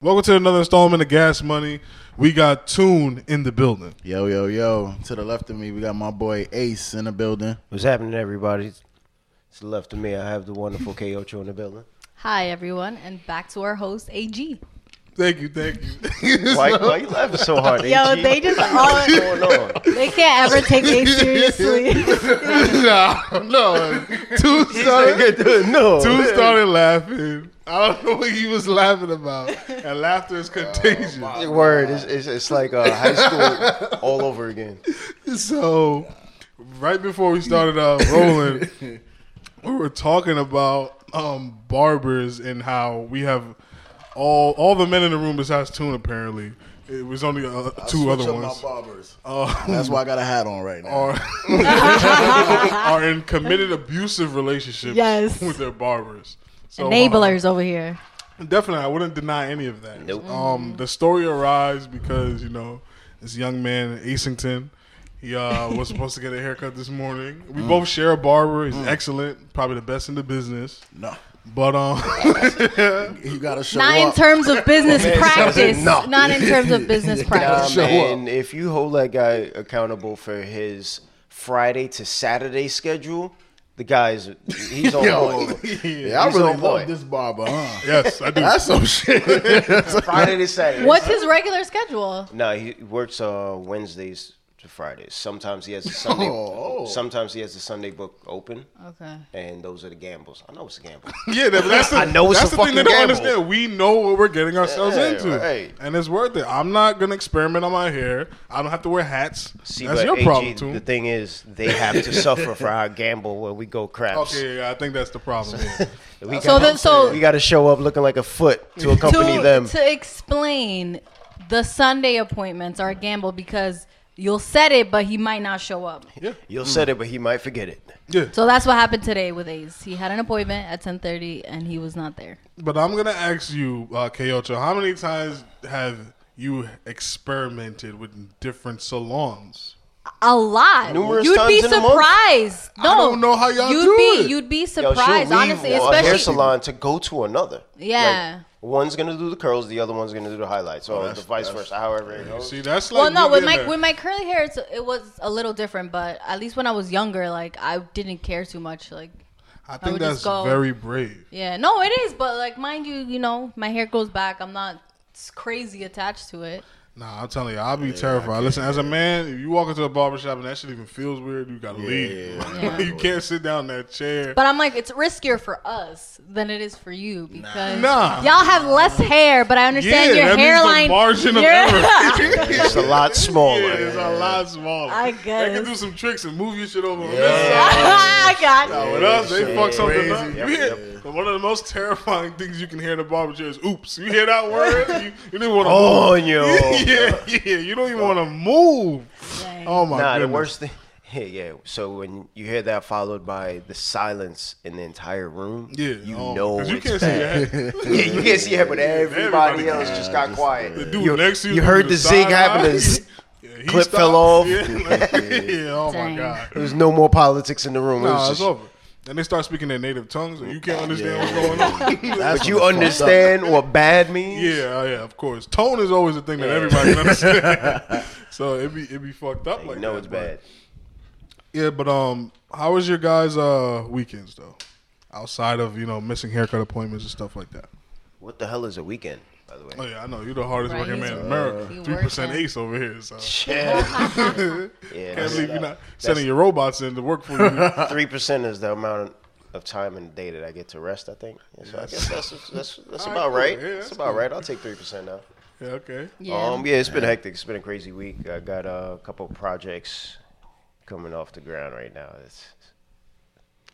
Welcome to another installment of Gas Money. We got Tune in the building. Yo, yo, yo. To the left of me, we got my boy Ace in the building. What's happening, everybody? It's- It's left of me. I have the wonderful K Ocho in the building. Hi, everyone, and back to our host, AG. Thank you, thank you. Why, why you laughing so hard? Yo, AG? they just all, What's going on? they can't ever take me seriously. no, no. Tune started, no. Tune started laughing. I don't know what he was laughing about. And laughter is contagious. Word. It's, it's, it's like uh, high school all over again. So, right before we started uh, rolling, we were talking about um, barbers and how we have all all the men in the room besides Tune. Apparently, it was only uh, two other ones Uh, barbers. Oh, That's why I got a hat on right now. are are in committed abusive relationships Yes. with their barbers. So, um, Enablers over here. Definitely, I wouldn't deny any of that. Nope. Um, the story arrives because you know this young man in Acington. He uh, was supposed to get a haircut this morning. We both share a barber. He's excellent, probably the best in the business. no. But um, You got to show Not in up. terms of business Man, practice. something- no. Not in terms of business Nah, practice. show up. man, Um, if you hold that guy accountable for his Friday to Saturday schedule, the guy's he's on Yo, point. yeah, I He's really love on point. this barber, huh? yes, I do. That's some shit. Friday to Saturday. What's his regular schedule? No, he works uh, Wednesdays to Fridays. Sometimes he has a Sunday. Oh. Sometimes he has the Sunday book open, Okay. and those are the gambles. I know it's a gamble. yeah, that- that's the, I know it's that's a the thing they fucking don't gamble. understand. We know what we're getting ourselves Yeah, into, right. and it's worth it. I'm not gonna experiment on my hair. I don't have to wear hats. See, that's but your AG, problem too. The thing is, they have to suffer for our gamble when we go craps. okay, Oh, yeah, I think that's the problem. yeah. We So got then- so- we got to show up looking like a foot to accompany To, them. to explain, the Sunday appointments are a gamble because you'll set it, but he might not show up. You'll set it, but he might forget it. So that's what happened today with Ace. He had an appointment at 10:30 and he was not there. But I'm gonna ask you, uh, Kayocho, how many times have you experimented with different salons? A lot. Numerous you'd be times in a month? surprised. No, I don't know how y'all you'd do be, it. You'd be Yo, she'll surprised, leave honestly, a hair especially salon to go to another. Yeah. Like, one's gonna do the curls, the other one's gonna do the highlights, or the vice versa. However it goes. See, that's like well, no, me with being my a- with my curly hair, it's, it was a little different. But at least when I was younger, like I didn't care too much. Like, I I think would that's just go- very brave. yeah, no, it is. But like, mind you, you know, my hair goes back. I'm not s- crazy attached to it. Nah, I'm telling you, I'll be terrified. Listen, as a man, if you walk into a barbershop and that shit even feels weird, you gotta leave. yeah, yeah. you can't sit down in that chair. But I'm like, it's riskier for us than it is for you because Nah. y'all have less hair. But I understand yeah, your that hairline. means the margin of your- error. It's a lot smaller. Yeah, it's a lot smaller. I They guess. can do some tricks and move your shit over on this side. I got you. Nah, with us, Oh, they shit fuck is something crazy. up. Yep, You hear, One of the most terrifying things you can hear in a barber chair is oops. You hear that word? You, you didn't want to Oh, yo. yeah, yeah. You don't even want to move. Dang. Oh, my nah, goodness. the worst thing. Yeah, yeah. So when you hear that followed by the silence in the entire room, Yeah. you oh, know 'cause you it's can't bad. see that. Yeah, you can't see it, but everybody, everybody else can. just got quiet. The dude you, next to you. you who heard the side zig happen. eye, There's, yeah, he clip fell stopped. off. Yeah, yeah, oh, my Dang. God. there's no more politics in the room. It was Nah, it's just- over. And they start speaking their native tongues, and you can't understand what's going on. That's but what you the fuck up. understand what bad means? Yeah, oh, yeah, of course. Tone is always a thing that everybody can understand. so it be it be fucked up You like know that, it's but- bad. Yeah, but um, how was your guys' uh weekends though? Outside of you know missing haircut appointments and stuff like that. What the hell is a weekend, by the way? Oh yeah, I know you're the hardest Right, working he's man in a- America. he Three percent working. ace over here. So Yeah. yeah. can't believe you're not that's- sending your robots in to work for you. Three percent is the amount of time in the day that I get to rest. I think. Yeah, so I guess that's that's, that's All right, about cool. right. Yeah, that's that's about right. I'll take three percent now. yeah, okay. Yeah. Um, yeah, it's been hectic. It's been a crazy week. I got uh, a couple projects coming off the ground right now. It's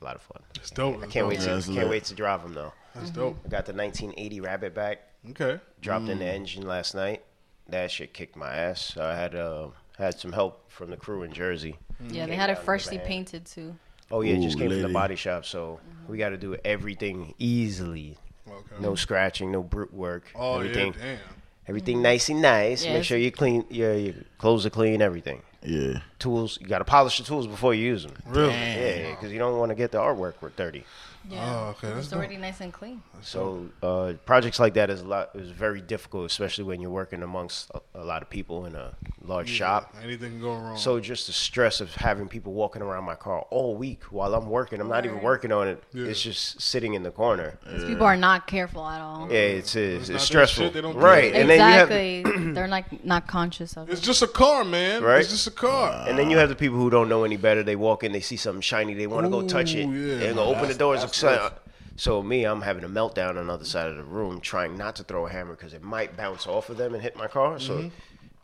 a lot of fun. It's dope. It's Can't dope. wait to Yeah, it's can't lit. wait Mm-hmm. to drive them though. It's dope. I got the 1980 Rabbit back. Okay. Dropped in the Mm. engine last night. That shit kicked my ass. I had uh, had some help from the crew in Jersey. yeah, they had it freshly painted too. Oh yeah, it just Ooh, came from lady. the body shop, so we got to do everything easily. Okay. No scratching, no brute work. Mm-hmm. Oh everything, yeah, damn. everything nice and nice. Make Yes. sure you clean. Yeah, your clothes are clean. Everything. Yeah. Tools, you got to polish the tools before you use them. Really? Yeah, because you don't want to get the artwork work dirty. Yeah. Oh, okay, that's It's already nice and clean. So uh, projects like that is a lot is very difficult, especially when you're working amongst a, a lot of people in a large shop. Anything can go wrong. So just the stress of having people walking around my car all week while I'm working, I'm not even working on it. Yeah. It's just sitting in the corner. These people are not careful at all. Yeah, it's it's, not their it's stressful, shit, they don't right? care. And then you have Exactly. They're like not conscious of it's it. just a car, man. Right? It's just a car. and then you have the people who don't know any better. They walk in, they see something shiny, they want to go touch it. Ooh, yeah. They're gonna open the doors. excited. So me, I'm having a meltdown on the other side of the room, trying not to throw a hammer because it might bounce off of them and hit my car. So, Mm-hmm.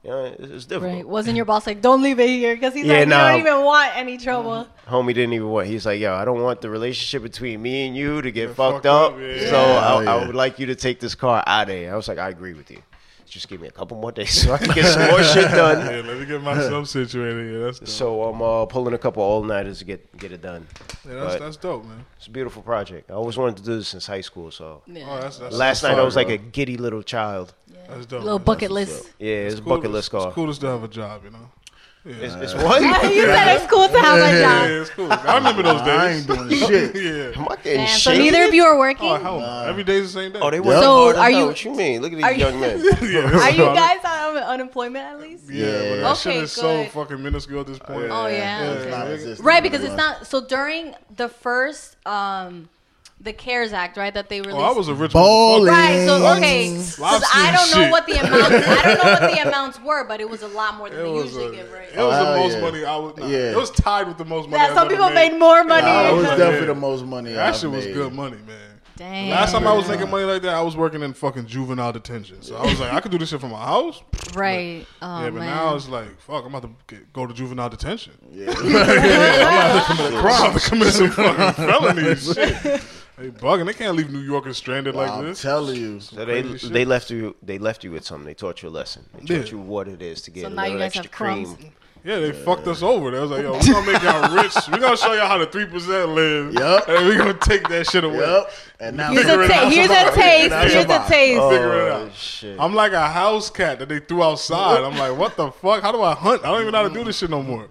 you know, it's, it's difficult. Right? Wasn't your boss like, "Don't leave it here," because he's Yeah, like, nah. "You don't even want any trouble." Mm-hmm. homie didn't even want. He's like, yo, I don't want the relationship between me and you to get fucked fucked up. up, yeah. So I, Yeah. I would like you to take this car out of here. I was like, I agree with you. Just give me a couple more days so I can get some more shit done. Yeah, let me get myself situated here. That's dope. So I'm uh, pulling a couple all nighters to get get it done. yeah, that's, but- that's dope, man. It's a beautiful project. I always wanted to do this since high school. So Yeah. Oh, that's, that's last that's night I was fire, like a giddy little child. bro. that's dope. Little man. bucket list. Yeah, it's, Cool- bucket list car. It's cool to have a job, you know. Yeah, It's, it's what? you said it's cool to have a yeah, job. yeah, it's cool. I remember those days. I ain't doing shit. yeah. Am I getting Damn, so shaded? neither of you are working. Oh, hell no. Every day's the same day. Oh, they yeah, went So, hard as are hell. you- What you mean? Look are at these you- young men. are that's you what I- guys on unemployment at least? Yeah, but that Yeah. shit Okay, is so good. fucking minuscule at this point. Oh yeah. Yeah, okay. it's not Right, because it's not so during the first um the CARES Act, right, that they released. Oh, I was a rich Balling. motherfucker. Right, so okay, 'cause Lobster I and don't know shit. what the amounts. I don't know what the amounts were, but it was a lot more than It they was, usually a, give, right? it was Oh, the most yeah. money I was. Nah, Yeah. It was tied with the most money. That I've some ever people made. made more money. Nah, it was Yeah. definitely the most money. That I've shit was made. good money, man. Damn. Last time I was making money like that, I was working in fucking juvenile detention. So I was like, I could do this shit from my house. right. Oh yeah, but man. now it's like, fuck, I'm about to get, go to juvenile detention. Yeah. Crime, commit some fucking felonies. shit. They bugging. They can't leave New Yorkers stranded like I'm this. telling you. So they Crazy shit. they left you they left you with something. They taught you a lesson. They taught Yeah. you what it is to get So a now little you guys extra have crumbs. cream. Yeah, they fucked us over. They was like, yo, we're gonna make y'all rich. We're gonna show y'all how the three percent live. Yup. And we're gonna take that shit away. Yep. And now Here's Figure a, it ta- out here's a tomorrow. taste. Figure it out Here's a tomorrow. taste. Figure it Oh, out. shit. I'm like a house cat that they threw outside. I'm like, what the fuck? How do I hunt? I don't even know how to do this shit no more.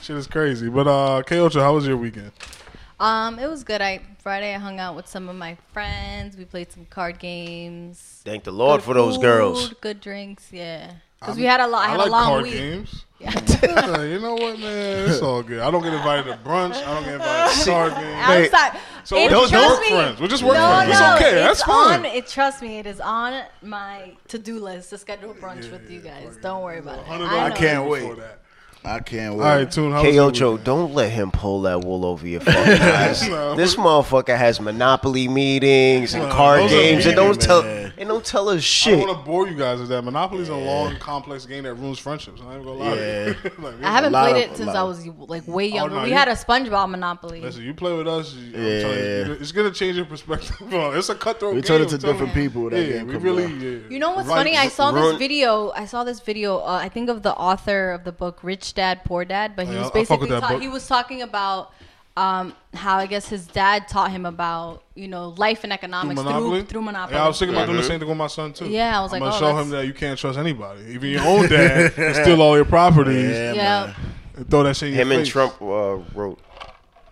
shit is crazy. But uh K Ultra, how was your weekend? Oh. Um, it was good. I Friday I hung out with some of my friends. We played some card games. Thank the Lord Good for those girls. food, Good drinks, yeah. Because we had a lot. I had like a long card week. games. Yeah. Yeah, you know what, man? It's all good. I don't get invited to brunch. I don't get invited to card games. I'm sorry. So we're It- just trust work me. friends. We're just work no, friends. No, it's okay. It's That's fine. On, it, trust me, it is on my to-do list to schedule brunch with you guys. Don't worry about it. $100 I know. can't before wait. that. I can't wait. All right, Tune. How was K your Ocho, weekend? don't let him pull that wool over your fucking eyes. No. This motherfucker has monopoly meetings and No, card those are games and meetings, don't tell man. and don't tell us I shit. don't want to bore you guys with that. Monopoly's a long, complex game that ruins friendships. I'm not even gonna lie. To you. like, I haven't A lot played of- it a since lot I of- was like way younger. Oh, no, we you- had a SpongeBob Monopoly. Listen, you play with us, you, I'm Yeah. telling you, it's gonna change your perspective. it's a cutthroat. We game, told it to I'm telling different you. people that yeah, game we come really. out. Yeah. You know what's Right. funny? I saw this Ruin- video. I saw this video. Uh, I think of the author of the book "Rich Dad Poor Dad," but he Oh, Yeah, I- I was fuck basically with that ta- book. he was talking about um, how I guess his dad taught him about you know life and economics through Monopoly. through, Monopoly. Yeah, I was thinking about doing Uh-huh. the same thing with my son too. Yeah, I was like, I'm gonna oh, show that's- him that you can't trust anybody, even your own dad, and steal all your properties Yeah, yeah, man. and throw that shit. In Him your and face. Trump uh, wrote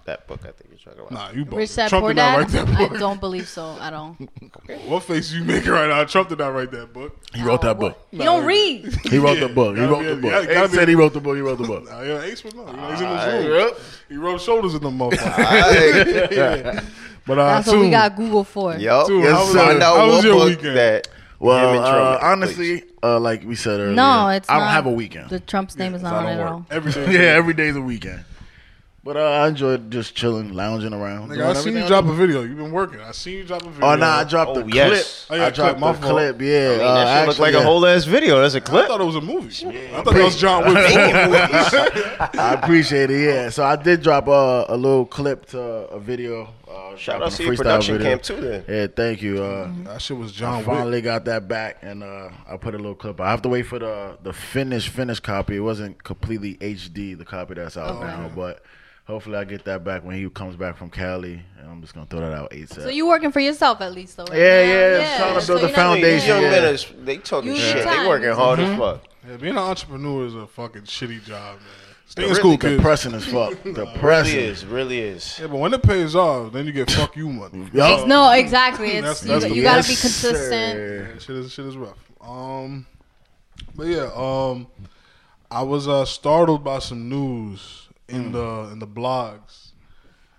that book. I think you're talking about. Nah, you both. Rich Dad Trump Poor did not Dad. write that I book. don't believe so at all. What face you making right now? Trump did not write that book. He wrote that Oh, book. You don't read. He wrote the Yeah, book. He gotta wrote be- the yeah, book. gotta He be- said he wrote the book. He wrote the book. Nah, yeah, Ace would know. You know, He's in Alright. this room. He rubbed shoulders with them motherfuckers. Yeah. But uh, That's what we Tune, got Google for. Yup. Dude, how was- Find out how was what your book weekend? that. him Well, and Trump uh, replaced. honestly, uh, like we said earlier, No, it's. I don't not. have a weekend. The Trump's name is so not I on don't it at work. all. Every day. yeah, every day's a weekend. But uh, I enjoyed just chilling, lounging around. Nigga, doing I seen everything you drop a video. You've been working. I seen you drop a video. Oh no, I dropped Oh, the yes. Oh, clip. yeah, I dropped clip, my the fault. clip. Yeah, I mean, that shit looked like a whole ass video. That's a I clip. thought it was a movie. I thought that was John Wick. I appreciate it. Yeah, so I did drop uh, a little clip to a video. Uh, Shout dropping a out to your freestyle production video. camp too. Then Yeah, thank you. Uh, that shit was I John Wick. finally got that back, and uh, I put a little clip. I have to wait for the the finished finished copy. It wasn't completely HD, the copy that's out now, but Hopefully, I get that back when he comes back from Cali. And I'm just gonna throw that out ASAP. So you working for yourself at least, though. right Yeah, now? yeah, it's trying to so build you're the not- yeah. foundation, These young yeah. men, is, they talking Use your shit. They time. working hard as fuck. Yeah, being an entrepreneur is a fucking shitty job, man. Stay in Really school, kids. depressing as fuck. depressing. Really is, really is. Yeah, but when it pays off, then you get fuck you money. Yup. So, No, exactly. It's, That's- that's you the you got Yes, to be consistent. yeah, shit is shit is rough. Um, but yeah, um, I was uh, startled by some news Mm. in the in the blogs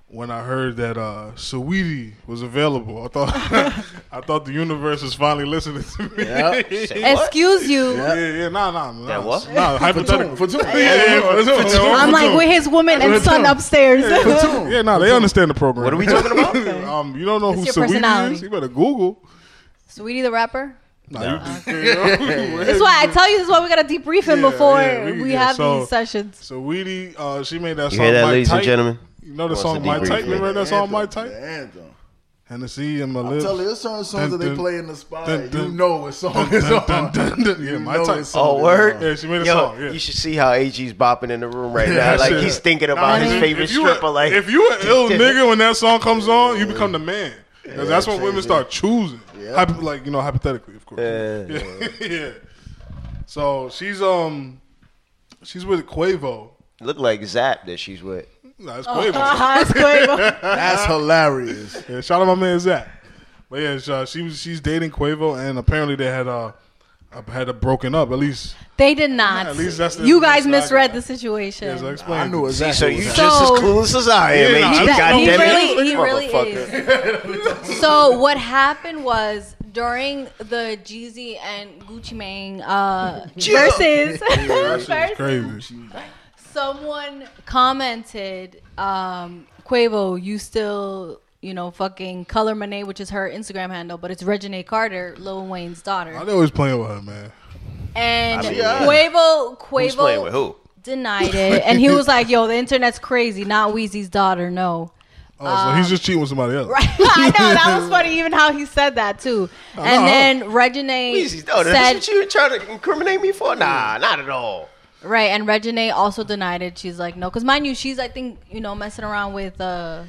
when I heard that uh, Saweetie was available. I thought I thought the universe was finally listening to me. Yep. Say what? Excuse you. Yeah, yeah, nah, nah, nah. That what? Nah, hypothetical. Yeah, yeah, Fatoum. I'm like Fatoum. with his woman and son upstairs. Yeah, no, they understand the program. What are we talking about? um, you don't know It's who your Saweetie personality. is? You better Google. Sweetie the rapper. Nah, you, That's That's why I tell you. This is why we gotta debrief him Yeah, before yeah, we, we- yeah, have so- these sessions. Saweetie, uh, she made that You song. hear that, My ladies Type. and gentlemen? You know the Wants to song My debrief Type. me. Remember that song Anthem, My Type? the anthem. Hennessy and my I'm lips. telling you, there's certain songs Dun, that they dun, play in the spot. dun, you dun, know what song dun, is dun, dun, on. dun, dun. Yeah, You my know type. what song Oh, is word? on. Yeah, she made a Yo, song. Yeah. you should see how AG's bopping in the room right now. Yeah, like, shit. he's thinking about Nah, his if- favorite if you stripper. A, like, if you an ill did- nigga when that song comes on, you become the man. 'Cause that's when it's women easy. start choosing. Yeah. Hypo- like you know, hypothetically, of course. Yeah. yeah. yeah. So she's um, she's with Quavo. look like Zap that she's with. Nah, it's Quavo. That's Quavo. That's hilarious. Yeah, shout out my man Zach. But yeah, she, uh, she was she's dating Quavo, and apparently they had uh uh, had a broken up. At least they did not. Yeah, at least that's the- you that's guys the- misread the situation. as I explained, I knew See, exactly. so what you that- just as So- clueless as I am, Yeah, AG. nah, He, I'm- does- God he damn it. really, he really Motherfucker. is. so what happened was during the Jeezy and Gucci Mane uh, versus, it's versus crazy. someone commented, um, Quavo, you still, you know, fucking Color Monet, which is her Instagram handle, but it's Regine Carter, Lil Wayne's I daughter. know he's playing with her, man. And mean, yeah. Quavo, Who's playing with Quavo who? denied it. And he was like, yo, the internet's crazy. Not Wheezy's daughter, no. Oh, so he's just cheating with somebody else. Um, Right. I know. That was funny, even how he said that, too. no. And then Regine Easy, though. That's said, what you trying to incriminate me for? Mm. Nah, not at all. right. And Regine also denied it. She's like, no. Because, mind you, she's, I think, you know, messing around with uh,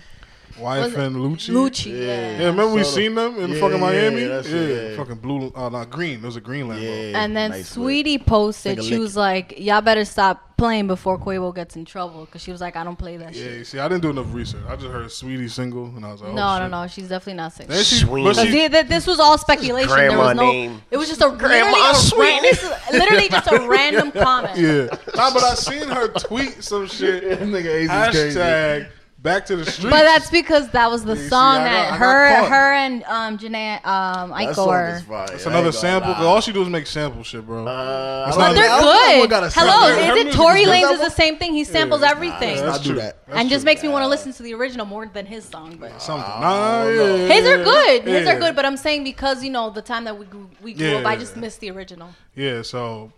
Wife Was it- and Lucci. Lucci. Yeah. yeah. Yeah, remember we Soda. seen them in Yeah, fucking yeah, Miami? yeah, Yeah, that's it, yeah. fucking blue. Uh, not green. It was a green Lambo. Yeah. And then Nice work. Sweetie posted, Take a she lick. was like, "Y'all better stop playing before Quavo gets in trouble," because she was like, "I don't play that Yeah, shit." you see, I didn't do enough research. I just heard Sweetie single, and I was like, oh, no, shit. no, no, she's definitely not saying. Then she, Sweeney. but Because she, this was all speculation. there grandma was no. name. It was just a Grandma literally, a Sweeney. ran- this is literally just a random comment. yeah. Nah, but I seen her tweet some shit. This nigga Ace is crazy. Hashtag back to the streets. But that's because that was the see, song I got- I that got her, caught. her and um, Janae, um, That Ike song were. is fire. It's I ain't another gonna sample. 'cause lie. All she do is make sample shit, bro. Uh, It's I not don't But they're think- I don't think we good. got a Hello, Her is music it is Tory good. Lanez does the same thing? He samples everything, let's that's not do true. that. That's and just true. makes me want to listen to the original more than his song. But something. Nah, yeah, His are good. His yeah. are good, but I'm saying because you know the time that we grew, we grew up, I Yeah. just missed the original. Yeah, so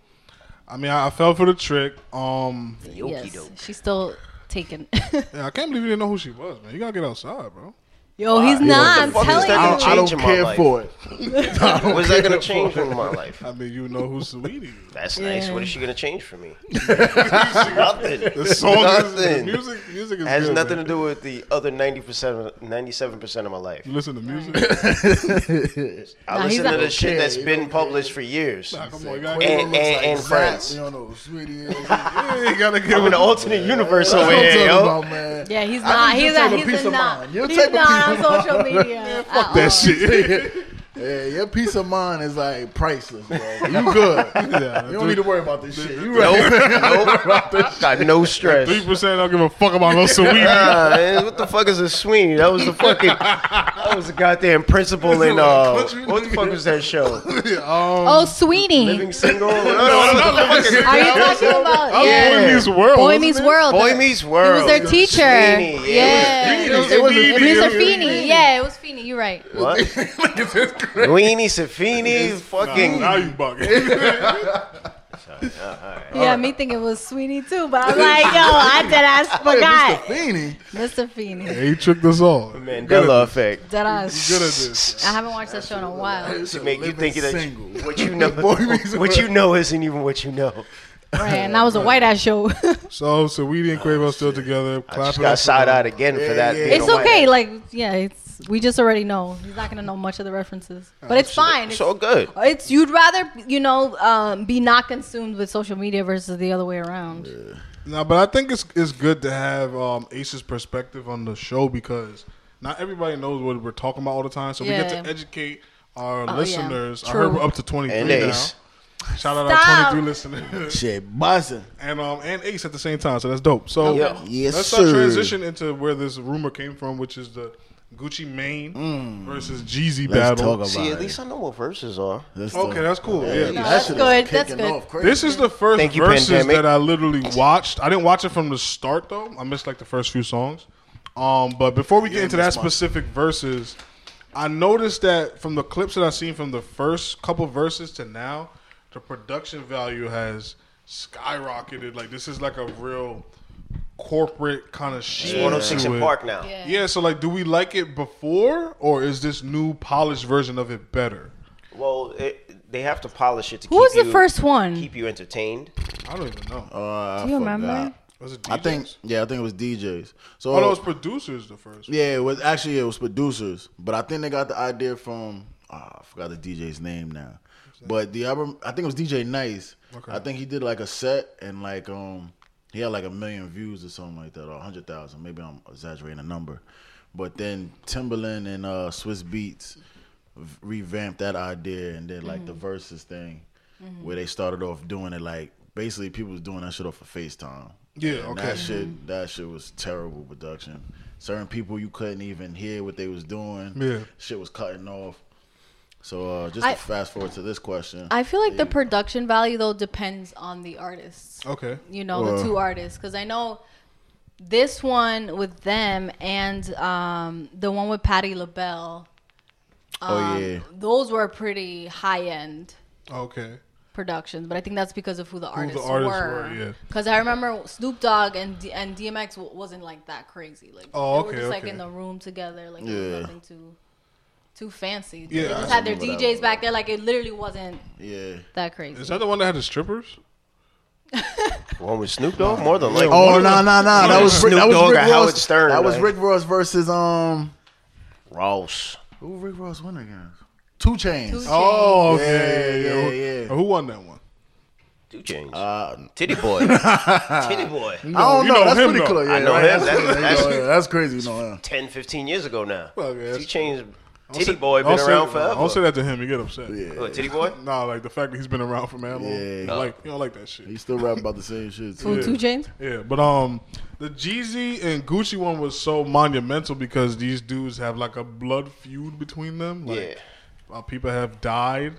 I mean, I, I fell for the trick. Um, Yoki yes, doke. she's still taken. yeah, I can't believe you didn't know who she was, man. You gotta get outside, bro. Yo, he's not. I'm fuck is telling that you. gonna I don't Change in my care life. for it. What's that going to change for my life? I mean, you know who Sweetie is. That's nice. Yeah. What is she going to change for me? Nothing. The song is the nothing. music. Music is It has good, nothing man. to do with the other 90%, 97% of my life. You listen to music. I Nah, he's listen not- to the shit Okay, that's you been don't published for years. Nah, I'm come on, you gotta, And- It looks and- and Zap. friends. We don't know who Sweetie is. yeah, you gotta give in it the alternate universe That's over what I'm here, talking yo. about, man. Yeah, he's I not. need you He's to not. take a He's piece of not. mine. You'll He's take a not piece on of mine. social media. at all. that shit. Yeah, your peace of mind is like priceless, bro. You good. Yeah, You don't need to worry about this shit. You right. Nope, nope. Got no stress. Three percent. I don't give a fuck about no Sweetie. Nah, man, what the fuck is a Sweeney? That was the fucking. That was the goddamn principal in uh. What the fuck was that show? Oh, Living Sweeney, single. No, no, no, no, fuck is- are you talking about? Boy Yeah, Meets World. Boy wasn't Meets it? World. Boy The- Meets He World. was their teacher. Sweeney, Yeah, It was, It was a- Phoebe. Mr. Yeah. Feeney. Yeah, it was Feeney. You're right. What? Weenie Safini, fucking. Now you bugging. Yeah, me thinking it was Sweeney too, but I'm like, yo, I did. I Mr. Feeney. forgot. Mr. Feeney. he tricked us all. Mandela effect. Did I? Good at this. I haven't watched that show in a while. It's a make you living think that single. what you know, Boy Meets what World. you know isn't even what you know. Right, and that was a white ass show. So, so we and Quavo still together. Oh, I just Clapping got up for side them. eyed again for Yeah, that. yeah. being it's a white okay. ass. Like, yeah, it's we just already know. He's not gonna know much of the references, but it's fine. It's It's, all good. it's you'd rather you know um, be not consumed with social media versus the other way around. No, but I think it's it's good to have um, Ace's perspective on the show because not everybody knows what we're talking about all the time. So we Yeah. Oh, get to educate our yeah. listeners. I heard True. we're up to twenty And three now. Ace. Shout out our Stop. twenty three listeners Shit, buzzing. and um and Ace at the same time. So that's dope. So Yeah. Yes, let's sir. not transition into where this rumor came from, which is the Gucci Mane versus Jeezy Mm. Let's battle. talk about See, it. at least I know what verses are. Let's okay, talk- that's cool. yeah. No, that's shit is good, that's kicking good. off crazy. This is the first Thank you, verses pandemic. that I literally watched. I didn't watch it from the start though. I missed like the first few songs. Um, but before we get into that specific verses, I noticed that from the clips that I've seen from the first couple verses to now, the production value has skyrocketed. Like this is like a real corporate kind of shit. It's 106 to in it. Park now. Yeah, so like, do we like it before, or is this new polished version of it better? Well, it, they have to polish it to Who was keep the you- first one? Keep you entertained. I don't even know. Uh, I Do you remember? forgot. was it DJs? I think yeah, I think it was DJs. So Oh, no, it was producers the first. yeah, it was actually it was producers, but I think they got the idea from ah, I forgot the DJ's name now. But the album, I think it was DJ Nice. I think he did like a set and like um he had like a million views or something like that, or hundred thousand. Maybe I'm exaggerating the number. But then Timberland and uh, Swiss Beats v- revamped that idea and did like the Mm-hmm. verses thing, where they started off doing it like basically people was doing that shit off of FaceTime. Yeah, And okay. That shit, that shit was terrible production. Certain people you couldn't even hear what they was doing. Yeah. shit was cutting off. So uh, just I- to fast forward to this question, I feel like the production value though depends on the artists. Okay. you know Wow. the two artists because i know this one with them and um, the one with patty labelle um, oh yeah, those were pretty high end Okay. productions but i think that's because of who the artists, artists were were, yeah. because i remember snoop dogg and, D- and dmx w- wasn't like that crazy like Oh, they were okay, just like okay. in the room together like there was Yeah. nothing too too fancy Yeah, they I just had their remember that djs one. back there like it literally wasn't yeah. that crazy Is that the one that had the strippers? One with Snoop Dogg, more than likely. Oh no no no! That was Snoop Rick, that was Dogg Rick or Ross. Howard Stern, That was man. Rick Ross versus um Ross. who Rick Ross won against? Two Chains. Two Oh, Yeah, okay. yeah, yeah. Who, who won that one? Do change. Uh, Titty boy. Titty boy. I don't you know. know That's him, pretty though. clear. Yeah, I know right? him. That's, That's- that's, that's- that's crazy. You know him. 10, 15 years ago now. Well, yeah, T that's- Chain's Don't Titty say- Boy been don't say- around forever. Don't say that to him. You get upset. What, titty Boy? Nah, like the fact that he's been around for man. Yeah. Yeah. Like you don't like that shit. He still rap about the same shit. Who, Too. two chains Yeah, but um, the Jeezy and Gucci one was so monumental because these dudes have like a blood feud between them. Like, uh, people have died,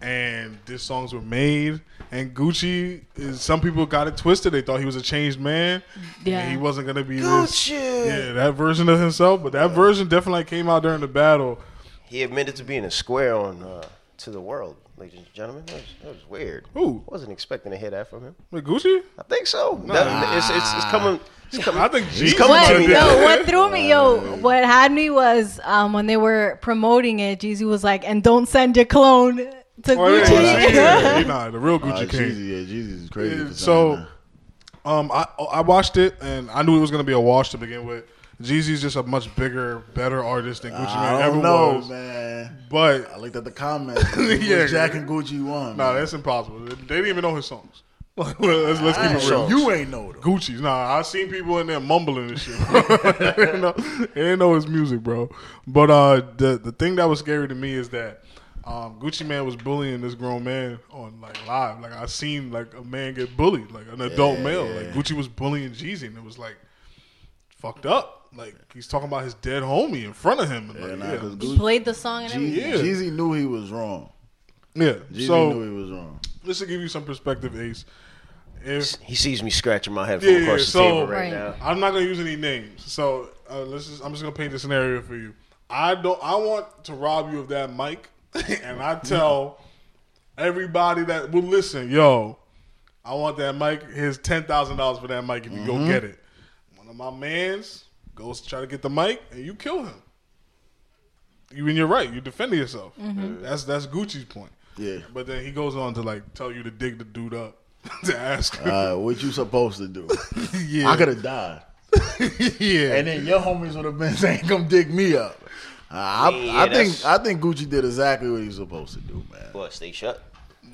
and these songs were made. And Gucci is some people got it twisted. They thought he was a changed man. Yeah. and he wasn't gonna be this. Gucci. Yeah, that version of himself. But that version definitely came out during the battle. He admitted to being a square on uh, to the world, ladies and gentlemen. That was, that was weird. Ooh. wasn't expecting to hear that from him. Wait, Gucci? I think so. That- it's, it's, it's coming. It's coming. I think Jeezy. coming might to What, be- me. no, what threw me, yo, what had me was um, when they were promoting it, Jeezy was like, and don't send your clone to Oh, yeah, Gucci. Jeezy. Yeah, nah, the real Uh, Gucci came. Jeezy, yeah, Jeezy is crazy. for saying so that. um I I watched it and I knew it was gonna be a wash to begin with. Jeezy's just a much bigger, better artist than Gucci I Mane ever don't know, was. man. I But looked at the comments. yeah, Yeah. Jack and Gucci won. nah, that's impossible. They didn't even know his songs. Like, let's, let's I keep ain't it real. sure. You ain't know them. Gucci's. Nah, I seen people in there mumbling and shit. Bro. they, didn't know, they didn't know his music, bro. But uh, the the thing that was scary to me is that um, Gucci man was bullying this grown man on like live. Like I seen like a man get bullied, like an adult male. Like Gucci was bullying Jeezy, and it was like fucked up. Like he's talking about his dead homie in front of him. And, Yeah, like, nah, yeah, 'cause He Gucci, played the song and everything. Yeah. Jeezy knew he was wrong. yeah. Jeezy knew So he was wrong. just to give you some perspective, Ace. If He sees me scratching my head from Yeah, across the so- table right, Right. now. I'm not gonna use any names. So uh, let's just, I'm just gonna paint the scenario for you. I don't. I want to rob you of that mic, and I tell everybody that will listen, yo, I want that mic. Here's ten thousand dollars for that mic if you Mm-hmm. go get it. One of my mans goes to try to get the mic, and you kill him. You and you're right. You defending yourself. That's that's Gucci's point. Yeah. But then he goes on to like tell you to dig the dude up. to ask. Him. Uh, what you supposed to do? yeah, I could have died. yeah. And then your homies would have been saying, "Come dig me up." Uh, I, Yeah, I think that's- I think Gucci did exactly what he was supposed to do, man. What? Stay shut.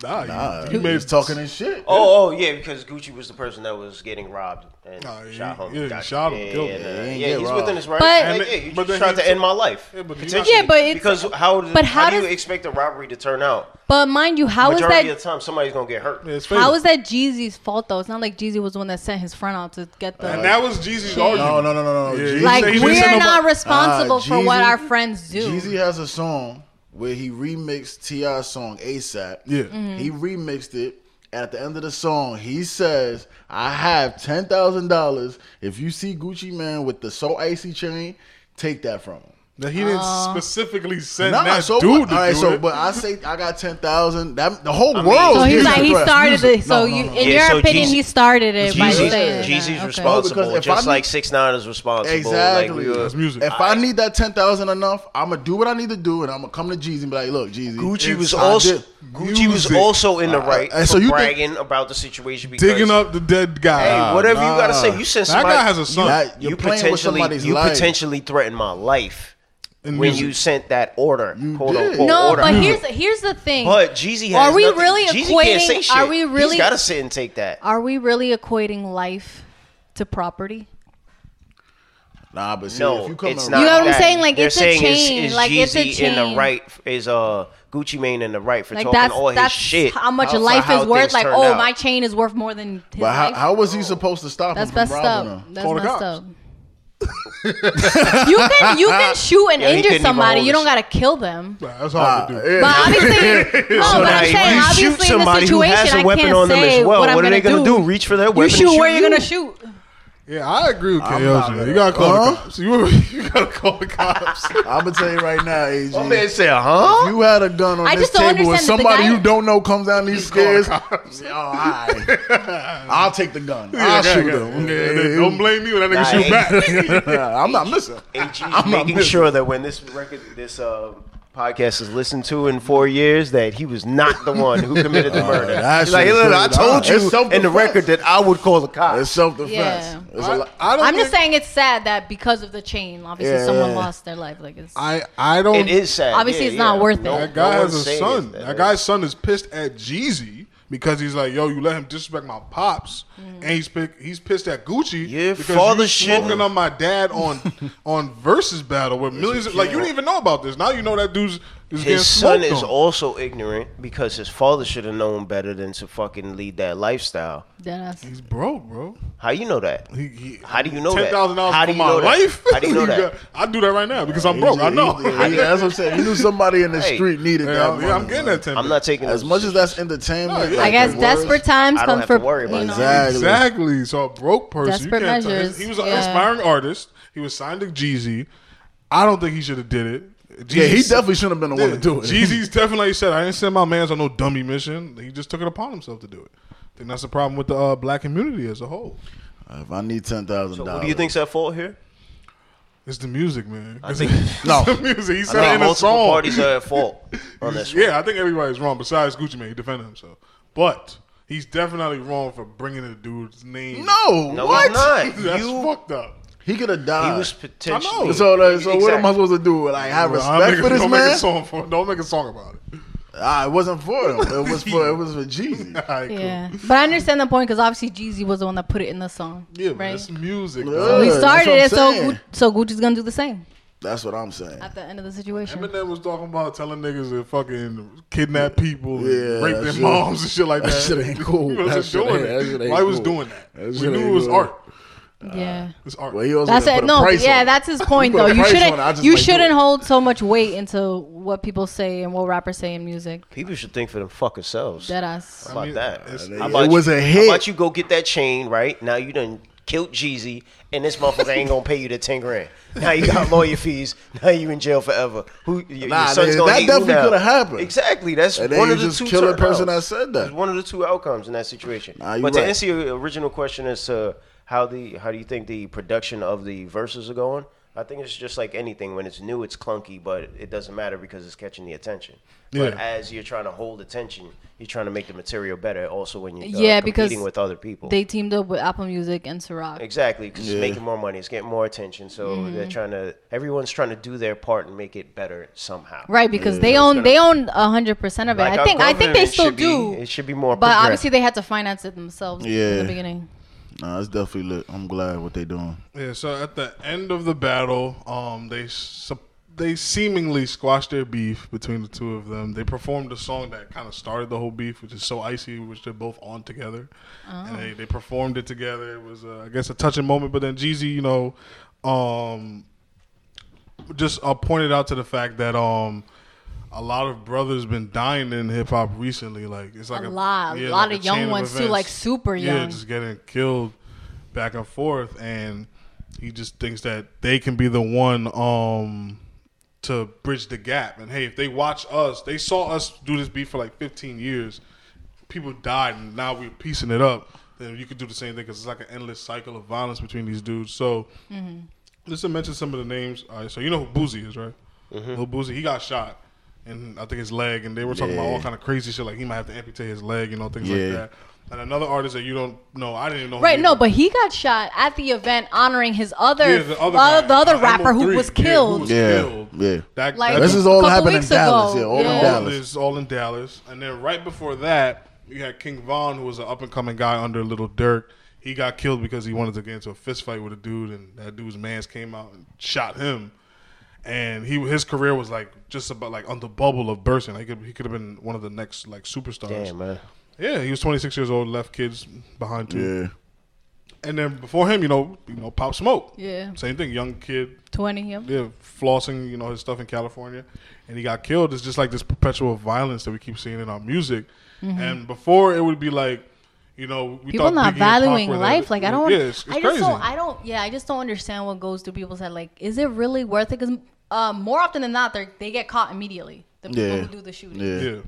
nah, Nah, you, he you made was talking his shit. Oh, oh yeah, because Gucci was the person that was getting robbed and Nah, he- shot him. yeah, he Got- shot him, Yeah, killed yeah, him. nah, Yeah, he ain't yeah, get he's robbed. within his right. But- like, And yeah, it- you but just then tried he to end took- my life. Yeah, but he- Potentially. Yeah, but it's- because how does but how, how do you does- expect a robbery to turn out? But mind you, how is Majority that? of the time, somebody's gonna get hurt. Yeah, it's fatal. How is that Jeezy's fault though? It's not like Jeezy was the one that sent his friend out to get the. and that was Jeezy's argument. No, no, no, no, no. Yeah, Jeezy- he like said he didn't we send are nobody- not responsible Uh, for what Jeezy- our friends do. Jeezy has a song where he remixed T.I.'s song ASAP. Yeah. Mm-hmm. Mhm. He remixed it. At the end of the song, he says, I have ten thousand dollars. If you see Gucci Man with the so icy chain, take that from him. That he didn't specifically send Nah, that so dude what? to All right, do so it. but I say I got ten thousand. That the whole world. so he's like he started it. So no, you, no, no. in Yeah, your so opinion, Jeezy- he started it by Jeezy, saying Jeezy's that. Okay. responsible, Well, because if just I like knew- six nine is responsible. Exactly. Like, we, That's music. If I need that ten thousand enough, I'm gonna do what I need to do, and I'm gonna come to Jeezy and be like, "Look, Jeezy, Gucci it's- was I also did- Gucci was music. also in the right uh, so for you think- bragging about the situation because digging up the dead guy. Hey, whatever you gotta say, you that sent somebody. guy has a son. Nah, you're you playing with potentially somebody's you life. potentially threatened my life when And music. you sent that order, quote did. unquote No, order. but here's here's the thing. But Jeezy has Are we nothing- really Jeezy equating- Can't say shit. are we really- He's gotta sit and take that. are we really equating life to property? Nah, but see, no, if you come it's to- not. You know what I'm that. saying? Like, They're it's a saying is- chain. Is, Like, it's a Jeezy in the chain. right? Is uh Gucci Mane in the right for Like talking that's all his that's shit? how much for life how is worth. things Like turned oh, out. my chain is worth more than his But how, life. how was he supposed to stop that's him from messed up. robbing him? That's Call the messed cops. up. you can you can shoot and Yeah, he couldn't injure even somebody. hold You don't his- gotta kill them. Nah, that's hard Ah, to do. yeah. But obviously, no, but now I'm if saying you obviously shoot somebody in this who situation, has a I weapon can't on them say as well. what, What, I'm are they gonna gonna do? Reach for their You weapon? shoot and where you're you? gonna shoot. Yeah, I agree with I'm KL's. not man. gonna- You gotta call Huh? the cops. You, you gotta call the cops. I'm gonna tell you right now, AG. My man said, huh? if you had a gun on I this just don't table and understand that the somebody guy- you don't know comes down these Call the stairs, cops. oh, all right. I'll take the gun. Yeah, I'll yeah, shoot yeah, him. yeah, yeah. Don't blame me when that nigga Nah, shoot hey. back. I'm not missing. AG's I'm not making missing. sure that when this record, this uh, podcast is listened to in four years, that he was not the one who committed the murder. Uh, that He's like, shit look, I is- told it's you in the self-defense. record that I would call the It's cops. self defense. Yeah. It's a I, lot. I don't I'm just think- saying it's sad that because of the chain, obviously Yeah, someone yeah. lost their life. Like it's I I don't. It is sad. Obviously, Yeah, it's not yeah. worth it. That guy one's has a saying son. that. That guy's son is pissed at Jeezy because he's like, "Yo, you let him disrespect my pops," and he's pick, he's pissed at Gucci Mm. Your because father you shouldn't- smoking on my dad on on versus battle with millions. Of, like you didn't even know about this. Now you know that dude's is getting His son smoked is on. also ignorant because his father should have known better than to fucking lead that lifestyle. dead ass. He's broke, bro. How you know that? He, he, How do you know that? Ten thousand How dollars for do you my know that? life? How do you know that? I do that right now because I'm broke. I know. He- he- that's what I'm saying. He knew somebody in the Hey. street needed Yeah, that. I'm, yeah, I'm money, getting man. that ten. I'm not taking As much as that's entertainment, No, yeah. I like, guess the words- desperate times I come don't have for to worry about you that. know. Exactly. Exactly. So a broke person. you Desperate can't tell- measures, He was an yeah. aspiring artist. He was signed to Jeezy. I don't think he should have did it. Jeezy, Yeah, he definitely shouldn't have been the one to do it. Jeezy's definitely like you said. I didn't send my man's on no dummy mission. He just took it upon himself to do it. I think that's the problem with the uh, black community as a whole. If I need ten thousand So dollars, who do you think's at fault here? It's the music, man. I think- It's No. the music. He I said it think in a multiple song. parties are at fault on this. one. yeah, I think everybody's wrong besides Gucci Mane. He defended himself, but he's definitely wrong for bringing the dude's name. No, No, what? he's not. that's You- fucked up. He could have died. He was potentially. So, like, so what am I Exactly. supposed to do? Like have Well, I'm making- respect for this don't Make a man? song for, don't make a song about it. Ah, it wasn't for him. It was for it was for All Jeezy. right, cool. Yeah, but I understand the point because obviously Jeezy was the one that put it in the song. Yeah, but right. it's music. Yeah. dog. we that's started what I'm it, so saying. Gu- so Gucci's gonna do the same That's what I'm saying. at the end of the situation. Eminem was talking about telling niggas to fucking kidnap people, and Yeah, rape that their shit- moms and shit like that. that shit ain't cool. He That wasn't shit doing ain't- that it. shit ain't Why was cool. doing that? That we shit ain't knew it was cool. art. uh, yeah. It's art. Well, he also That's didn't it. put a No, price on yeah, it. that's his point put a though. You price shouldn't on it. I just you might do shouldn't it. hold so much weight into what people say and what rappers say in music. People should think for them fucking selves. Dead ass. How about mean, that? it's- How it about was you, a How hit. about you go get that chain right now? You done killed Jeezy, and this motherfucker ain't gonna pay you the ten grand. Now you got lawyer fees. Now you in jail forever. Who? Your, Nah, your son's nigga, gonna that hate you definitely now. coulda happened. Exactly. That's And then one you of the just two. kill the person turnouts. that said that. It's one of the two outcomes in that situation. Nah, you but to right. answer your original question as to how the how do you think the production of the verses are going? I think it's just like anything. When it's new, it's clunky, but it doesn't matter because it's catching the attention. But Yeah. as you're trying to hold attention, you're trying to make the material better. Also, when you're uh, Yeah, because competing with other people, They teamed up with Apple Music and Ciroc. exactly because Yeah. it's making more money, it's getting more attention. So Mm-hmm. they're trying to. Everyone's trying to do their part and make it better somehow. Right, because they So it's own gonna- they own hundred percent of it. Like I our think I think they government still should be- do. it should be more But progressive. obviously, they had to finance it themselves in Yeah. the beginning. Nah, it's definitely lit. I'm glad what they doing. Yeah, so at the end of the battle, um, they sup- they seemingly squashed their beef between the two of them. They performed a song that kind of started the whole beef, which is "So Icy," which they're both on together, and they, they performed it together. It was, uh, I guess, a touching moment. But then Jeezy, you know, um, just uh, pointed out to the fact that um, a lot of brothers been dying in hip hop recently. Like it's like A lot, a yeah, lot like of young chain ones too, events. like super Yeah, young. just getting killed back and forth, and he just thinks that they can be the one um, to bridge the gap. And hey, if they watch us, they saw us do this beat for like 15 years. People died, and now we're piecing it up. Then you could do the same thing because it's like an endless cycle of violence between these dudes. So Mm-hmm. just to mention some of the names. All right, so you know who Boozy is, right? Mm-hmm. Little Boozy, he got shot, and I think his leg. And they were talking about all Yeah. kind of crazy shit, like he might have to amputate his leg, you know, things Yeah. like that. And another artist that you don't know, I didn't even know. Right, who no, he was. but he got shot at the event honoring his other Yeah, the other, uh, guy, the other uh, rapper who MO3, was yeah, killed. was Yeah, killed. yeah. That, Like- that- This is all Couple happening in weeks Dallas. ago. Yeah, all Yeah. in all Dallas. This, all in Dallas. And then right before that, you had King Von, who was an up and coming guy under Little Durk. He got killed because he wanted to get into a fist fight with a dude, and that dude's mans came out and shot him. And he his career was like just about like on the bubble of bursting. Like he could have been one of the next like superstars. Damn man. Yeah, he was 26 years old, left kids behind too. Yeah. And then before him, you know, you know, Pop Smoke. Yeah. Same thing, young kid, Twenty. Yep. yeah, flossing, you know, his stuff in California, and he got killed. It's just like this perpetual violence that we keep seeing in our music. And before it would be like, you know, we Mm-hmm. People thought Biggie not and Pac valuing were the- life. Like I don't. Yeah, it's, it's I just crazy. don't. I don't. Yeah, I just don't understand what goes through people's head. Like, is it really worth it? Because uh, more often than not, they they get caught immediately. The people Yeah. who do the shooting. Yeah. yeah,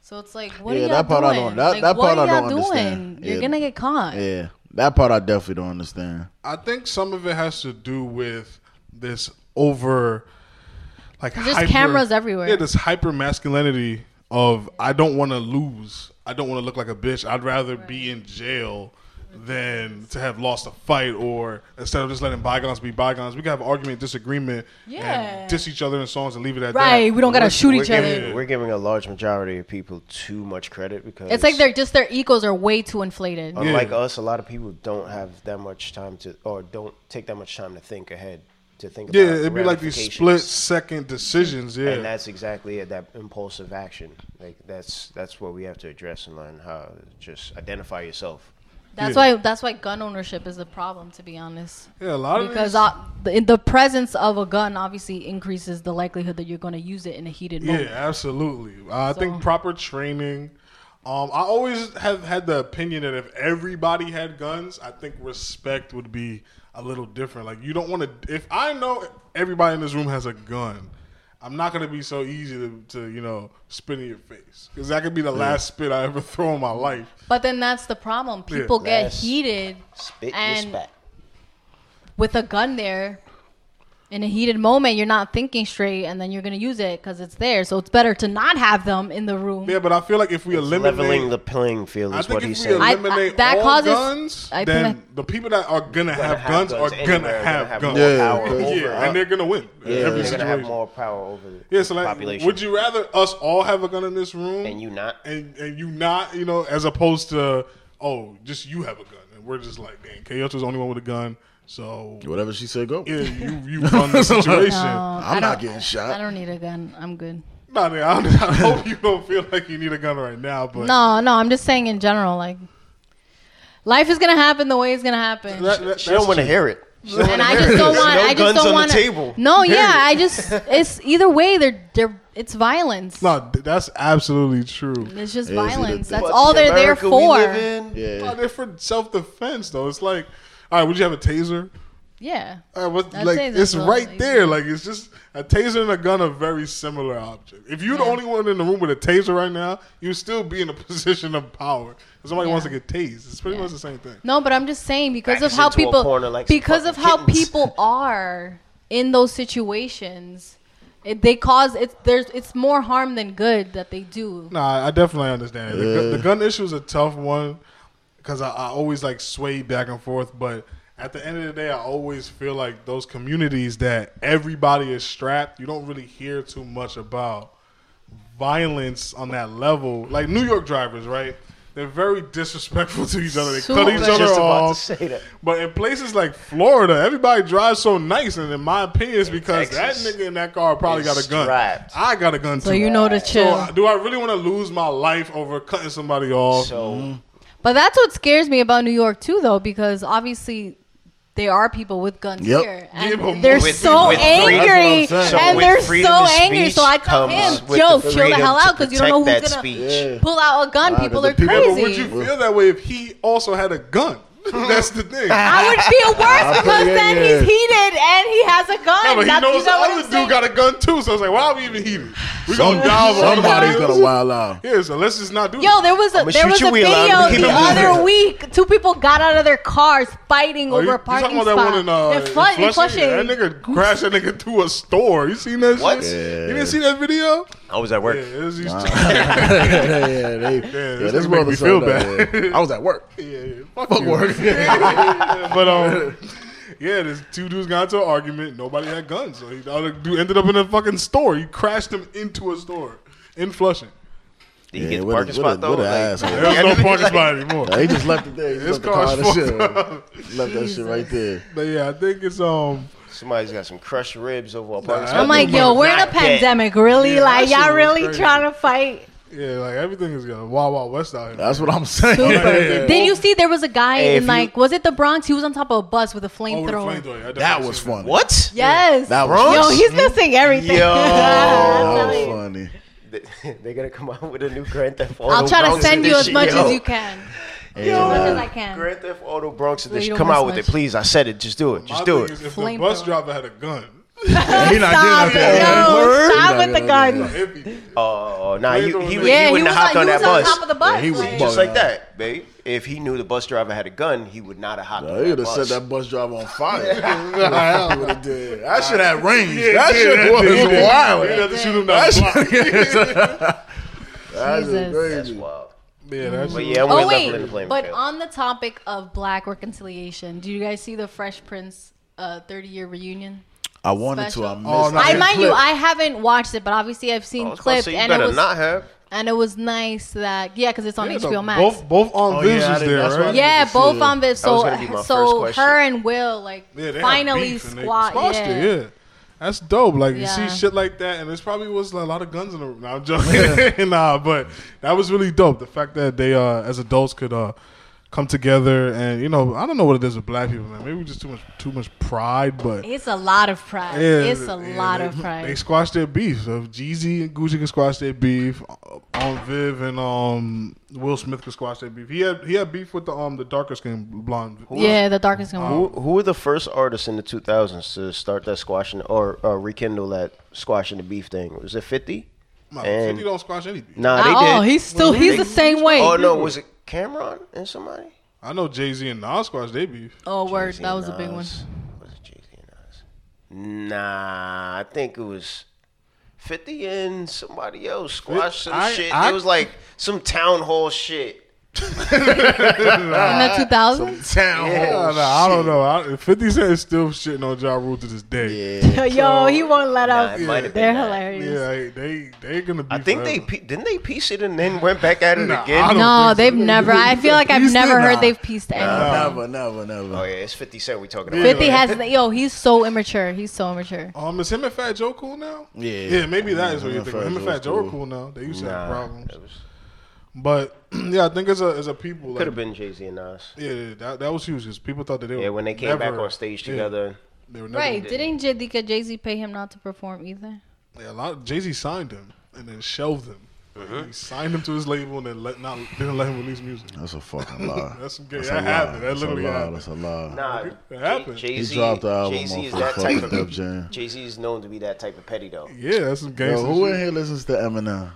So it's like, what Yeah, are y'all that part I doing? don't- that- like, that what part are I y'all don't doing? understand. You're Yeah. gonna get caught. Yeah. That part I definitely don't understand. I think some of it has to do with this over, like There's cameras everywhere. Yeah, this hyper masculinity of I don't want to lose. I don't want to look like a bitch. I'd rather be in jail than to have lost a fight or instead of just letting bygones be bygones. We can have argument, disagreement, Yeah. and diss each other in songs and leave it at that. Right. We don't gotta We're- shoot we're each other. giving- We're giving a large majority of people too much credit because It's like they're just their egos are way too inflated. Uh, unlike Yeah. us. A lot of people don't have that much time to, or don't take that much time to think ahead, to think. Yeah, about it'd be like these split ramifications. second decisions. Yeah. And that's exactly it. That impulsive action, like that's that's what we have to address and learn how to just identify yourself. That's Yeah. why that's why gun ownership is the problem, to be honest. yeah, a lot of these- Because uh, the, the presence of a gun obviously increases the likelihood that you're going to use it in a heated Yeah, moment. absolutely. I So- think proper training. Um, I always have had the opinion that if everybody had guns, I think respect would be a little different. Like you don't want to. If I know everybody in this room has a gun, I'm not gonna be so easy to, to you know spit in your face because that could be the last spit I ever throw in my life. But then that's the problem. Yeah. People get Yes. heated Spit And- your spat. with a gun there. In a heated moment, you're not thinking straight, and then you're going to use it because it's there. So it's better to not have them in the room. Yeah, but I feel like if we eliminate Leveling the playing field I is think what if we he's saying. I- eliminate that all causes- guns, I think then that- the people that are gonna, have, have guns, guns are gonna have, anywhere, gonna have guns. more Yeah, power yeah, over it. and they're gonna win in every Yeah. You're gonna have situation. more power over the Yeah, so like, population. would you rather us all have a gun in this room and you not? and, and you not, you know, as opposed to oh, just you have a gun and we're just like, man, Kyoto's the only one with a gun, so Whatever she said, go. yeah, you you run the situation. No, I'm Um, I not don't- getting shot. I don't need a gun. I'm good. Nah, man, I, I hope you don't feel like you need a gun right now, but No, no, I'm just saying in general, like life is gonna happen the way it's gonna happen. that- that- She don't that's want to true. hear it. and I just don't want. No I just guns don't on the want table. No, yeah, I just it's either way. They're they're it's violence. No, th- that's absolutely true. It's just Yeah, it's either violence. that- That's all they're there America we live for. in. Nah, Yeah. they're for self defense though. It's like, all right, would you have a taser? Yeah. All right, what, A like taser's it's a- right there. Like it's just a taser and a gun are very similar objects. If you're the Yeah. only one in the room with a taser right now, you still be in a position of power. If somebody Yeah. wants to get tased, it's pretty Yeah. much the same thing. No, but I'm just saying because Back of how us into a people corner like some because of fucking how kittens. people are. in those situations, it, they cause it's there's it's more harm than good that they do. Nah, I definitely understand it. The, gu- the gun issue is a tough one because I, I always like sway back and forth. But at the end of the day, I always feel like those communities that everybody is strapped, you don't really hear too much about violence on that level. Like New York drivers, right? They're very disrespectful to each other. They So- cut I each was other just about to off. say that. But in places like Florida, everybody drives so nice, and in my opinion, it's because Texas, that nigga in that car probably it's got a gun. strapped. I got a gun too. So you know to chill. So, do I really want to lose my life over cutting somebody off? So But that's what scares me about New York too, though, because obviously there are people with guns Yep. here, and Yeah, but they're with- so with freedom- angry, That's what I'm saying. So and with they're freedom so of angry. speech So I tell comes him, with Joe, the chill the hell freedom to out because you don't know protect who's that gonna Yeah. pull out a gun. Ah, people the are people- Yeah, crazy. but would you feel that way if he also had a gun? That's the thing. no, I would feel worse Ah, put because it in then here. he's heated and he has a gun. but he That's- knows you the know what I'm other saying? dude got a gun too. So it's like, why are we even heated? We Some- gonna dive on somebody's somebody gonna else? wild out. Yeah, so let's just not do Yo, there was a I'ma there shoot was your a wheel video out. I'ma keep the it moving. other week. Two people got out of their cars fighting Oh, you- over you a parking talking about that spot. one in, uh, They're in flood- in Flushing? Yeah, Flushing. That nigga crashed that nigga through a store. You seen that What? shit? Yeah. You didn't see that video? I was at Yeah, work. it was used yeah, yeah, they, yeah, this nigga this make brother me feel sold out, bad. yeah. I was at work. yeah, yeah. Fuck work. but um, yeah, this two dudes got into an argument. Nobody had guns, so he, the other dude ended up in a fucking store. He crashed him into a store in Flushing. Did he Yeah, get the what a- parking what a- spot though? what a Like, asshole. There was no parking spot anymore. Nah, he just left it there. He His just left the car's car. That shit. fucked Left that shit right there. But yeah, I think it's um. Somebody's got some crushed ribs over a parking Nah, spot. I'm like, Everybody yo, we're in a Not dead. pandemic, really? Yeah, that like, shit y'all was really crazy. trying to fight? Yeah, like everything is going wild, wild west out here. That's what I'm saying. Super. Yeah. Did you see there was a guy Hey, if in you- like, was it the Bronx? He was on top of a bus with a Oh, the flamethrower. flamethrower. I That definitely was seen funny. What? yes. That was Bronx? Yo, he's missing everything. Yo. That I'm was telling you. funny. They're gonna come out with a new Grand Theft Auto. I'll try to Bronx send you as edition, much yo. as you can. Yeah. As much as I can. Grand Theft Auto Bronx you edition. don't Come miss out with much. it, please. I said it. Just do it. My Just do thing it. is if the Flamethrower. bus driver had a gun, He not Stop getting out it, that yo. word. Stop He with not the getting out gun. if that. he- Oh, nah, he, he, Flamethrower. would, Yeah, he he wouldn't was have hopped on he that was bus. Oh, top of the bus. he was like- bugging. Just like that, babe. If he knew the bus driver had a gun, he would not have hopped Yo, on He that would have bus. set that bus driver on fire. That would have did. That shit had range. that Yeah, shit that was dude did. wild. He'd have to shoot him down That the block. shit- That shit Jesus. That's crazy. wild. Yeah, that But shit. yeah, we're Oh leveling the wait, playing but field. on the topic of black reconciliation, do you guys see the Fresh Prince uh, 30-year reunion? I wanted to. I Special. missed. Oh, no. it. I seen mind clip. you, I haven't watched it, but obviously I've Oh, I seen was about to clips, say, you and it better was not have. and it was nice that yeah, because it's on Yeah, HBO the- Max. Both both on Oh, Vince yeah, I was did- that's there, why I right? didn't yeah, see both it. on Viv. That was So gonna be my first so question. her and Will like Yeah, they had finally beef and they squat. squashed yeah. it, yeah. That's dope. Like you Yeah. see shit like that, and there's probably was a lot of guns in the room. Nah, I'm joking. nah, but that was really dope. The fact that they, uh, as adults, could uh, come together and you know, I don't know what it is with black people, man. Maybe we just too much, too much pride, but It's a lot of pride. yeah, it's a yeah, lot they, of pride. They squashed their beef. So if Jeezy and Gucci can squash their beef, uh, on Viv and um Will Smith can squash their beef. He had he had beef with the um the darker skinned blonde. yeah, the darkest gonna Who, who were the first artists in the 2000s to start that squashing or uh, rekindle that squashing the beef thing? Was it 50? Nah, And- 50 don't squash any beef. Nah, they Oh, did. he's still he's the same way. Oh no, was it Cameron and somebody? I know Jay Z and Nas squashed their beef. Oh, word, Jay-Z that and was a big one. Nas. Was it Jay Z and Nas? Nah, I think it was Fifty and somebody else squashed some I- shit. I- it was like some town hall shit. In the two thousands. Town Yeah. hall. Nah, nah, I don't know. I, 50 Cent is still shitting on Ja Rule to this day. Yeah. Yo, he won't let Nah, up. it might have been They're that. hilarious. Yeah, like, they they gonna be. I think they forever. pe- didn't they piece it and then went back at it Nah, I again. don't- No, think so. they've never. I feel like I've Peaced never in? heard Nah. they've pieced anything. Never, never, never. Oh yeah, it's Fifty Cent we talking about. Yeah. Fifty has yo. He's so immature. He's so immature. Um, is him and Fat Joe cool now? Yeah. yeah, maybe that is what Him you're and thinking. Fat Him and Joe's Fat Joe are cool. cool now. They used to have Nah, problems, but yeah, I think it's a it's a people. could have Like, been Jay Z and Nas. yeah, that, that was huge because people thought that they were. Yeah, when they came never- back on stage yeah, together. they were never. Right? Didn't Jadika Jay Z pay him not to perform either? Yeah, a lot. Jay Z signed him and then shelved him. He signed him to his label and then let not didn't let him release music. That's a fucking lie. That's some gay- a that lie. happened. That That's a literally lie. happened. That's a lie. Nah, That happened. Jay He Z. dropped the album Jay Z off is of that fucking type Def of. Jam. Jay Z is known to be that type of petty though. Yeah, that's some gangster. Yo, who in shit. here listens to Eminem?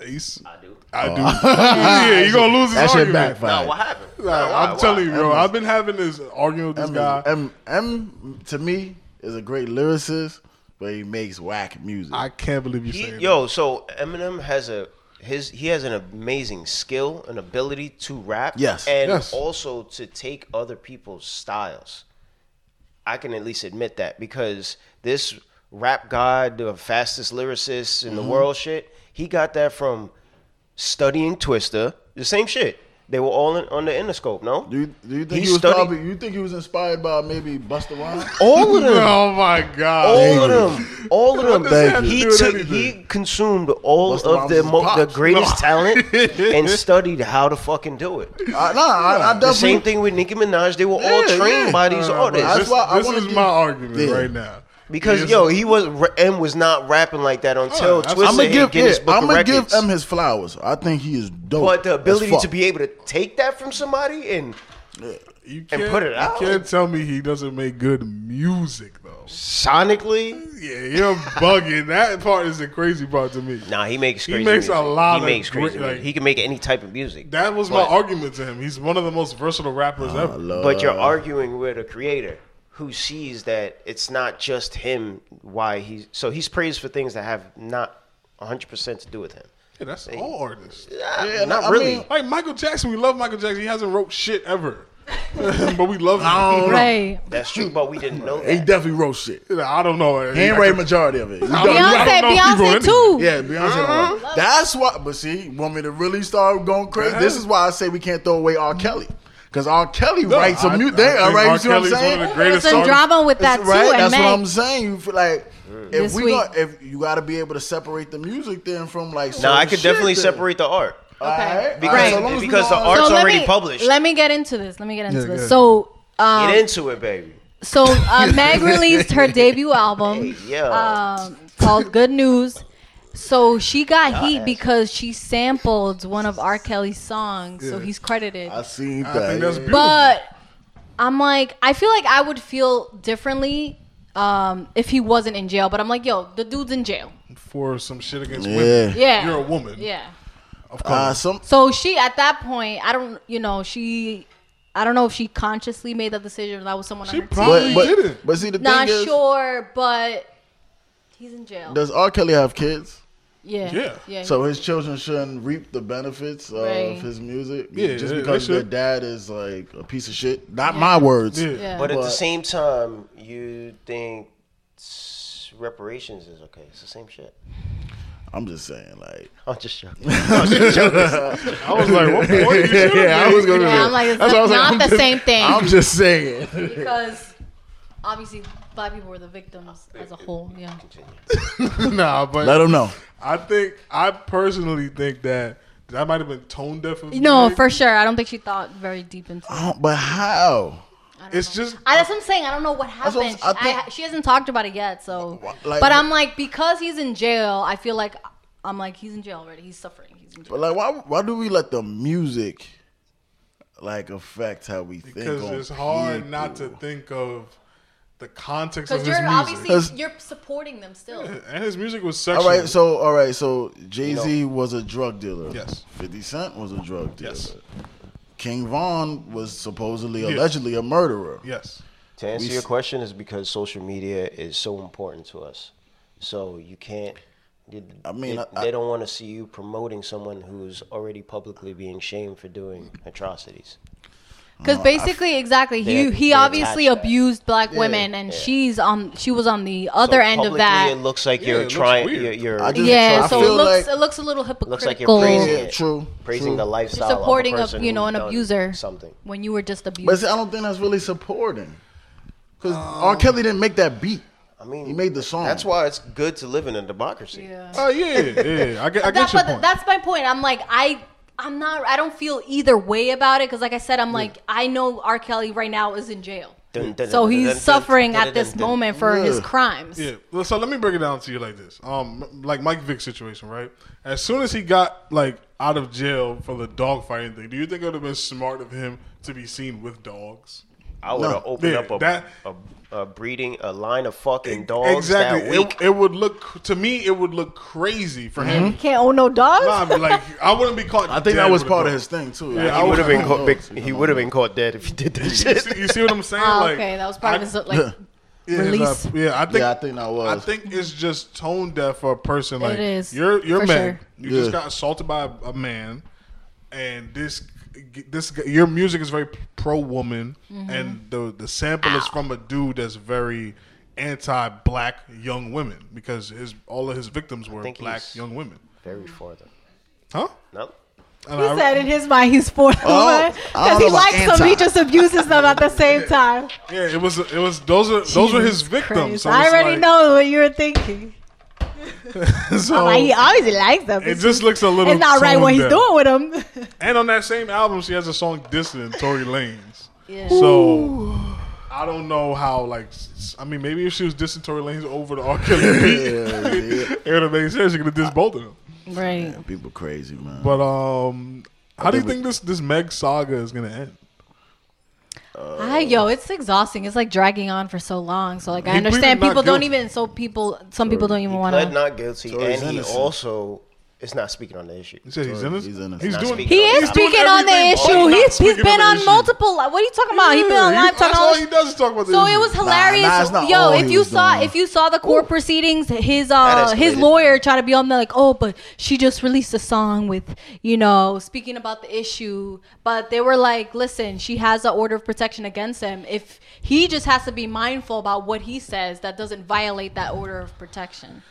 Ace. I do. I do. yeah, you're gonna lose this Oh. That shit argument. Nah, backfired. what happened? Nah, Nah, why- I'm why? telling you, bro. I've been having this argument with this M, guy. M, M, to me is a great lyricist, but he makes whack music. I can't believe you He- saying yo, so Eminem has a his he has an amazing skill and ability to rap. Yes. and Yes. also to take other people's styles. I can at least admit that because this rap god, the fastest lyricist in Mm-hmm. the world, shit, he got that from studying Twister. The same shit. They were all in, on the Interscope. No, do you, do you think He he, was studied- probably? You think he was inspired by maybe Busta Rhymes? all of that. them. Oh my god! All of them, all of them. Thank you. He Doing took, anything. he consumed all Busta of the Rhymes' mo- the pops. greatest talent and studied how to fucking do it. I, nah, I, I definitely. Oh, The same thing with Nicki Minaj. They were all Yeah, trained yeah. by these Nah, bro, artists This, That's why I this wanna is do- my argument Yeah. right now. because Yes. yo, he was M was not rapping like that until absolutely. Twister I'm gonna hit give Guinness yeah, Book I'm of gonna Records. give him his flowers. I think he is dope. but the as ability fuck. to be able to take that from somebody and You can't, And put it out. You can't tell me he doesn't make good music though. sonically, Yeah, you're bugging. That part is the crazy part to me. nah, he makes He crazy. makes a music. lot He of makes crazy. great, music. like- he can make any type of music. That was But- my argument to him. He's one of the most versatile rappers ever. But you're Uh, arguing with a creator who sees that it's not just him why he's so he's praised for things that have not 100% to do with him. Yeah, that's all artists. Yeah, not I really. mean- Like Michael Jackson, we love Michael Jackson. He hasn't wrote shit ever, but we love him. Right. That's true, but we didn't know he that. definitely wrote shit. I don't know. Handwritten majority of it. He don't- does. I Beyonce, don't know if he wrote Beyonce too. Yeah, Beyonce. don't Uh-huh. write. That's why. But see, want me to really start going crazy? This is why I say we can't throw away R. Kelly because R. Uh-huh. Kelly Mm-hmm. No, writes I- some I new thing. All think right, R. you see what I'm Kelly's one of saying? the There's greatest some artists. drama with that That's right. too. And That's Meg. what I'm saying. You feel like This if we week. gon- if you got to be able to separate the music then from like No, I certain could shit definitely then. separate the art. Alright, Because- alright, so long as we because the don't- art- Art's let already me, published. Let me get into this. Let me get into Yeah, this. good. So, um, Get into it, baby. so uh, Meg released her debut album Yeah. um, called Good News. So she got heat because she sampled one of R. Kelly's songs. So Yeah. he's credited. I seen that. I think that's yeah. beautiful. but I'm like, I feel like I would feel differently um, if he wasn't in jail. But I'm like, yo, the dude's in jail. for some shit against Yeah. women. Yeah. you're a woman. Yeah. of Uh, course. some So she at that point, I don't, you know, she, I don't know if she consciously made that decision. Or that was someone. She on her probably- team. but, He but, did it. but see the Not thing is, sure, but he's in jail. does R. Kelly have kids? yeah. Yeah. So his children shouldn't reap the benefits Right. of his music, Yeah, just they- because they their should. dad is like a piece of shit. Not my words. Yeah. yeah. But at the But- same time, you think s- reparations is okay. It's the same shit. I'm just saying, like, I'm just joking. Oh, I'm just joking. I was like, what point? You should've yeah, I made- was gonna. Yeah, say- I'm like, it's that's what not- I was not I'm the just- same thing. I'm just saying. because obviously black people were the victims as a whole. Yeah. nah, but Let him know. I think I personally think that that might have been tone deaf. of No, me. for sure. I don't think she thought very deep into. it. I don't- Um, But how? it's just I, that's what I'm saying. I don't know what what I'm happened. s- I She- I- think- she hasn't talked about it yet, so. Like- but I'm like, because he's in jail, I feel like I'm like he's in jail already. He's suffering. He's in jail. But like, why? Why do we let the music like affect how we think? because on it's hard not to people? think of the context of Because his you're music. Cause- obviously you're supporting them still. and his music was All sexual. right, so all right, so Jay Z was a drug dealer. Yes. Fifty Cent was a drug dealer. Yes. King Von was supposedly, allegedly, a murderer. yes, To answer We your s- question is because social media is so important to us. So you can't. They, I mean, they, I- they don't want to see you promoting someone who's already publicly being shamed for doing atrocities. Because basically, exactly, he They- he they obviously attach that. abused black women, and she's on she was on the other So end of publicly, It that. looks like Yeah, you're it looks trying. weird. You're, you're I just- Yeah, I so it feel looks like- it looks a little hypocritical. looks like you're praising Yeah, it. true, Praising true. the You're lifestyle. supporting of, a of person you know who's an done abuser Something. when you were just But see, abused. I don't think that's really supporting. Because R. Kelly didn't make that beat. I mean, He made the song. That's why it's good to live in a democracy. Yeah. oh yeah, yeah. I get, I That- get your but point. that's my point. I'm like I. I'm not. I don't feel either way about it because, like I said, I'm like I know R. Kelly right now is in jail, Dun, dun, so dun, he's dun, dun, suffering dun, at dun, this dun. moment for his Yeah. crimes. Yeah. Well, So let me break it down to you like this. Um, like Mike Vick situation, right? As soon as he got like out of jail for the dog fighting thing, do you think it would have been smart of him to be seen with dogs? I would have opened Yeah, up a, that- a, a breeding a line of fucking dogs that exactly. week. It, it would look to me, it would look crazy for him. Can't own no dogs. Hmm? Nah, I mean, like I wouldn't be caught. Mm-hmm. I think that was part of his thing too. Like, I he would would've have was- been. caught. big- He would have been caught dead if he did that You see, you see what I'm saying? Ah, like, okay, that was part I- of his like Yeah, it's release. not- yeah, I think yeah, I think that I was. think it's just tone deaf for a person. Like is, you're you're for a man. sure. You Yeah. just got assaulted by a man, and this this guy- your music is very pro woman, Mm-hmm. and the the sample is from a dude that's very anti black young women because his all of his victims were think black he's- young women. Very for them. Huh? No. And He I- said in his mind he's for them Oh, I don't because know he about likes them. anti. He just abuses them at the same time. yeah, it was it was those are those were his Jesus victims. Christ. So I it's already like- know what you were thinking. So like, he obviously likes them. Oh. it It's, just looks a little. it's not right tone what he's deaf. doing with them. And on that same album, she has a song dissing Tory Lanez. Yeah. So I don't know how. Like, s- I mean, maybe if she was dissing Tory Lanez over the R. Kelly beat, yeah, it would have made sense. She could have dissed both of them. right. people crazy man. But um, how do you think we- think this this Meg saga is gonna end? I, yo, it's exhausting. It's like dragging on for so long. So like He I pleaded understand not people don't guilty. even so people some people don't even He want pled to. not guilty, Tory's and he innocent. also is not speaking on the issue. He said he's Tory, innocent. he's innocent. He's Not doing. speaking. He is He's speaking doing on the everything. issue. He's not He's he's speaking on been the on issue. multiple. li- What are you talking about? He's been on Yeah, live he- talking that's all all this he does is talk about the So issue. it was nah, hilarious. it's not all Yo, he if you was saw doing. if you saw the court proceedings, his uh That his escalated. lawyer tried to be on there like, oh, but she just released a song with you know speaking about the issue, but they were like, listen, she has an order of protection against him. If he just has to be mindful about what he says, that doesn't violate that order of protection.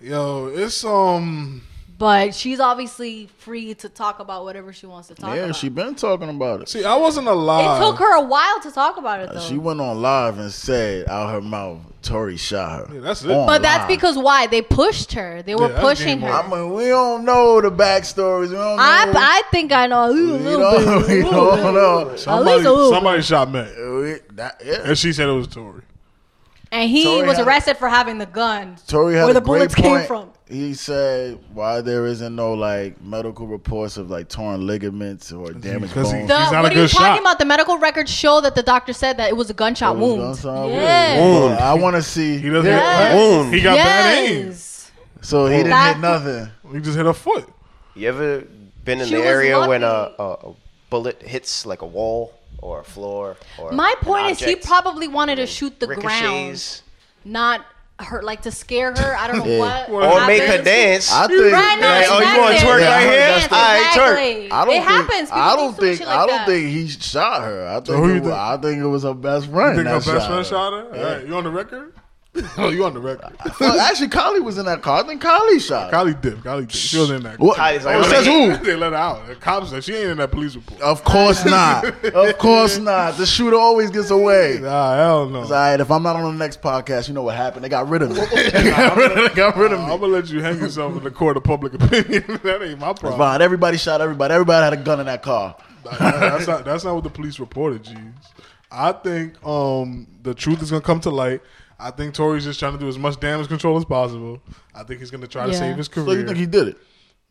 Yo, it's um. But she's obviously free to talk about whatever she wants to talk yeah, about. she been talking about it. See, I wasn't alive. it took her a while to talk about it though. Uh, She went on live and said out her mouth, Tori shot her. Yeah, that's it. On but that's live. because why they pushed her. They Yeah, were that's pushing game her. over. I mean, we don't know the backstories. We don't know. I, I think I know a we little don't, bit. we don't know. Somebody, a little somebody shot Meg, We- that- yeah. and she said it was Tory. And he Tory was had- arrested for having the gun. Tory had where the a great bullets point. came from. He said why there isn't no like medical reports of like torn ligaments or damaged Because bones. he- The, He's not what a are you good shot. talking about? The medical records show that the doctor said that it was a gunshot It was wound. gunshot wound. yeah. Well, I want to see. He doesn't. Yes. Hit a- he got bad aim. Yes. So he didn't That- hit nothing. He just hit her foot. You ever been in She the was area when a, lucky. a, a bullet hits like a wall or a floor or My an point is, he object probably wanted to and shoot the ground, ricochets not her, like to scare her. I don't know Yeah. what. Or or happened. make her dance? I You think. Right now, Like, oh, you wanna exactly. twerk right here? Yeah, that's the- All right, twerk. Exactly. I don't it think, happens. People I do don't stupid think. shit I like don't that. think he shot her. I think. who it you was, think? I think it was her best friend. You think her that best friend her. shot her? All right, you on the record? oh, you on the record? Well, actually, Kylie was in that car. I think Kylie shot. her. Kylie did. Kylie did. She was in that. What? Kylie's like, oh, "What says the who? they let her out. The cops said she ain't in that police report. Of course not. Of course not. The shooter always gets away. It's Nah, hell no. all right. If I'm not on the next podcast, you know what happened. They got rid of me. they got rid of, they got rid of I'm me. gonna let you hang yourself in the court of public opinion. that ain't my It's problem. fine. Everybody shot everybody. Everybody had a gun in that car. Like, that- that's not that's not what the police reported, Jeez. I think um the truth is gonna come to light. I think Tory's just trying to do as much damage control as possible. I think he's gonna try to Yeah. save his career. So you think he did it?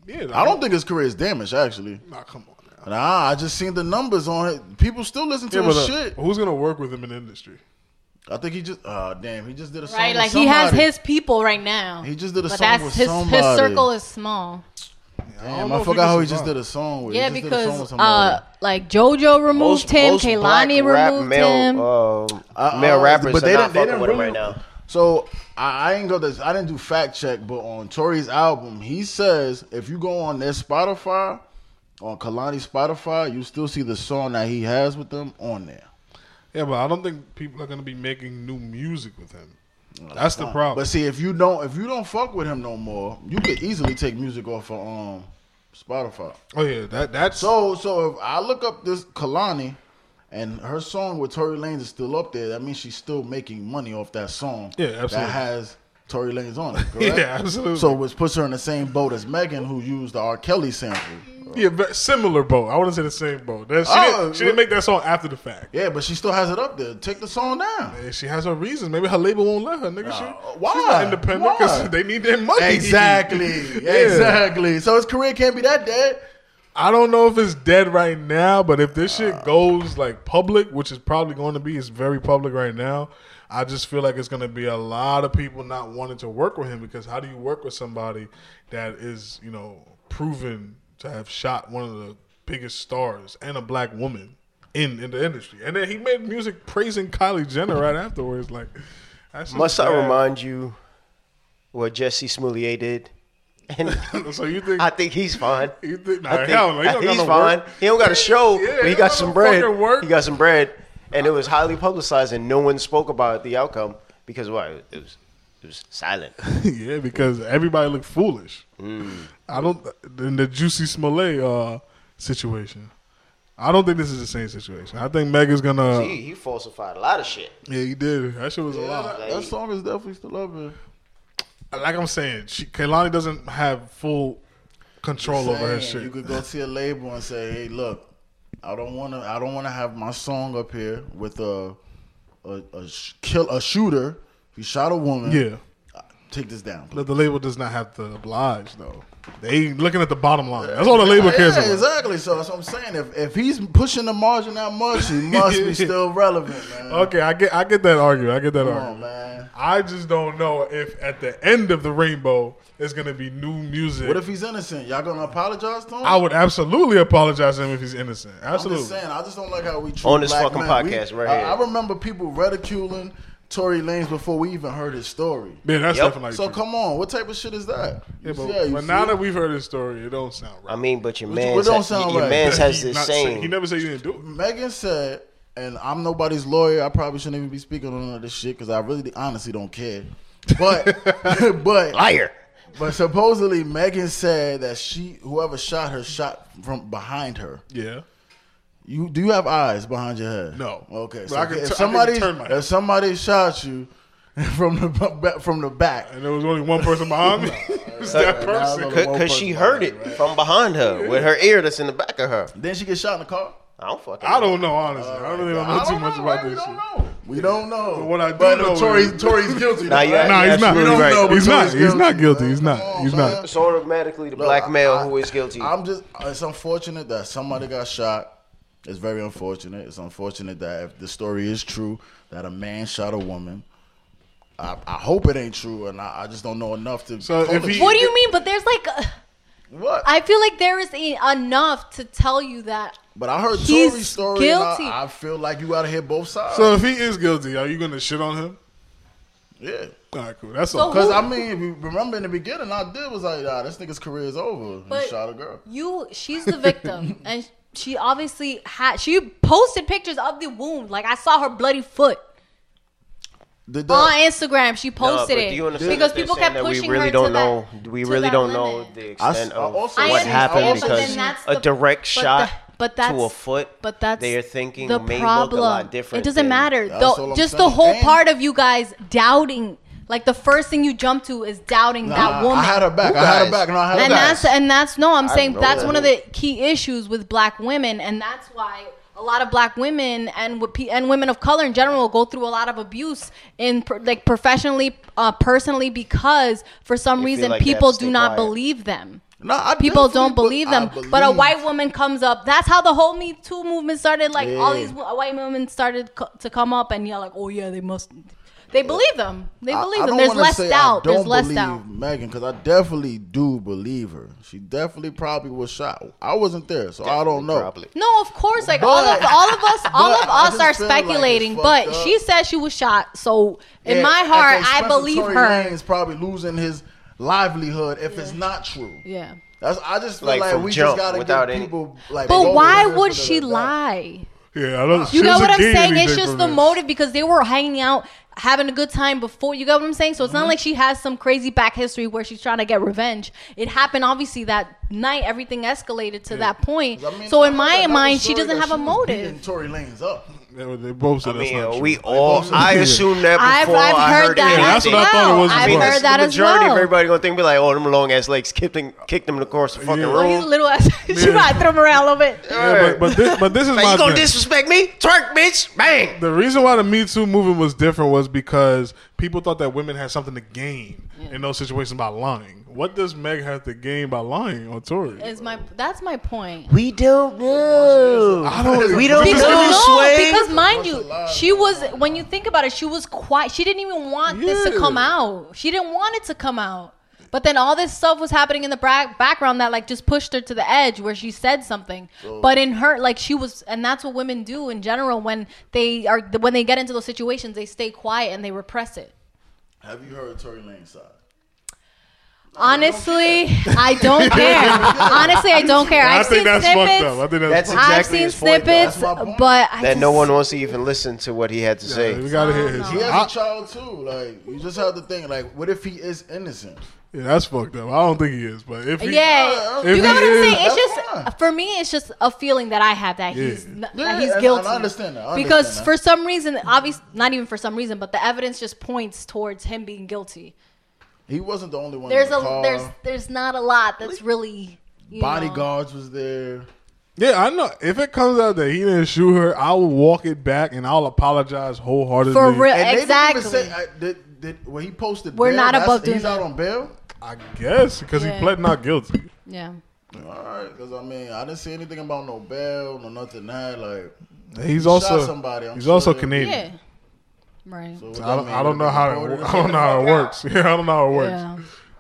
yeah, I don't think his career is damaged. Actually, Nah, come on. Now. nah. I just seen the numbers on it. People still listen to Yeah, but, his uh, shit. who's gonna work with him in the industry? I think he just. Oh damn. He just did a song. Right, with like he has somebody. his people right now. He just did a but song that's with his somebody. his circle is small. I don't Damn, know I, if he forgot can who he just survive. did a song with. He Yeah, just did a song with because somebody. uh, like JoJo removed Most- him, most Kaylani black rap removed male, him. um, Uh, male uh, rappers but but they they are didn't- not they fucking didn't with him really- right now. So I, I ain't go this. I didn't do fact check, but on Tori's album, he says if you go on their Spotify, on Kalani's Spotify, you still see the song that he has with them on there. Yeah, but I don't think people are gonna be making new music with him. That's the Oh. problem. But see, if you don't, if you don't fuck with him no more, you could easily take music off of um Spotify. Oh yeah, that that's So so if I look up this Kalani. And her song with Tory Lanez is still up there. That means she's still making money off that song. Yeah, absolutely. That has Tory Lanez on it. yeah, Correct? absolutely. So So which puts her in the same boat as Megan, who used the R. Kelly sample. yeah, but similar boat. I wouldn't say the same boat. That- she, Oh, didn't, she didn't make that song after the fact. Yeah, but she still has it up there. Take the song down. And She has her reasons. Maybe her label won't let her. Nigga, she, why? She's not independent Why? because they need their money. Yeah. Exactly. So his career can't be that dead. I don't know if it's dead right now, but if this shit goes like public, which is probably going to be, it's very public right now. I just feel like it's going to be a lot of people not wanting to work with him because how do you work with somebody that is, you know, proven to have shot one of the biggest stars and a black woman in in the industry? And then he made music praising Kylie Jenner right afterwards. Like, That's just Must I bad. remind you what Jesse Smollett did? And So you think I think he's fine. you think, nah, I think, hell no, he I don't think got he's no fine. work. He don't got a Yeah, show, but he he don't got got some no bread. fucking work. He got some bread, and it was highly publicized, and no one spoke about the outcome because why? It was it was silent. yeah, because everybody looked foolish. Mm. I don't in the Juicy Smollett uh, situation. I don't think this is the same situation. I think Mega's gonna. he, he falsified a lot of shit. Yeah, he did. That shit was a lot. That song is definitely still up there. Like I'm saying, she, Kehlani doesn't have full control over her Saying, shit. You could go to a label and say, "Hey, look, I don't want to. I don't want to have my song up here with a a, a sh- kill a shooter. He shot a woman. yeah, take this down. but the label does not have to oblige though. They looking at the bottom line. That's all the label cares yeah, about. exactly. So that's what I'm saying. If if he's pushing the margin that much, he must be still relevant, man. Okay, I get, I get that argument. I get that Come argument. on, man. I just don't know if at the end of the rainbow there's gonna be new music. What if he's innocent? Y'all gonna apologize to him? I would absolutely apologize to him if he's innocent. I'm just Absolutely. saying. I just don't like how we treat On this black fucking men. podcast We- right I, here. I remember people ridiculing Tory Lanez before we even heard his story. Man, that's Yep. definitely So true. come on, what type of shit is that? Yeah, but, Yeah, you but see now it? that we've heard his story, it don't sound right. I mean, but your Which- man, what don't sound your right. man's has He this not say- same. he never said you didn't do it. Megan said, and I'm nobody's lawyer. I probably shouldn't even be speaking on none of this shit because I really honestly don't care. But but liar. but supposedly Megan said that she whoever shot her shot from behind her. Yeah. You do you have eyes behind your head? No. Okay. But So I can if tu- I can somebody turn my head. if somebody shot you from the bu- ba- from the back, And there was only one person behind me. It was that Nah, nah, person. nah, nah. Because she heard it from behind her with her ear that's in the back of her. then she gets shot in the car. I don't fucking I don't know, honestly. I really don't know I too don't much know, about man. this We shit. don't know. We don't know. But what I do but know Tory, is- Tory's guilty. Nah, though, you- right? Nah, he's not. We don't know, but He's not. Tory's He's not guilty, guilty. He's man. not. Come He's on, not. man. It's automatically the Look, black I- male I- who is guilty. I'm just. It's unfortunate that somebody got shot. It's very unfortunate. It's unfortunate that if the story is true, that a man shot a woman. I, I hope it ain't true, and I, I just don't know enough to. So call if it he- What do you mean? But there's like, uh, true. what? I feel like there is e- enough to tell you that. but I heard He's Tory's story. and guilty. I, I feel like you gotta hear both sides. So if he is guilty, are you gonna shit on him? yeah. All right, cool. That's So all. Because I mean, if you remember in the beginning, I did was like, ah, this nigga's career is over. And he But shot a girl. You, she's the victim, and she obviously had. She posted pictures of the wound. Like I saw her bloody foot. Did on that- Instagram. She No, posted but it do you understand because that they're people kept saying that pushing we really her don't to know that. we to really that don't know limit. the I extent s- I of also I what understand, happened but because then that's a the- direct but shot the- but that's to a foot but that's their thinking the may problem. look a lot different. It doesn't than- matter. That's The- all I'm just saying. the whole And- part of you guys doubting. Like the first thing you jump to is doubting Nah, that woman. I had her back. Who I had her guys? back. No, I had her and back. that's and that's no, I'm I saying know that's that. one of the key issues with black women, and that's why a lot of black women and with pe- and women of color in general go through a lot of abuse in per, like professionally, uh, personally, because for some They feel reason like they have people to do stay quiet. not believe them. No, I People definitely don't believe them, I but a believe- white woman comes up. That's how the whole Me Too movement started. Like all Yeah. these wo- white women started co- to come up, and you're like, oh yeah, they must. They believe them. They I- believe I them. don't There's wanna less say I doubt. don't There's less believe doubt. Megan, because I definitely do believe her. She definitely probably was shot. I wasn't there, so I don't know. Probably. No, of course. Like all of But- all of us, all but of I us just are feel like it's speculating. fucked but up. she said she was shot. So in Yeah, my at the heart, expense I of believe Tory her. Lane's probably losing his livelihood if it's not true. Yeah. That's I just feel Like, like, from we jump, just gotta without give any- people like. But both why benefits would of the she doubt. lie? Yeah, I don't. You know what I'm saying? It's It's just the motive because they were hanging out, having a good time before. You get what I'm saying? So it's Mm-hmm. not like she has some crazy back history where she's trying to get revenge. It happened obviously that night. Everything escalated to that point. I mean, so in I my heard that mind, was she story doesn't that have a was motive. beating Tory Lane's up. They, they both I said that's not mean, true. we all. I assume that I've, before. I've I heard, that. Yeah, as that's anything. what I thought it well. was as I've well. heard that the as majority well. of everybody gonna think be like, "Oh, them long ass legs kicked him, kicked him across the fucking Yeah. Well, he's a room." little ass. she Yeah. might throw him around a little bit. Yeah, but, but, this, but this is Like, my you gonna thing. disrespect me, twerk, bitch? Bang! the reason why the Me Too movement was different was because people thought that women had something to gain in those situations by lying. What does Meg have to gain by lying on Tory? Is my that's my point. We don't know. I don't- We don't Because- Because know. no, Sway. because mind you, she was when you think about it, she was quiet. She didn't even want this to Yeah. come out. She didn't want it to come out. But then all this stuff was happening in the bra- background that like just pushed her to the edge where she said something. But in her, like she was, and that's what women do in general when they are when they get into those situations, they stay quiet and they repress it. Have you heard Tory Lane's side? Honestly, I don't care. Honestly, I don't care. I I've seen think that's fucked up. I snippets. think that's, That's fucked exactly I've seen his point, though. snippets, That's my point. but I that just, no one wants to even listen to what he had to up. Yeah, say. we gotta hear his. I He has I- a child too. Like you just have to think. Like, what if he is innocent? yeah, that's fucked up. I don't think he is, but if he, Yeah, If you get he what I'm is- saying. That's It's just fine. for me. It's just a feeling that I have that he's Yeah. n- Yeah, that and- he's and guilty. I understand that. I because understand that. for some reason, obvious, not even for some reason, but the evidence just points towards him being guilty. He wasn't the only one. There's in the a car. there's there's not a lot that's really you know. bodyguards was there. yeah, I know. If it comes out that he didn't shoot her, I will walk it back and I'll apologize wholeheartedly. for real. And Exactly. They didn't even say, I, did, did, when he posted, We're bail, not that's- above doing He's out that. on bail. I guess because Yeah. he pled not guilty. yeah. All right, because I mean, I didn't see anything about no bail, no nothing. That like, He's shot also somebody, I'm he's also sure. Canadian. Yeah. Right. so what I that don't, mean, I don't would've know been how deported it, and I don't know how it works. Yeah, I don't know how it works. Yeah.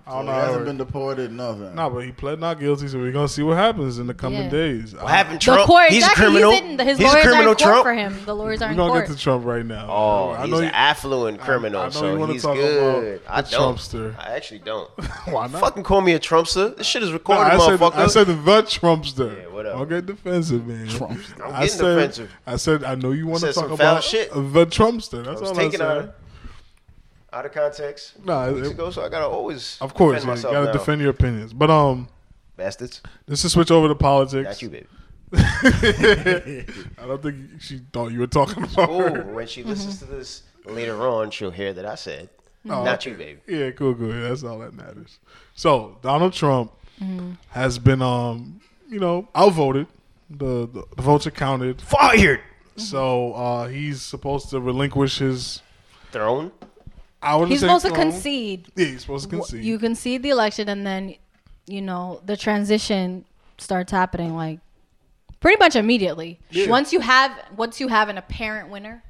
I don't He know how hasn't it been works. deported, nothing. Nah, but he pled not guilty, so we're gonna see what happens in the coming Yeah. days. What happened, The Trump? court, he's exactly, a criminal. He's in, his he's a lawyers criminal are in court Trump. for him. The lawyers are We're in gonna court. get to Trump right now. Oh, I he's know an you- affluent criminal, I know you so wanna he's talk good. about I the don't. Trumpster. I actually don't. Why not? Fucking call me a Trumpster. This shit is No, recorded, I, said, motherfucker. I said the Trumpster. Yeah, whatever. Don't get defensive, man. Trumpster. i I'm getting said, defensive. I said I know you want to Said talk some foul about shit. the Trumpster. That's I was all I taken out said. of, out of context Nah, weeks it- ago, so I gotta always Of course, defend yeah, you myself gotta now. defend your opinions. But um, bastards. let's just switch over to politics. Got you, baby. I don't think she thought you were talking about Ooh, her. when she listens to this later on, she'll hear that I said, Oh, "Not you, baby." Yeah, cool, cool. Yeah, that's all that matters. So Donald Trump Mm-hmm. has been, um, you know, outvoted. The, the the votes are counted. Fired. So uh, he's supposed to relinquish his. Thrown. I wouldn't he's say supposed to throne. concede. Yeah, he's supposed to Wh- concede. You concede the election, and then you know the transition starts happening like pretty much immediately. Once you have once you have an apparent winner,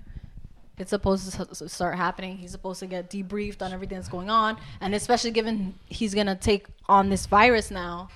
it's supposed to s- s- start happening. He's supposed to get debriefed on everything that's going on, and especially given he's gonna take on this virus now.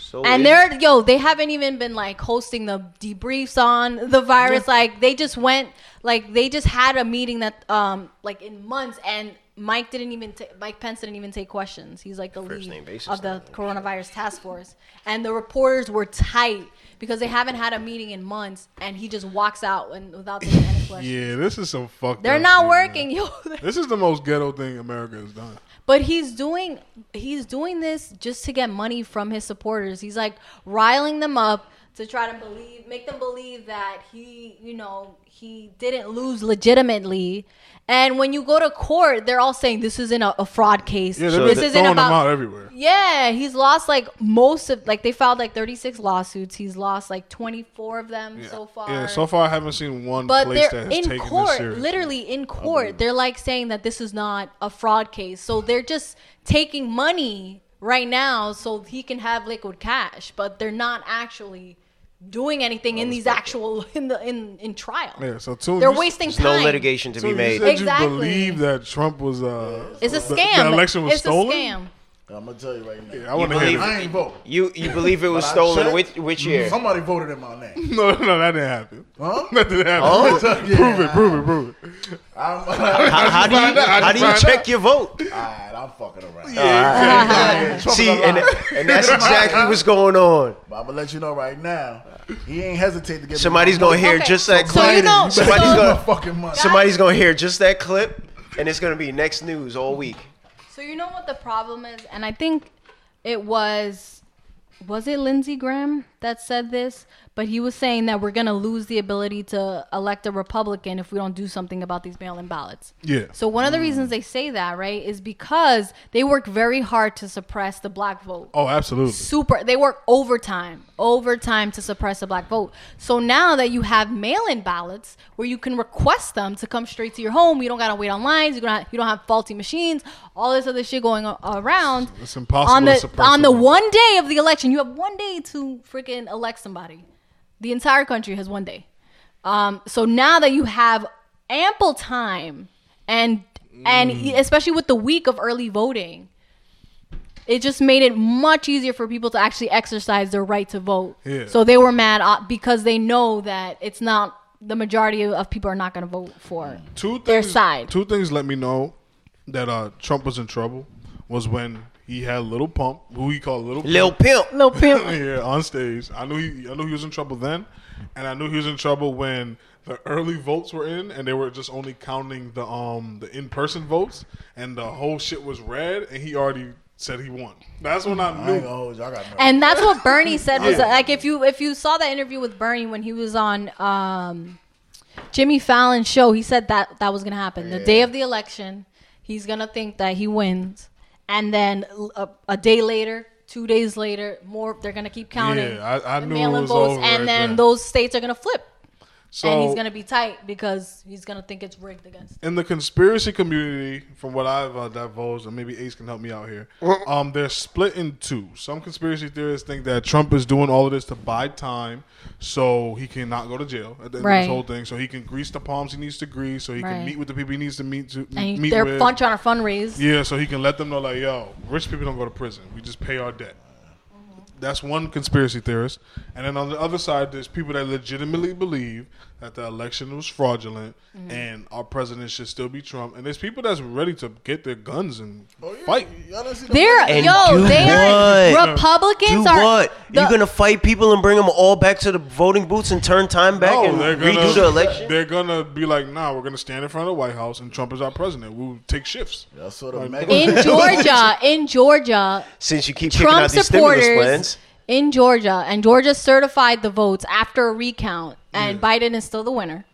So And is- they're yo, they haven't even been like hosting the debriefs on the virus. Like they just went, like they just had a meeting that um like in months, and Mike didn't even ta- Mike Pence didn't even take questions. He's like the First lead name basis of the now. coronavirus task force, and the reporters were tight because they haven't had a meeting in months, and he just walks out and without taking any questions. yeah, this is some fucked. They're up not shit, working, man. yo. This is the most ghetto thing America has done. But he's doing he's doing this just to get money from his supporters. He's like riling them up to try to believe make them believe that he, you know, he didn't lose legitimately. And when you go to court, they're all saying this isn't a, a fraud case. Yeah, they've So been this throwing isn't them out about everywhere. yeah, he's lost like most of like they filed like 36 lawsuits. He's lost like 24 of them so far. Yeah, so far I haven't seen one But place they're that has in taken this court, seriously. literally in court, they're like saying that this is not a fraud case. So they're just taking money right now so he can have liquid cash, but they're not actually doing anything in these actual in the in in trial. Yeah, so tune. They're you- wasting There's time. no litigation to So be you made. said Exactly. you believe that Trump was uh, It's a the- scam. The election was it's stolen. a scam. I'm gonna tell you right now. Yeah, I want to You hear believe- that. I ain't vote. You you believe it was I stolen? checked. Which Mm-hmm. which year? Somebody voted in my name. No, no, that didn't happen. Huh? That didn't happen. Oh. Yeah, prove it, prove it, prove it. I'm, How, how do you find out. I how do just you found check your vote? Alright, I'm fucking around. See, and, and that's exactly what's going on. But I'm gonna let you know right now. He ain't hesitate to get Somebody's gonna hear Okay. just that So clip. you know- somebody's so- gonna fucking money. somebody's gonna hear just that clip, and it's gonna be next news all week. So you know what the problem is, and I think it was was it Lindsey Graham that said this, but he was saying that we're gonna lose the ability to elect a Republican if we don't do something about these mail-in ballots. Yeah. So one of the reasons they say that, right, is because they work very hard to suppress the black vote Oh, absolutely. super they work overtime overtime to suppress the black vote so now that you have mail-in ballots where you can request them to come straight to your home you don't gotta wait on lines you don't have, you don't have faulty machines all this other shit going a- around It's impossible on to the suppress on the them. one day of the election you have one day to freaking elect somebody the entire country has one day um, so now that you have ample time and and especially with the week of early voting it just made it much easier for people to actually exercise their right to vote. Yeah. So they were mad uh, because they know that it's not the majority of people are not going to vote for. Two things. their side. Two things. Let me know. that uh, Trump was in trouble was when he had Little Pump, who he called Little Lil Pump. Pimp. Lil Pimp. yeah, on stage. I knew he I knew he was in trouble then, and I knew he was in trouble when the early votes were in and they were just only counting the um the in person votes and the whole shit was red and he already said he won. That's when I Mm-hmm. I ain't knew. gonna hold you. I got nothing. And that's what Bernie said was Yeah. like if you if you saw that interview with Bernie when he was on um, Jimmy Fallon's show, he said that that was gonna happen the day of the election. He's gonna think that he wins, and then l- a, a day later, two days later, more they're gonna keep counting. Yeah, I- I the knew it mail-in was votes, over and right then there. those states are gonna flip, So and he's gonna be tight because he's gonna think it's rigged against. Him. in the conspiracy community, from what I've uh, divulged, and maybe Ace can help me out here, um, they're split in two. Some conspiracy theorists think that Trump is doing all of this to buy time so he cannot go to jail at the end of Right. this whole thing, so he can grease the palms he needs to grease, so he Right. can meet with the people he needs to meet to And meet they're with. fun trying to fundraise. Yeah, so he can let them know, like, yo, rich people don't go to prison. We just pay our debt. That's one conspiracy theorist. And then on the other side, there's people that legitimately believe that the election was fraudulent Mm-hmm. and our president should still be Trump. And there's people that's ready to get their guns and Oh, Oh, fight. Y'all done see the- They're And yo, do they what? are Republicans Do are what? the- You're gonna fight people and bring them all back to the voting booths and turn time back No, and Oh, they're redo the gonna, election? they're gonna be like, nah, we're gonna stand in front of the White House and Trump is our president. We'll take shifts. Y'all saw the Like, mega- in Georgia, in Georgia, Since you keep kicking Trump out these stimulus supporters plans, in Georgia, and Georgia certified the votes after a recount, and Biden is still the winner.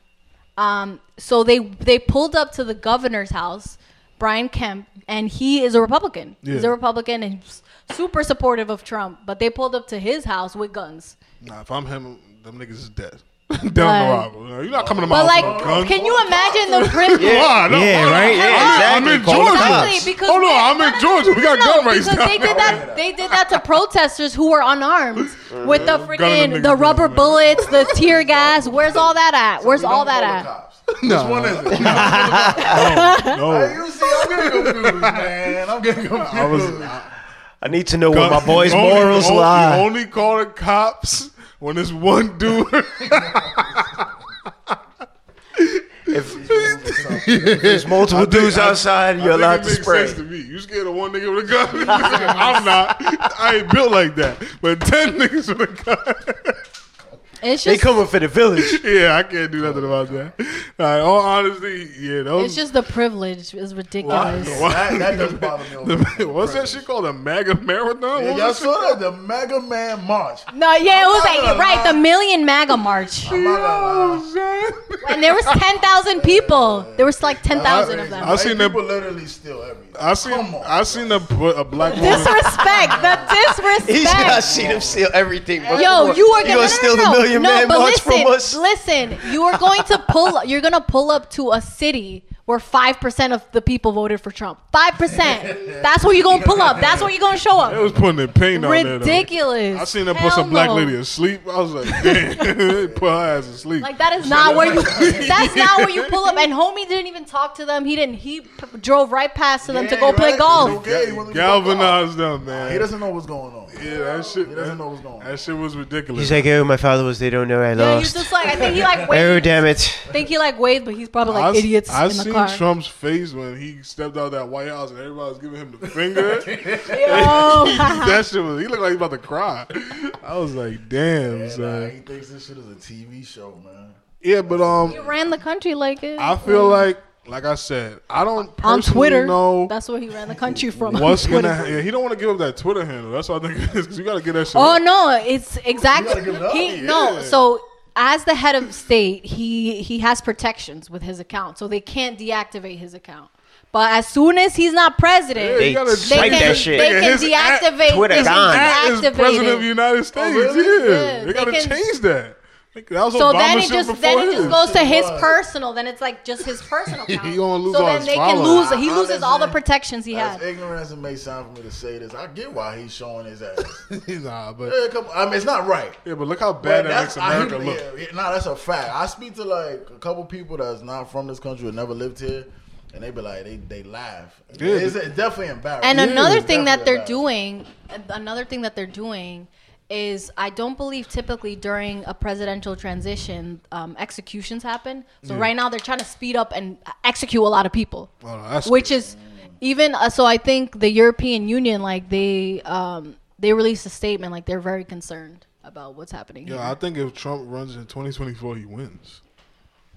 Um, so they they pulled up to the governor's house, Brian Kemp, and he is a Republican. He's Yeah. a Republican and s- super supportive of Trump. But they pulled up to his house with guns. Nah, if I'm him, them niggas is dead. Down the arrival. You're not coming to my Oh, But house like, with guns. can you imagine the grim? Why? No, Yeah, why? right? Yeah, I'm, exactly. in- I'm in Call the Georgia. cops. Exactly, because oh no, we- I'm in Georgia. We got No, gun rates because down they did there. that. They did that to protesters who were unarmed with the Gunning them freaking niggas the down, rubber man. bullets, the tear gas. Where's all that at? Where's We all don't that call at? the cops. Which one is it? No, You see, I'm getting confused, man. I'm getting confused. I was. I need to know where my boy's you only- morals you only, You lie. only call the cops when it's one dude. There's multiple dudes outside. You're That allowed nigga to makes spray. sense to me. You scared of one nigga with a gun? I'm not. I ain't built like that. But ten niggas with a gun. It's They just coming for the village. yeah, I can't do nothing about that. All right, all honesty, yeah, those. it's just the privilege is ridiculous. Why? That, that doesn't bother me. over the, the what's that president. shit called? A MAGA marathon? Yeah, What y'all was that shit? saw that the Mega Man March. No, yeah, it was I'm not like gonna right lie. the Million MAGA march, I'm not gonna lie. and there was ten thousand people. There was like ten thousand of them. I seen White that- people literally steal everything. I seen Come on, I seen a, a black woman. Disrespect, the He's gotta disrespect. see them steal everything. before- Yo, you are gonna no, no, steal no, the no. million No, man but march listen, from us? Listen, you are going to pull. You're gonna pull up to a city where five percent of the people voted for Trump. Five percent. That's where you're gonna pull up. That's where you're gonna show It up. was putting their pain on there. though. Ridiculous. I seen them Hell put some black no. lady asleep. I was like, damn, they put her ass asleep. Like that is not where you. That's not where you pull up. And homie didn't even talk to them. He didn't. He p- drove right past to them to Yeah, go play right. golf. It's okay. He wasn't Galvanized them, man. He doesn't know what's going on. uh, yeah, that shit. He doesn't that- know what's going on. That shit was ridiculous. He's like, oh, my father was. They don't know I Yeah, he's lost. just like I think he like Oh, waved. damn it. I think he like waved, but he's probably like I, idiots I in the seen car. Trump's face when he stepped out of that White House and everybody was giving him the finger. Yo. that shit was. He looked like he about to cry. I was like, damn, Nah, son. he thinks this shit is a TV show, man. Yeah, but um, He ran the country like it. I feel like, like I said, I don't on personally Twitter. know That's where he ran the country from. what's on Twitter. gonna. Yeah, he don't want to give up that Twitter handle. That's what I think it is because you got to get that shit. Oh up. no, it's exactly You gotta give it up. he no. Yeah. So as the head of state, he he has protections with his account, so they can't deactivate his account. But as soon as he's not president, Yeah, They you gotta they swipe check can, that his- shit. they nigga, can his at- deactivate Twitter they gone. Pat is can president of the deactivate it. United States. really? Yeah. Yeah, they gotta they can- change that. Like, that was So Obama then it shit just before then it his. just goes to his What? personal. Then it's like just his personal. Account. He gonna lose so all then his they followers. can lose. He loses all the Honestly, protections he As had. ignorant as it may sound for me to say this, I get why he's showing his ass. nah, but Yeah, come- I mean, it's not right. yeah, but look how But bad that that's makes America I, hear- look. Yeah, yeah, nah, that's a fact. I speak to like a couple people that's not from this country or never lived here, and they be like, they they laugh. Yeah. It's, it's definitely embarrassing. And another it's thing that they're Definitely doing, another thing that they're doing is I don't believe typically during a presidential transition um, executions happen. So right now they're trying to speed up and execute a lot of people, Oh, no, that's which is even uh, so i think the european union like they um they released a statement like they're very concerned about what's happening here. Yeah, I think if Trump runs in 2024, he wins.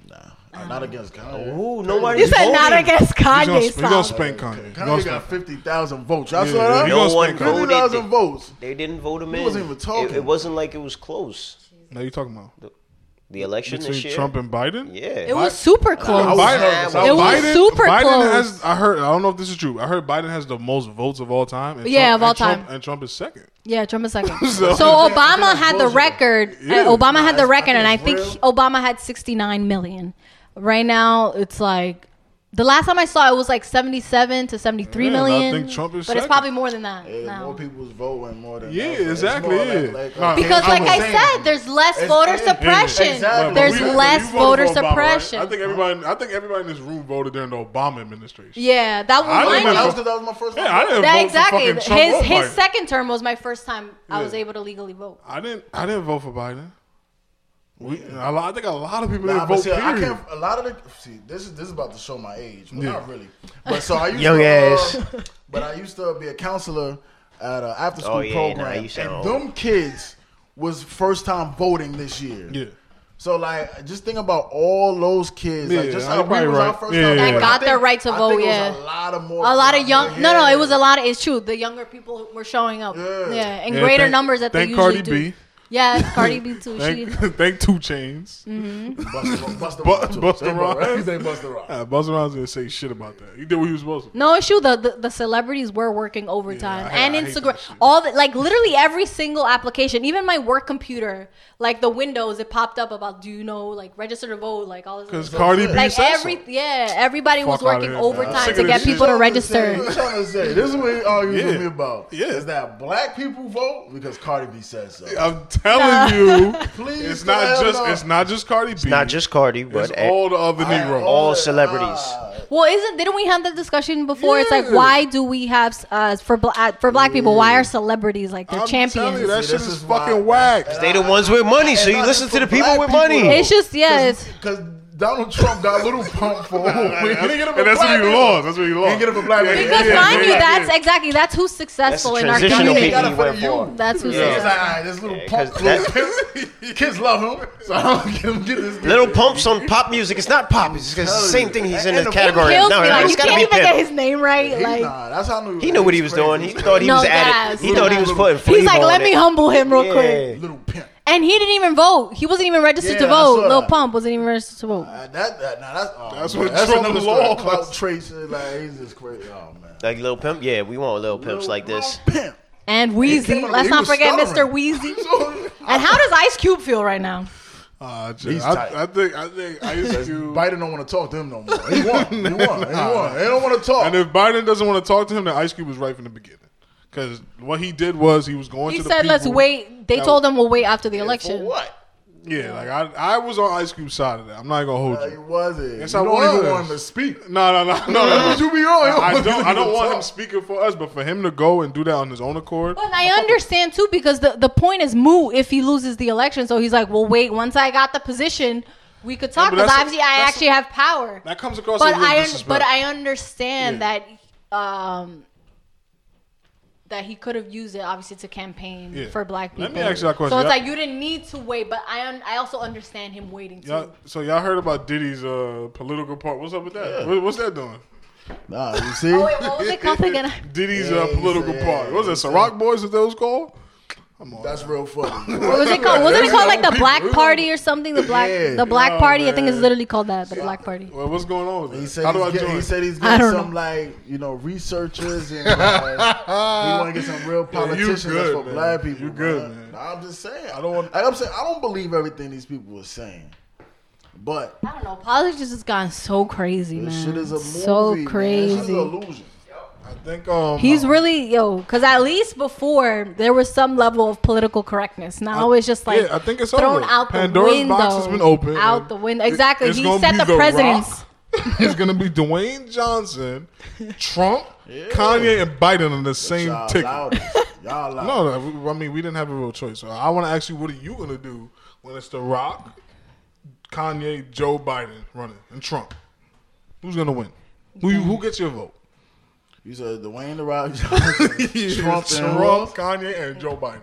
Nah, not against Kanye. Ooh, nobody. you said not against He's gonna, kanye he's gonna Sal. spank Kanye. He's gonna Kanye got spank- fifty thousand votes. Y'all Yeah, saw yeah, he that? gonna No one spank Kanye. voted. Fifty thousand votes. They didn't vote him in. wasn't even talking. It, it wasn't like it was close. Now you talking about The election this between year. Trump and Biden? yeah. it was super Biden, close was- Biden- It was super Biden close. has. I heard. I don't know if this is true. I heard Biden has the most votes of all time. and Yeah, Trump- of all and Trump- time. and Trump is second. yeah trump is second So- so, obama had the plausible. record Yeah. uh, obama had I the record think and i it's think real. he- obama had 69 million right now it's like the last time I saw it was like 77 to seventy three Yeah, and I million. think Trump is but second. it's probably more than that. Yeah, now. more people's voting more than Yeah, that, but it's exactly, more uh, yeah. Nah, Because, I like was I saying, said, there's less it's- voter it- suppression. exactly. But There's we- but less you voted voter for Obama, right? suppression. I think everybody. I think everybody in this room voted during the Obama administration. Yeah, that was I mine. didn't that was remember- was- because that was my first. Yeah, I didn't That vote exactly. for fucking Trump His or his Biden. second term was my first time I was Yeah. able to legally vote. I didn't. I didn't vote for Biden. We, a lot, I think a lot of people Nah, didn't but vote. see, I period. can't. A lot of the see, this is this is about to show my age. Well, Yeah. not really. But so I used Young to, ass. uh, but I used to be a counselor at an after school Oh, yeah, nah, program, you sound and old. them kids was first time voting this year. Yeah. So like, just think about all those kids. like, Yeah, just you're how we probably was right. our first Yeah, time yeah, voting. yeah. Got I think- their right to I vote, think it was yeah. a lot of more. A lot of young, no, no, it was Yeah. a lot of. It's true. The younger people were showing up, Yeah. yeah, in Yeah, greater thank- numbers that they thank usually Cardi do. B. Yes, Cardi B too. She, Mm. Thank, thank Two Chains. Busta, Busta, Bu- Rhymes. Busta Say Rhymes. Rhymes. Say Busta Rhymes. Uh, Buzz Rhymes didn't say shit about that. He did what he was supposed to. no issue. The, the the celebrities were working overtime I hate- and I hate Instagram. that shit. All the, like literally every single application, even my work computer, like the Windows, it popped up about do you know like register to vote, like all this. other Because stuff. Cardi B like said every yeah, everybody was Fuck outta working here. I'm overtime sick to of get this shit. people to What you trying register. to say? What you trying to say? This is what he argues Yeah. with me about. Yeah. Is that black people vote because Cardi B says so. so. I'm telling you, Please it's tell not her just no. it's not just Cardi B. not just Cardi, but it's all the other eh? I- Negroes. all the- celebrities. ah. Well, isn't didn't we have that discussion before? It's like Yeah. why do we have uh, for bla- uh, for black people? Why are celebrities like they're I'm telling you, champions? that See, shit this is, is fucking why- whack. they the ones with money. So you listen to the people with money. It's just- yeah, it's- Because Donald Trump got little pump for him. And that's what he lost. That's what he lost. He get it for black people. Because Yeah, mind you, yeah, that's exactly that's who's That's successful the in our transitional community. He got people it he for the went for. youth. That's who's He's like, successful. all right, this little Yeah, 'cause pump. Kids love him, so I don't give him get this. Little pumps on pop music. It's not pop. It's, it's the same thing. He's in And the the category. Kills No, me. no, Like, it's you got to can't be even get pimp. his name right. He- Like Nah, that's how I knew. He knew what he was doing. He thought he was No, at it. guys, He thought he was no. putting flavor he's like, on let it. me humble him real Yeah. quick. little pimp. And he didn't even vote. He wasn't even registered Yeah, to I vote. saw Lil that. Pump wasn't even registered to vote. Uh, that, that, nah, that's oh, That's man, what that's Trump another story. lost. Clout tracing, like he's just crazy. Oh man, Like little pimp. Yeah, we want little pimps like this. Pimp. And came Wheezy. out of- Let's he not was forget Mr. stuttering. Wheezy. And how does Ice Cube feel right now? Ah, shit. He's tight. I, I think I think I used to. Biden don't want to talk to him no more. He won. He won. He won. They don't want to talk. And if Biden doesn't want to talk to him, then Ice Cube was right from the beginning. Because what he did was he was going He to the said, "Let's people- wait." They that told him we'll wait after the election. what? Yeah, like I, I was on Ice Cube's side of that. I'm not even gonna hold Uh, He you. wasn't. Yes, you I don't was. even want him to speak. No, no, no, no, no. What you be on? You I don't. I even don't want talk. him speaking for us, but for him to go and do that on his own accord. But I understand too because the, the point is moot if he loses the election. So he's like, "Well, wait. Once I got the position, we could talk but because that's- obviously I that's- actually have power." That comes across But as a little I un- disrespect. but I understand Yeah. that um that he could have used it obviously to campaign Yeah. for black people. Let me ask you that question. So it's Y'all- like you didn't need to wait, but I un- I also understand him waiting too. Y'all, so y'all heard about Diddy's uh, political part? What's up with that? What- what's that doing? Nah, you see? Oh wait, what was it called again? Diddy's Yeah, uh, he's political a- party. What was that? Ciroc Boys? Is that was called? Come on. That's real funny. What was it called? Wasn't it called like the Black People. Party or something? The Black Yeah. the Black Oh, Party. I think man. it's literally called that. The Black Party. Well, what's going on with that? He said, How do I he's get, join? he said he's I getting don't some like you know researchers and like, he want to get some real Yeah, Ah. you politicians good, for man. black people. You good, bruh. man. Nah, I'm just saying. I don't want. Like I'm saying, I don't believe everything these people are saying. But I don't know. Politics has gone so crazy, man. this shit is a movie. Mm, so man. This shit is an crazy. illusion. I think um, He's really yo, because at least before there was some level of political correctness. Now it's just like yeah, I think it's thrown over. out Pandora's the window. box has been opened. Out the window. It- Exactly. it's he gonna set be the, The presidents. Rock. it's gonna be Dwayne Johnson, Trump, Kanye, and Biden on the same Y'all ticket. loud. Y'all loud. No, no, we- I mean we didn't have a real choice. So I want to ask you, what are you gonna do when it's The Rock, Kanye, Joe Biden running, and Trump? Who's gonna win? Who you, who gets your vote? You said Dwayne the Rock Johnson, Trump, and who else? Trump, Kanye, and Joe Biden.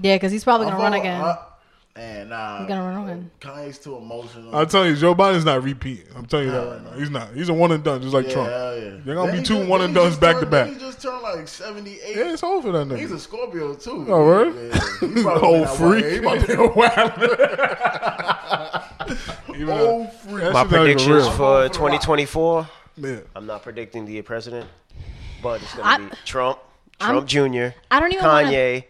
Yeah, because he's probably I'm gonna run fucking- again. I- Man, nah. He's gonna run again. Kanye's uh, too emotional. I'm telling you, Joe Biden's not repeating. I'm telling you that right now. He's not. He's a one and done, just like yeah, Trump. hell yeah. They're gonna Then be he two just- one then and he dones just back turned- to back. then He just turned like seventy-eight. Yeah, it's over for that nigga. He's a Scorpio too. Oh, word? Yeah, he's probably Old not freak. wild. He probably- Old freak. My predictions for for 2024. yeah. I'm not predicting the president, but it's gonna I- be Trump, I'm- Trump Jr. I don't even wanna- Kanye,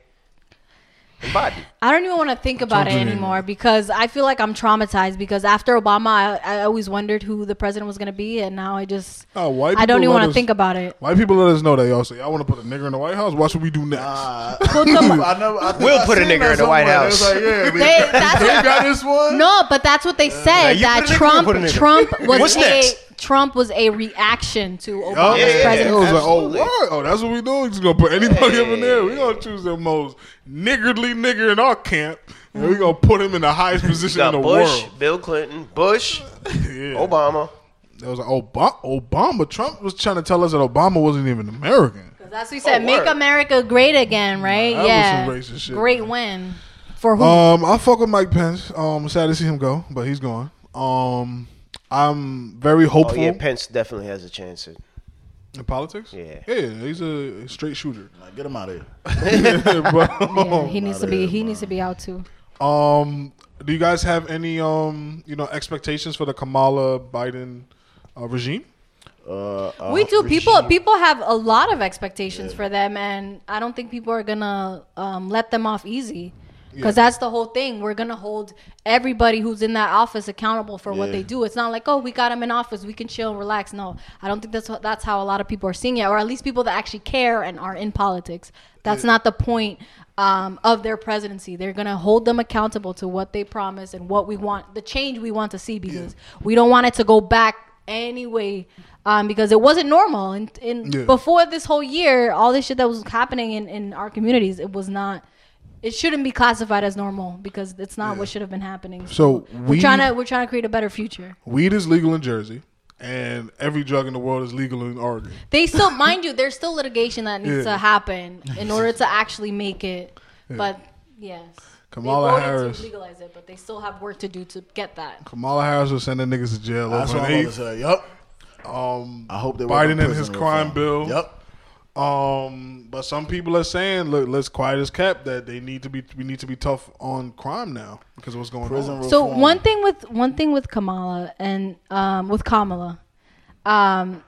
and Biden. I don't even want to think about it Jr. anymore because I feel like I'm traumatized because after Obama, I, I always wondered who the president was going to be, and now I just Nah, Oh, white I don't people even let want to us- think about it. White people let us know that y'all say y'all want to put a nigger in the White House. Watch what we do next. Nah, Put them- Uh, I never, I think We'll I put a seen nigger that in the White somewhere. It was House. Like, yeah, we- They, that's you what, got this one. no, but that's what they said Uh, you that put a nigga, Trump put a nigga. Trump was What's a next? Trump was a reaction to Oh, Obama's yeah, yeah, It presidency. was like, oh, absolutely. what? Oh, that's what we do. We're just gonna put anybody up in there. We're gonna choose the most niggardly nigger in our camp, and we're gonna put him in the highest You position in got the Bush, world. Bill Clinton, Bush, Yeah. Obama. That was like Obama. Obama. Trump was trying to tell us that Obama wasn't even American. That's what he said. Oh, Make word. America great again, right? that was yeah, some racist shit, great win for Oh, who? Um, I fuck with Mike Pence. Um, sad to see him go, but he's gone. Um, I'm very Oh hopeful yeah, Pence definitely has a chance. At, in politics. Yeah. yeah, he's a straight shooter. Like, get him out of here. But, yeah, he needs to be here, he needs to be out too. Um, do you guys have any um, you know, expectations for the Kamala Biden uh, regime? Uh, uh, we do people people have a lot of expectations for them and i don't think people are gonna um, let them off easy because that's the whole thing we're gonna hold everybody who's in that office accountable for what Yeah. they do it's not like oh we got them in office we can chill and relax no i don't think that's what that's how a lot of people are seeing it or at least people that actually care and are in politics that's not the point um, of their presidency they're gonna hold them accountable to what they promise and what we want the change we want to see because we don't want it to go back anyway um, because it wasn't normal and, and Yeah. before this whole year all this shit that was happening in, in our communities it was not it shouldn't be classified as normal because it's not what should have been happening So we're we- trying to we're trying to create a better future Weed is legal in Jersey, and every drug in the world is legal in Oregon. they still mind you there's still litigation that needs Yeah. to happen in order to actually make it but yes Kamala they voted Harris. to legalize it but they still have work to do to get that Kamala Harris was sending niggas to jail. That's over what I'm an about to say. Yep. eighth. Um, I hope they work on Biden and prison his reform. crime bill. Yep. Um, but some people are saying, look, let's quiet as cap that they need to be we need to be tough on crime now because of what's going Prison on. reform. So one thing with one thing with Kamala and um, with Kamala, um,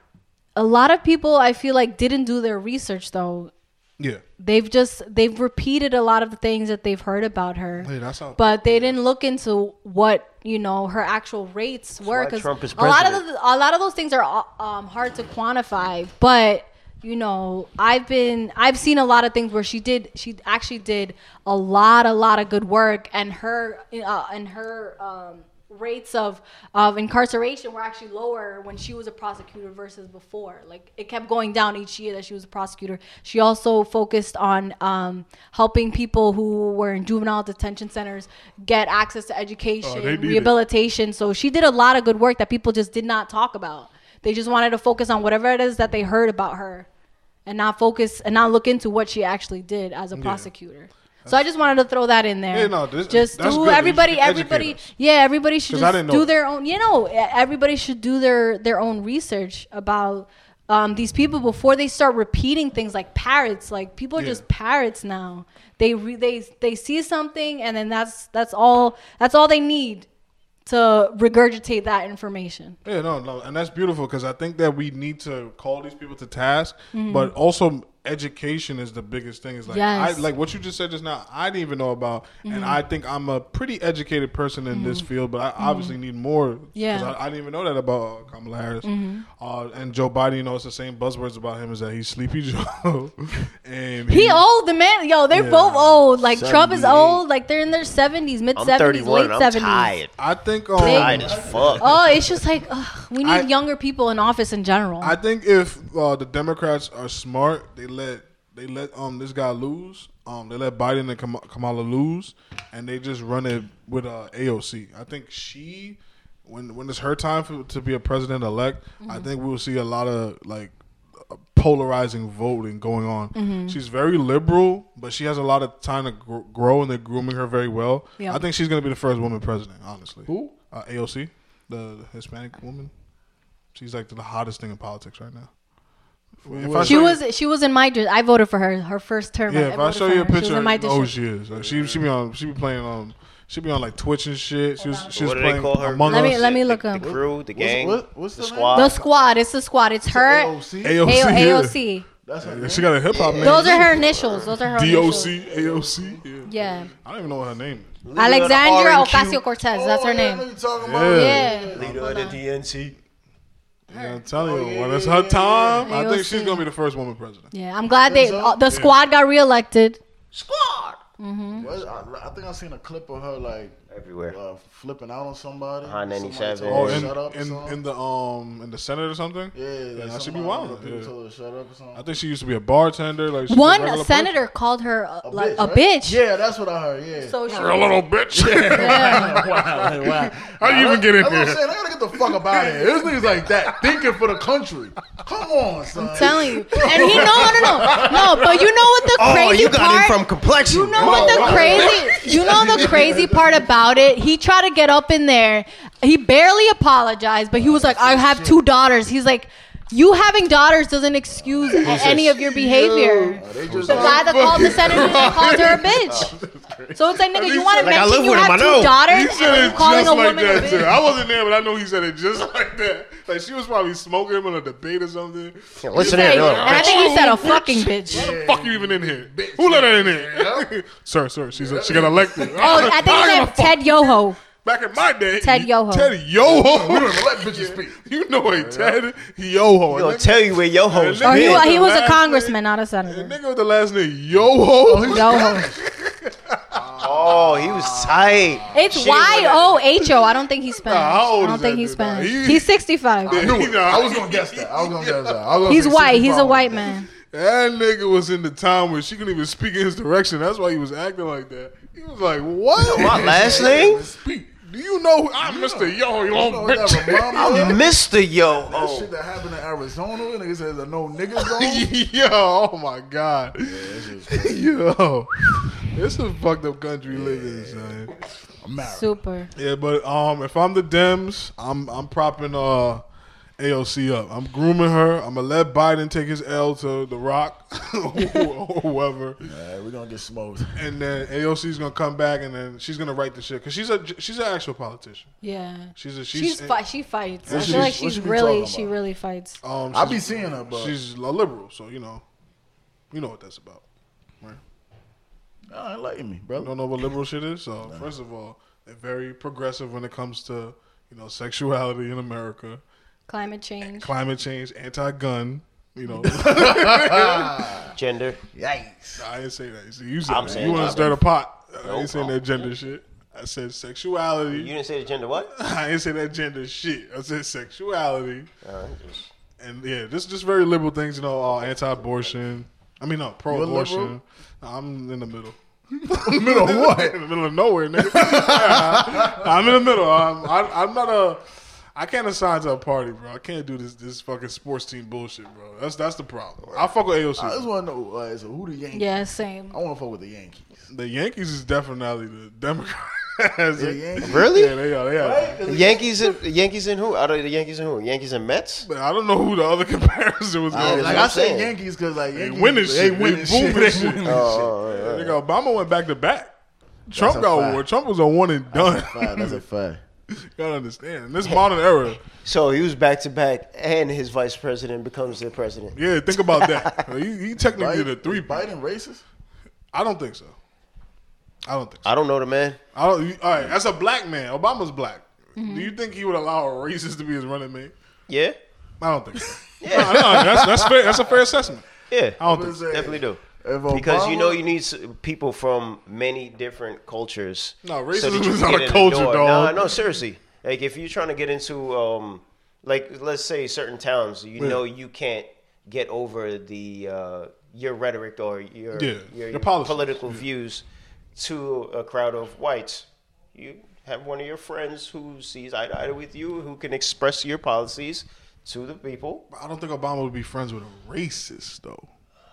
a lot of people I feel like didn't do their research though. Yeah, They've just they've repeated a lot of the things that they've heard about her, Hey, that's how- but they didn't look into what you know her actual rates were why because Trump is a lot of president. the, a lot of those things are um, hard to quantify, but. You know, I've been I've seen a lot of things where she did she actually did a lot a lot of good work and her uh, and her um, rates of of incarceration were actually lower when she was a prosecutor versus before. Like it kept going down each year that she was a prosecutor. She also focused on um, helping people who were in juvenile detention centers get access to education, Oh, they need it. rehabilitation rehabilitation. So she did a lot of good work that people just did not talk about. They just wanted to focus on whatever it is that they heard about her and not focus and not look into what she actually did as a prosecutor. So I just wanted to throw that in there. Yeah, no, this- just that's do good that you everybody, can educate everybody, us. yeah, everybody should 'Cause I just didn't do know their own. You know, e- everybody should do their their own research about um, these people before they start repeating things like parrots. Like people are Yeah. just parrots now. They re- they they see something and then that's that's all that's all they need to regurgitate that information. Yeah, no, no, and that's beautiful because I think that we need to call these people to task, Mm-hmm. but also education is the biggest thing. Is like Yes. Mm-hmm. I like what you just said just now. I didn't even know about, and I think I'm a pretty educated person in this field, but I obviously need more. 'cause Mm-hmm. Yeah. Mm-hmm. I, I didn't even know that about Kamala Harris uh, and Joe Biden. You know, it's the same buzzwords about him is that he's sleepy Joe, and He old, the man. Yo, they're Yeah. both old. Like Trump is 78. old. Like they're in their seventies, mid I'm seventies, 31. late and I'm seventies. tired. I think Tired um, as fuck. Oh, it's just like ugh, we need I- younger people in office in general. I think if uh, the Democrats are smart, they let they let um this guy lose. Um, they let Biden and Kam- Kamala lose, and they just run it with uh, AOC. I think she, Mm-hmm. when when it's her time for, to be a president elect, I think we'll see a lot of like uh, polarizing voting going on. Mm-hmm. She's very liberal, but she has a lot of time to gr- grow, and they're grooming her very well. Yeah. I think she's going to be the first woman president, honestly. Who? Uh, AOC, the Hispanic woman. She's like the hottest thing in politics right now. If I She show you- was she was in my district. I voted for her. Her first term. yeah, if I voted show for you a her. She was picture, in my of oh, district. she is. Like, she she be on. She be playing on. She be on like Twitch and shit. She was she was what do they playing call her? Among Let me- Us. let me The- look the, up. the crew, the gang, what- what's the the name? squad. the squad. It's the squad. It's her. AOC? AOC. A- yeah. AOC. That's her Oh, Yeah, name? She got a hip hop name. Those are her initials. Those are her. DOC, initials. AOC. Yeah. Yeah. I don't even know what her name is. Leader of the Alexandria R&Q, Ocasio Cortez. That's her Oh, I know name. you're talking Yeah. about. Yeah. Leader of the DNC. Yeah, I'm telling you, when it's her time, I think she's AOC. gonna be the first woman president. Yeah. I'm glad they Rizzo? uh, the squad got reelected. Squad. What- I, I think I seen a clip of her like Everywhere. uh, flipping out on somebody. Behind 97. Oh, Somebody told her in, shut up or in, something. in the um in the Senate or something. yeah, like that should be somebody- wild, people yeah. told her to shut up or something. I think she used to be a bartender. Like she's a One regular senator called her uh, like a right? bitch. Yeah, that's what I heard. Yeah. So she, person. You're a little bitch. How you even get in That's what I'm here? saying. I gotta get the fuck up out of here. This nigga's like that, thinking for the country. Come on, son. I'm telling you. And he no no no no. No, But you know what the Oh, Oh, crazy part? complexion. You know what the crazy? You know the crazy part about it? He tried to get up in there. He barely apologized, but he was like, "I have two daughters." He's like, "You having daughters doesn't excuse a- any of your behavior." Yo, they just The guy that called the senator and called her a bitch. So it's like, nigga, you want to Like, I live mention you with him, I have know. two He daughters and said then it you calling just a like woman a that too. bitch? I wasn't there, but I know he said it just like that. Like she was probably smoking him on a debate or something. Listen Like, here, and look. I think he said a fucking bitch. Why the fuck you even in here? Who let her in here? sir, sir, she's she got elected. Oh, I think he give a said fuck. Ted Yoho. Back in my day, Ted Yoho. Ted Yoho. We don't even let bitches speak. You know it, Ted Yoho. I'm gonna A nigga- tell you where your hoes Oh, Or he, Yeah. wa- been. he was a Last congressman, name. not a a senator. nigga with the last name Yoho. Yoho. Oh, he was tight. It's Shit, Y O H O. I don't think he's Spanish. Nah, how old I don't is think that he's dude, nah? Spanish. He- he's 65. I knew it. I was gonna guess that. I was gonna guess that. I was gonna he's say white. He's a 65. white man. That nigga was in the time where she couldn't even speak in his direction. That's why he was acting like that. He was like, "What? My last name? Speak. Do you know who- I'm Mr. Yoho? You You long know bitch." that Ramon boy? Mr. Yo That shit that happened in Arizona, nigga says a no nigga zone. Yo, oh my god. Yo, it's a fucked up country living, son. Super. Yeah, but um, if I'm the Dems, I'm I'm propping uh AOC up. I'm grooming her. I'm gonna let Biden take his L to The Rock or whoever, Alright, we're gonna get smoked. and then AOC's gonna come back, and then she's gonna write the shit because she's a she's an actual politician. Yeah. She's a she's, She's fi- she fights. I What feel like she- what she's she be really talking she about? really fights. um, I she's, be seeing her, but she's a liberal, so you know, you know what that's about. I ain't liking me, You brother. don't know what liberal shit is. So first of all, they're very progressive when it comes to you know sexuality in America. Climate change. climate change, anti-gun. You know, Gender. Yikes. I didn't say that. You, see, you said I'm that. saying you want to that. stir the pot. I ain't saying that gender shit. I said sexuality. You didn't say the gender what? I ain't say that gender shit. I said sexuality. Uh, just- And yeah, just just very liberal things. You know, uh, anti-abortion. I mean, no, pro-abortion. liberal? I'm in the middle. Middle of what? in the middle of nowhere, nigga. I'm in the middle. I'm, I, I'm not a. I can't assign to a party, bro. I can't do this this fucking sports team bullshit, bro. That's that's the problem. I fuck with AOC. I just wanna know uh, so who the Yankees. Yeah, same. I wanna fuck with the Yankees. The Yankees is definitely the Democrats. The Yankees. Really? Yeah, they are. They are. Yankees and Yankees and who? Out of the Yankees and who? Yankees and Mets? But I don't know who the other comparison was Like, going. like to. I I'm say saying. Yankees because like Yankees, winning shit. They winning shit. booming shit. winning Oh, shit. Nigga, Obama went back to back. Trump a got fact. one. Trump was on one and done. Fact, That's a fact. Gotta understand. In this modern era, So he was back to back, and his vice president becomes the president. yeah, think about that. he, he technically Biden, the three. Biden racist? I don't think so. I don't think so. I don't know the man. I don't. you- All right, that's a black man. Obama's black. Mm-hmm. Do you think he would allow a racist to be his running mate? Yeah, I don't think so. no, no, that's that's fair. That's a fair assessment. yeah, I don't think. so. Listen, definitely do. if Because you Obama- know you need s- people from many different cultures. No, so that racism you is can not a get in the culture, door. dog. No, no, seriously. Like if you're trying to get into, um, like let's say certain towns, you know you can't get over the uh, your rhetoric or your Yeah, your, your policies. political views to a crowd of whites. You have one of your friends who sees eye to eye with you, who can express your policies to the people. I don't think Obama would be friends with a racist though.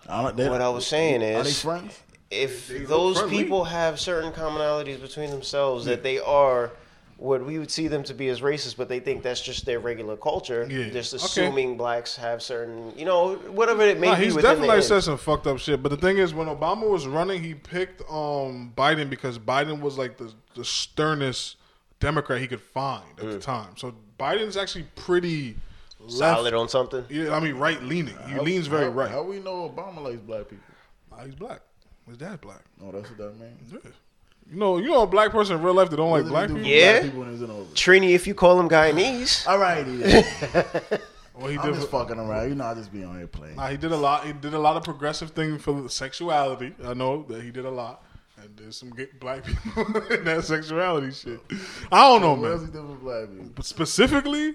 I don't, they, What I was saying are they is, friends? if They look those friendly. people have certain commonalities between themselves that they are what we would see them to be as racist, but they think that's just their regular culture. Yeah. Just Okay. assuming blacks have certain, you know, whatever it may Nah, be. he's within the definitely end. said some fucked up shit. But the thing is, when Obama was running, he picked um Biden because Biden was like the the sternest Democrat he could find at Mm. the time. So Biden's actually pretty solid left. on something. Yeah, I mean, right leaning. He leans very how, right. How we know Obama likes black people? Ah, He's black. His dad's black. Oh, that's what that means. Yeah. You know, you know, a black person in real life that don't like black people. Yeah. people when he was in office? Trini, if you call him Guyanese, All righty. then. Well, he I'm did. just fucking around. You know, I just be on here playing. Nah, he did a lot. He did a lot of progressive thing for sexuality. I know that he did a lot. And there's some gay black people in that sexuality shit. I don't know, What else man. he did for black people? But specifically,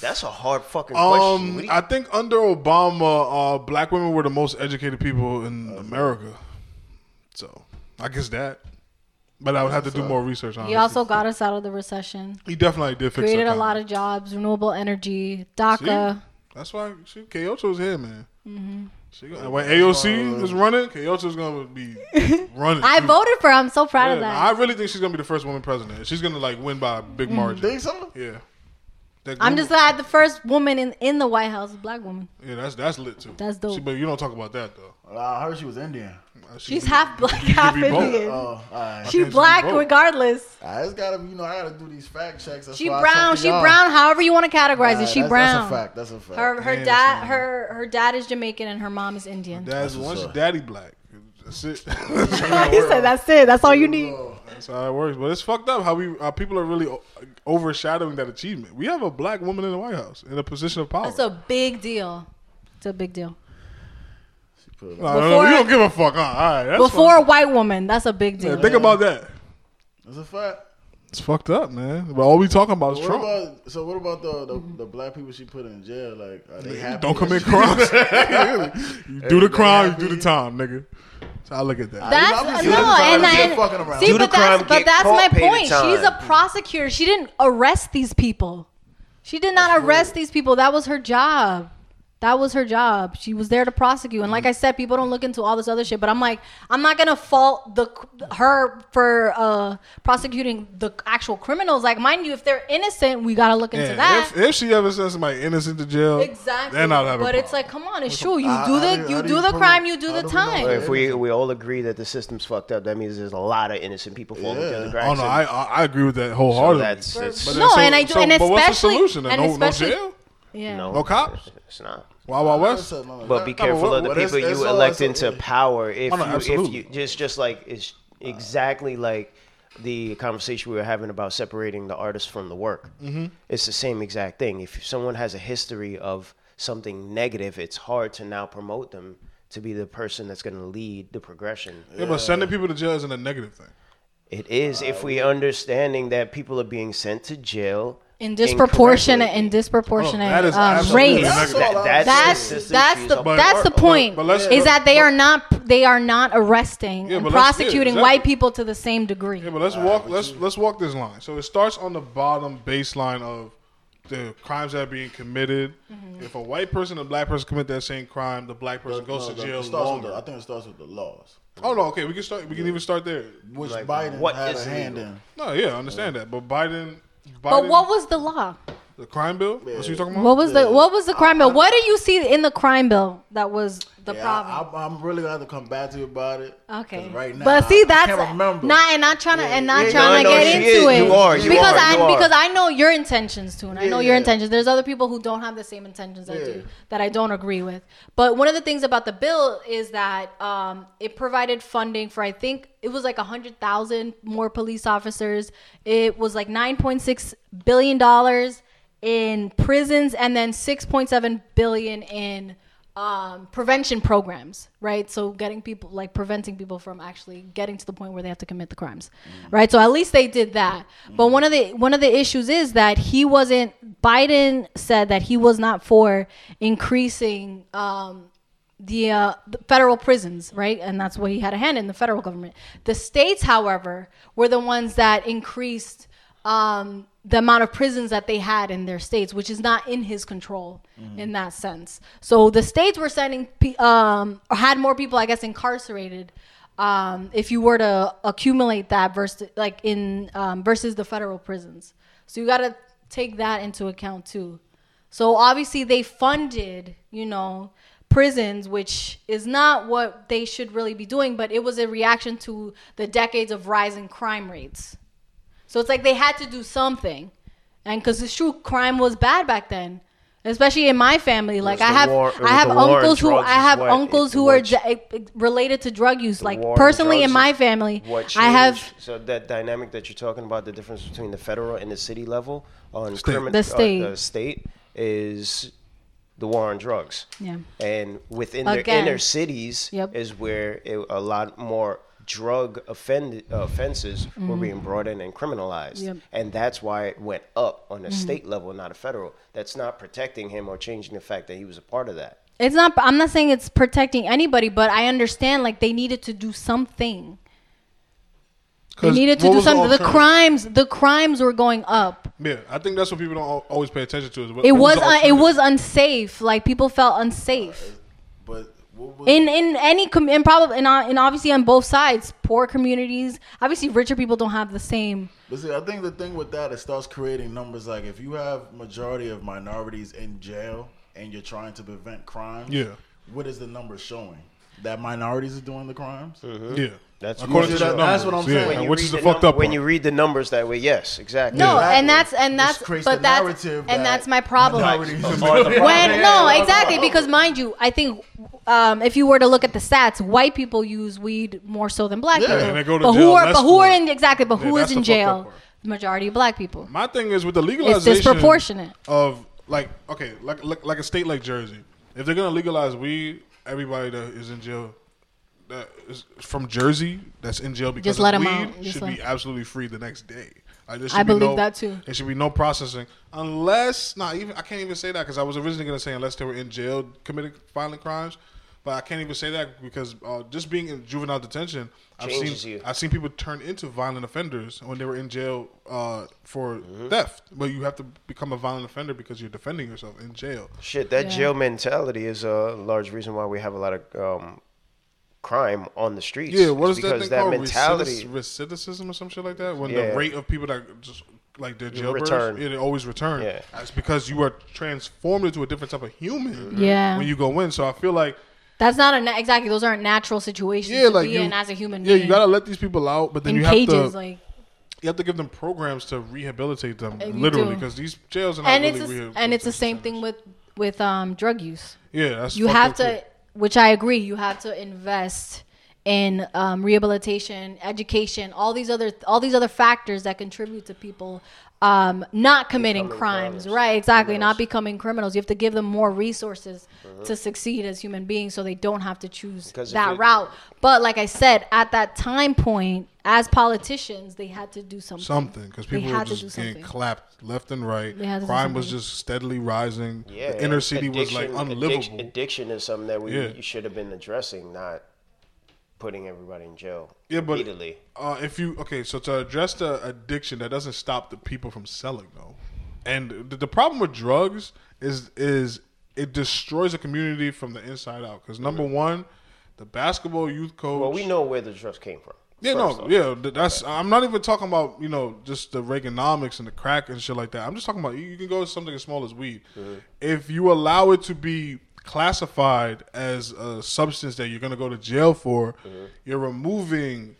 that's a hard fucking question. What um, do you- I think under Obama, uh, black women were the most educated people in America. So I guess that. But I would have to do more research on. He it. also got us out of the recession, he definitely did fix created the a lot economy. of jobs, renewable energy, DACA. See? That's why she Kyoto's here, man. Mm-hmm. She gonna, when AOC Uh, is running, Kyoto's gonna be running. I too. voted for. her. I'm so proud Mm-hmm. Yeah, of no, that. Mm-hmm. I really think she's gonna be the first woman president. She's gonna like win by a big margin. Think so? Yeah. That I'm Google- just glad the first woman in, in the White House, is a black woman. yeah, that's that's lit too. That's dope. See, but you don't talk about that though. I heard she was Indian. Uh, she She's be- half black, you half be both. Indian. Oh, all right. can't She's she black vote? regardless. I just gotta, you know, I gotta do these fact checks. That's She why I brown. talk to She y'all. brown. However you want to categorize All it, right, she that's, brown. That's a fact. That's a fact. Her her Yeah, dad son. her her dad is Jamaican and her mom is Indian. Dad's That's what's once up. daddy black. That's it. he said that's it. That's all you need. That's how it works. But it's fucked up how we our people are really o- overshadowing that achievement. We have a black woman in the White House in a position of power. That's a big deal. It's a big deal. She put it No, up. no, no, Before- you don't give a fuck. Huh? All right, that's Before fine. a white woman, that's a big Yeah, deal. think about that. That's a fact. It's fucked up, man. But all we talking about is What Trump. about so? What about the, the Mm-hmm. the black people she put in jail? Like, are they happy? Don't that commit she- crimes. you do the Everybody crime, you happy? do the time, nigga. So I look at that. That's I'm just- no, I'm sorry, and I'm just I- fucking around. see, Do the but that's crime, but get that's caught, my pay the point. She's a time. prosecutor. She didn't arrest these people. She did not arrest these people. That was her job. That was her job. She was there to prosecute. And like I said, people don't look into all this other shit. But I'm like, I'm not gonna fault the her for uh, prosecuting the actual criminals. Like, mind you, if they're innocent, we gotta look into Yeah, that. If, if she ever sends somebody innocent to jail, exactly. then I'll have a but it's problem. like, come on, it's true. You How- do how the do you- how do you do you the prove- crime, you do how the do we know time. that? if we we all agree that the system's fucked up, that means there's a lot of innocent people falling Yeah. through the oh cracks. no, and- I I, I agree with that wholeheartedly. that's- that's- But No, then- and I do- and but what's the especially- solution? then? and no, especially- no jail, yeah. no, no cops? It's not. Wild Wild I West. said none of But that. be No, careful what- of the what- it's- people it's you all- elect it's all- into power. If Oh, no, you, if absolutely. you just just like it's exactly like the conversation we were having about separating the artist from the work. Mm-hmm. It's the same exact thing. If someone has a history of something negative, it's hard to now promote them to be the person that's going to lead the progression. Yeah, but sending people to jail isn't a negative thing. It is if we understanding that people are being sent to jail in disproportionate in incorrectly. disproportionate Oh, that is um, absolutely rates. negative. That's all I'm That's- That's This is that's the but- that's the but- point but let's- is that they but- are not they are not arresting Yeah, and but let's- yeah, prosecuting exactly. white people to the same degree. Yeah, but let's walk. Let's let's walk this line. So it starts on the bottom baseline of the crimes that are being committed. Mm-hmm. If a white person and a black person commit that same crime, the black person goes No, to no, jail it starts with longer. the- I think it starts with the laws, oh no, okay, we can start. We can even start there. which Like, Biden what had is a hand legal? in. No, yeah, I understand that. But Biden, Biden But what was the law? the crime bill? That's what you talking about? What was the what was the crime bill? What do you see in the crime bill that was the Yeah, problem? I, am really gonna have to come back to you about it. 'cause Okay. right now, but see, I- that's I can't remember. not and not trying to and not yeah, trying no, to no, get she into is. it. You are, you because are, I you are. because I know your intentions too, and I Yeah, know your yeah. intentions. There's other people who don't have the same intentions I do that I don't agree with. But one of the things about the bill is that um, it provided funding for I think it was like hundred thousand more police officers. It was like nine point six billion dollars in prisons, and then six point seven billion in um, prevention programs, right? So getting people, like preventing people from actually getting to the point where they have to commit the crimes, right? So at least they did that. But one of the one of the issues is that he wasn't. Biden said that he was not for increasing um, the, uh, the federal prisons, right? And that's what he had a hand in the federal government. The states, however, were the ones that increased um, the amount of prisons that they had in their states, which is not in his control in that sense. So the states were sending pe- um, or had more people, I guess, incarcerated. Um, if you were to accumulate that versus like in um, versus the federal prisons, so you got to take that into account too. So obviously they funded, you know, prisons, which is not what they should really be doing, but it was a reaction to the decades of rising crime rates. So it's like they had to do something. And because it's true, crime was bad back then, especially in my family. Like was I the have, war- it I was have the war on uncles who, drugs I is have what- uncles it- who are what- j- related to drug use. Like war on personally, in drugs my is family, What changed, I have so that dynamic that you're talking about, the difference between the federal and the city level on State. crimin- The uh, state. the state is the war on drugs. Yeah. And within Again. their inner cities Yep. is where it, a lot more drug offend, offenses were being brought in and criminalized. Mm-hmm. Yep. Mm-hmm. And that's why it went up on a state level, not a federal. That's not protecting him or changing the fact that he was a part of that. It's not. I'm not saying it's protecting anybody, but I understand like they needed to do something. They needed to what do was the something. The alternative? crimes, the crimes were going up. Yeah, I think that's what people don't al- always pay attention to. Is what, It what was. the Uh, it alternative? was unsafe. Like people felt unsafe But what was in in any com- in probably in, uh, in obviously on both sides. Poor communities. Obviously, richer people don't have the same. But see, I think the thing with that it starts creating numbers like if you have majority of minorities in jail and you're trying to prevent crimes, Yeah. what is the number showing? That minorities are doing the crimes? Mm-hmm. Yeah, That's according to what- the numbers. that's what I'm yeah, saying. When and you which read is the the fucked num- up When part. you read the numbers that way, yes, exactly. No, Exactly. and that's and Which that's creates but the that's narrative and that that's my problem. minorities are Or the- when no exactly because mind you i think um, if you were to look at the stats white people use weed more so than black Yeah, people and they go to but who jail are less but who for are it. in exactly but Yeah, who is that's in the fucked up jail part. majority of black people My thing is with the legalization. disproportionate. Of like okay, like, like like a state like Jersey, if they're gonna legalize weed, everybody that is in jail, that is from Jersey, that's in jail because Just of let 'em weed, out. Just should let- be absolutely free the next day. Like, there I should be believe no- that too. There should be no processing unless not even I can't even say that because I was originally gonna say unless they were in jail committing violent crimes. But I can't even say that because uh, just being in juvenile detention, I've seen Changes you. I've seen people turn into violent offenders when they were in jail uh, for Mm-hmm. theft. But you have to become a violent offender because you're defending yourself in jail. Shit, that Yeah. jail mentality is a large reason why we have a lot of um, crime on the streets. Yeah, what It's is that because thing that called? mentality? Recidic- recidicism or some shit like that. When Yeah. the rate of people that just like their jailbirds, return. yeah, they always return. Yeah. That's because you are transformed into a different type of human. Yeah. when you go in. So I feel like that's not a na- exactly those aren't natural situations yeah, to like be you, in as a human yeah, being you gotta let these people out, but then in you have cages to like Uh, you have to give them programs to rehabilitate them, you literally, do. because these jails are not and really it's a, rehabilitation and it's the same centers. thing with with um, drug use Yeah, that's you fucked have up to too. which i agree you have to invest in um, rehabilitation education all these other all these other factors that contribute to people um, not committing crimes right exactly not becoming criminals you have to give them more resources to succeed as human beings so they don't have to choose Uh-huh. Because if that it- route but like i said at that time point as politicians they had to do something something because They people were had to do just getting something. clapped left and right. They had to do Crime was something. just steadily rising. Yeah, the inner city was like addiction- unlivable. Addiction, addiction is something that we Yeah. you should have been addressing, not putting everybody in jail. Yeah, but repeatedly. Uh, if you okay, so to address the addiction, that doesn't stop the people from selling though. And the, the problem with drugs is is it destroys a community from the inside out. Because number one, the basketball youth coach. Well, we know where the drugs came from. Yeah, first no, off. yeah, th- that's. I'm not even talking about you know just the Reaganomics and the crack and shit like that. I'm just talking about you, you can go to something as small as weed. Mm-hmm. If you allow it to be classified as a substance that you're gonna go to jail for, Mm-hmm. you're removing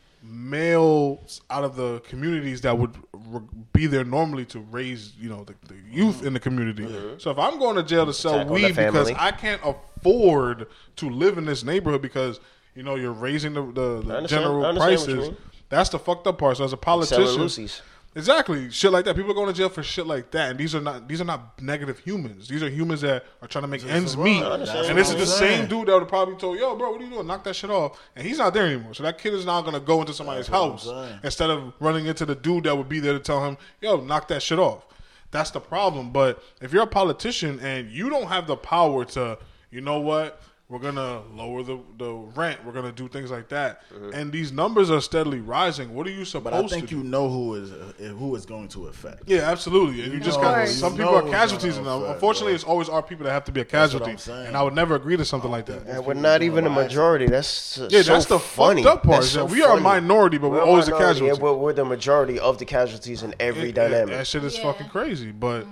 males out of the communities that would re- be there normally to raise you know the, the youth Mm-hmm. in the community. So if I'm going to jail to sell Attack on the weed because family. I can't afford to live in this neighborhood because. You know, you're raising the, the, the I understand- I general understand what you prices. mean. That's the fucked up part. So as a selling politician, Lucy's. exactly shit like that. People are going to jail for shit like that, and these are not these are not negative humans. These are humans that are trying to make ends survive. meet. I understand And what this is I'm the saying. same dude that would have probably told, "Yo, bro, what are you doing? Knock that shit off." And he's not there anymore. So that kid is now going to go into somebody's what I'm house saying. instead of running into the dude that would be there to tell him, "Yo, knock that shit off." That's the problem. But if you're a politician and you don't have the power to, you know what, We're gonna lower the, the rent. We're gonna do things like that. And these numbers are steadily rising. What are you supposed But I to think do? you know who is uh, who is going to affect. Yeah, absolutely. And you just know got it's some not people are gonna casualties, and affect, unfortunately, bro. it's always our people that have to be a what casualty. I'm saying. And I would never agree to something like that. And we're not even a Well, I- majority. That's uh, Yeah, so that's the funny. fucked up part. That's is so that we are a funny. minority, but we're, We're a always the minority, casualty. and we're, we're the majority of the casualties in every It- it- dynamic. That shit is Yeah. Mm-hmm. fucking crazy. But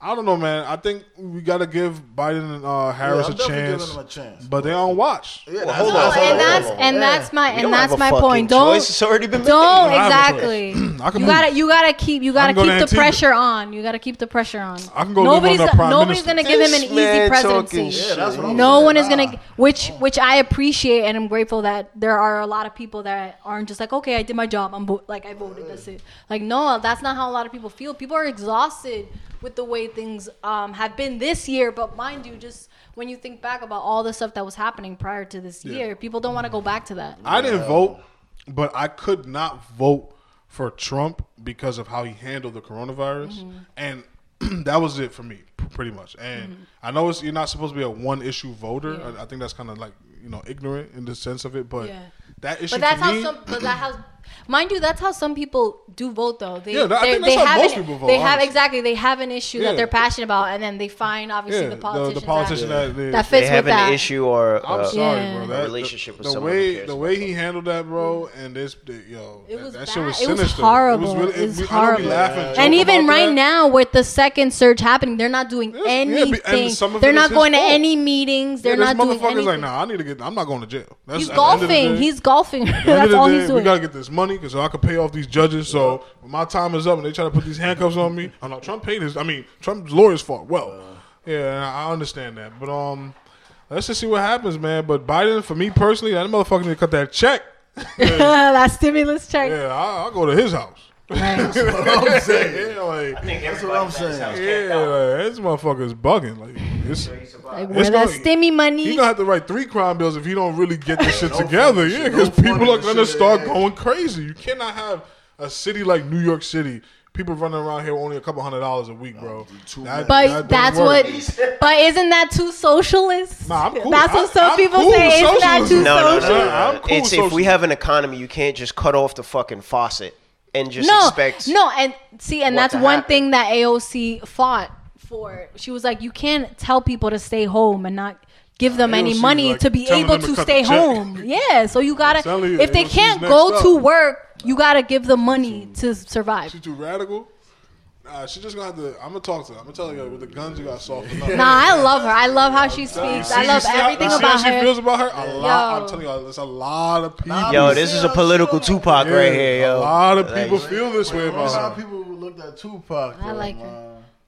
I don't know, man. I think we gotta give Biden and uh, Harris I'm a, definitely chance, giving them a chance. But they on watch. Yeah, hold No, on, hold and on, that's hold on. and that's my We don't and that's have a my fucking point. Don't choice. It's already been made. don't I have a exactly. choice. I can you move. gotta you gotta keep you gotta can go keep to the Antigua. pressure on. You gotta keep the pressure on. I can go live on nobody's that prime minister. nobody's gonna give him an This easy man talking presidency. shit. Yeah, that's what I'm No saying. one is Nah. gonna, which which I appreciate, and I'm grateful that there are a lot of people that aren't just like, okay, I did my job, I'm vo- like I voted, that's it. Like, no, that's not how a lot of people feel. People are exhausted with the way things um, have been this year, but mind you, just when you think back about all the stuff that was happening prior to this year, people don't want to go back to that. I didn't vote, but I could not vote for Trump because of how he handled the coronavirus, Mm-hmm. and that was it for me, p- pretty much. And I know it's, you're not supposed to be a one issue voter. Mm-hmm. Yeah. I, I think that's kind of like you know ignorant in the sense of it, but Yeah. that issue. But that's to how me- some. But that how, mind you, that's how some people do vote, though. They, Yeah, that- I they, think that's they how have most an- people vote, They have honestly. exactly. They have an issue Yeah. that they're passionate about, and then they find obviously yeah, the politician. the, politician that, that, that, that they fits have with an that. issue or I'm uh, sorry, Yeah. bro. a That, relationship the, with the someone who way cares the about way he handled that, bro, and this, the, yo, It that, was that shit was bad. It was sinister. horrible. really- It was we- I know we horrible. laugh And joke And even about right that. now, with the second surge happening, they're not doing Yeah, yeah, be- and anything. some of they're it is not his going fault. to any meetings. They're yeah, not this doing motherfucker's anything. like, nah, I need to get. I'm not going to jail. That's, he's at the end of the golfing. day- He's golfing. at the end of That's the all day, he's doing. We gotta get this money because I can pay off these judges. So when my time is up and they try to put these handcuffs on me, I know Trump paid his. I mean, Trump's lawyers fought well. Uh. yeah, and I I understand that, but um, let's just see what happens, man. But Biden, for me personally, that motherfucker need to cut that check. that stimulus check. Yeah, I, I'll go to his house. Right. I'm saying. Yeah, like That's what I'm saying. yeah, like, this motherfucker's bugging. Like it's. Like, where the gonna- stimmy He money? gonna have to write three crime bills if he don't really get this shit no together. funny Yeah, shit, because no funny people are gonna shit, start yeah. going crazy. You cannot have a city like New York City. People running around here with only a couple hundred dollars a week, bro. too That- much. But that don't that's work. what. But isn't that too socialist? Nah, I'm cool. That's what I- some I'm people cool say. with Isn't that socialism. too No, no, no, socialist? no. Yeah, I'm no. cool it's with if we socialism. have an economy, you can't just cut off the fucking faucet and just no, expect. no, and see, and what that's to one happen. thing that AOC fought for. She was like, you can't tell people to stay home and not give them any AOC 's money like to be telling able them to to cut stay the check. home. Yeah, so you gotta. telling you, if they AOC 's can't next go up. to work, you gotta give them money to survive. She too radical. Nah, she just gonna have to. I'm gonna talk to her. I'm gonna tell her yo, with the guns you got soften up. Nah, I love her. I love how she speaks. I See- love see how- everything see about how she her. feels about her. A lot. Yo. I'm telling you, there's a lot of people. Yo, this is a political Tupac Yeah, right here, A yo. lot of Like, people feel this way There's a lot about of her. people who looked at Tupac. uh, I though, like her. man.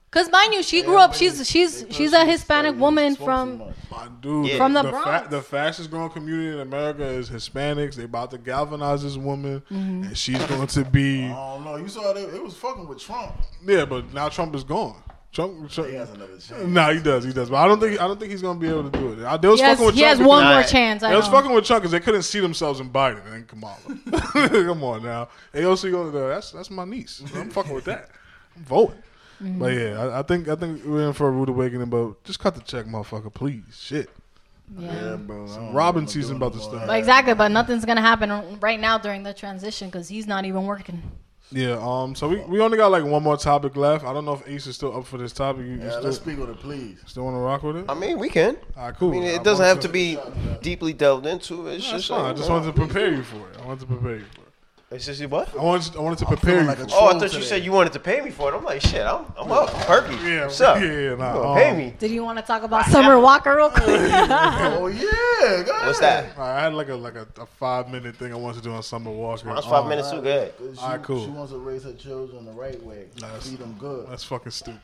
Cause mind you, she grew up. She's she's she's a Hispanic They woman smoke too from. much. My dude, From the fa- Bronx. the fastest growing community in America is Hispanics. They about to galvanize this woman, Mm-hmm. and she's going to be I don't know. You saw they, it was fucking with Trump. yeah. But now Trump is gone. Trump, Trump He has another chance. Nah, he does, he does. But I don't think I don't think he's gonna be able to do it. I, they was He has, fucking with he Trump has because- one Nah, more chance. I They was know. fucking with Trump because they couldn't see themselves in Biden and Kamala. Come on now, AOC going to that's that's my niece. I'm fucking with that. I'm voting. But yeah, I, I think I think we're in for a rude awakening. But just cut the check, motherfucker, please. Shit. Yeah. bro. I don't know Robin what I'm season doing about to tomorrow. start. But Exactly, but nothing's gonna happen right now during the transition because he's not even working. Yeah. Um. So we, we only got like one more topic left. I don't know if Ace is still up for this topic. You, you Yeah, still, let's speak on it, please. still want to rock with it? I mean, we can. All right, cool. I mean, I it doesn't have wanted to be deeply delved into. It's That's just. uh, fine. I just wanted to prepare you for it. I wanted to prepare you for it. It's just what? I wanted I wanted to prepare feeling you. like for a it. tr- Oh, I thought you today. said you wanted to pay me for it. I'm like, shit, I'm, I'm up. Perky. Yeah, What's up? yeah, yeah, nah, You gonna um, pay me. Did you want to talk about Summer Walker real quick? oh yeah, go What's ahead. that? All right, I had like a like a, a five minute thing I wanted to do on Summer Walker. That's five Um, minutes too good. 'Cause She, Alright, cool. She wants to raise her children the right way. Nice. Feed them good. That's fucking stupid.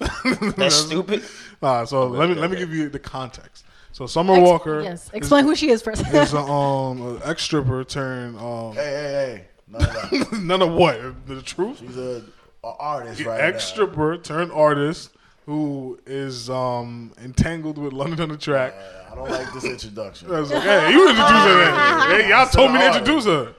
That's stupid. All right, so let me let me give you the context. So Summer Walker, Yes. Explain who she is first. is, is a, um ex stripper turned um Hey, hey, hey. No, no. none of what the truth She's a, a artist right now. ex stripper turned artist who is um entangled with London on the track. I don't like this introduction. I was like, hey, you introduce her. Then. Hey, y'all told me to artist. introduce her.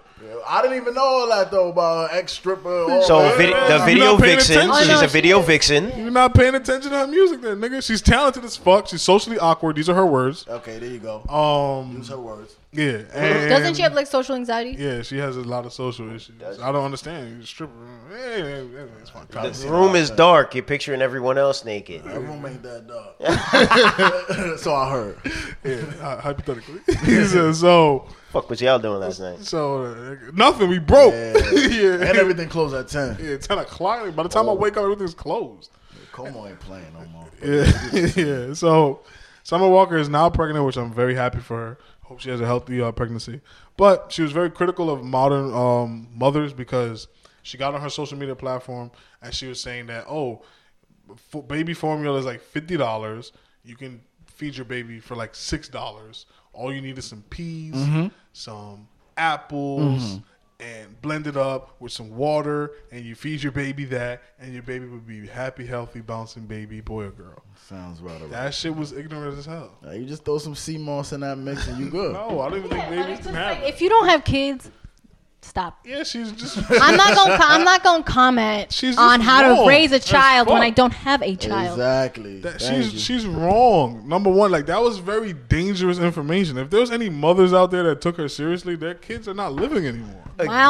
I didn't even know all that though about ex stripper. So vid- I'm the not video paying vixen, attention. she's Oh, no, a video vixen. You're not paying attention to her music, then nigga. She's talented as fuck. She's socially awkward. These are her words. Okay, there you go. Um, Use her words. yeah. And Doesn't she have like social anxiety? Yeah, she has a lot of social issues. I don't understand. You stripper. eh, eh, eh, It's fine. The room is dark. You're picturing everyone else naked. Her room ain't that dog. so I heard. Yeah, hy- hypothetically. He said, so, Fuck was y'all doing last night? so uh, nothing. We broke. Yeah. yeah. And Oh. everything closed at 10. Yeah, 10 o'clock. By the time I wake up, everything's closed. Como ain't playing no more. Yeah. yeah. So, Summer Walker is now pregnant, which I'm very happy for her. Hope she has a healthy uh, pregnancy. But she was very critical of modern um, mothers because she got on her social media platform and she was saying that, oh, fo- baby formula is like fifty dollars. You can feed your baby for like six dollars. All you need is some peas, some apples, and blend it up with some water, and you feed your baby that, and your baby would be happy, healthy, bouncing baby, boy or girl. Sounds right about That shit was ignorant as hell. Now you just throw some sea moss in that mix and you good. No, Oh, I don't even think Like, babies it's can just have like, it. if you don't have kids, stop. Yeah, she's just. I'm not gonna. co- I'm not gonna comment She's just on how wrong to raise a as child when fuck. I don't have a child. Exactly. That, Thank she's you. she's wrong. Number one, like that was very dangerous information. If there's any mothers out there that took her seriously, their kids are not living anymore.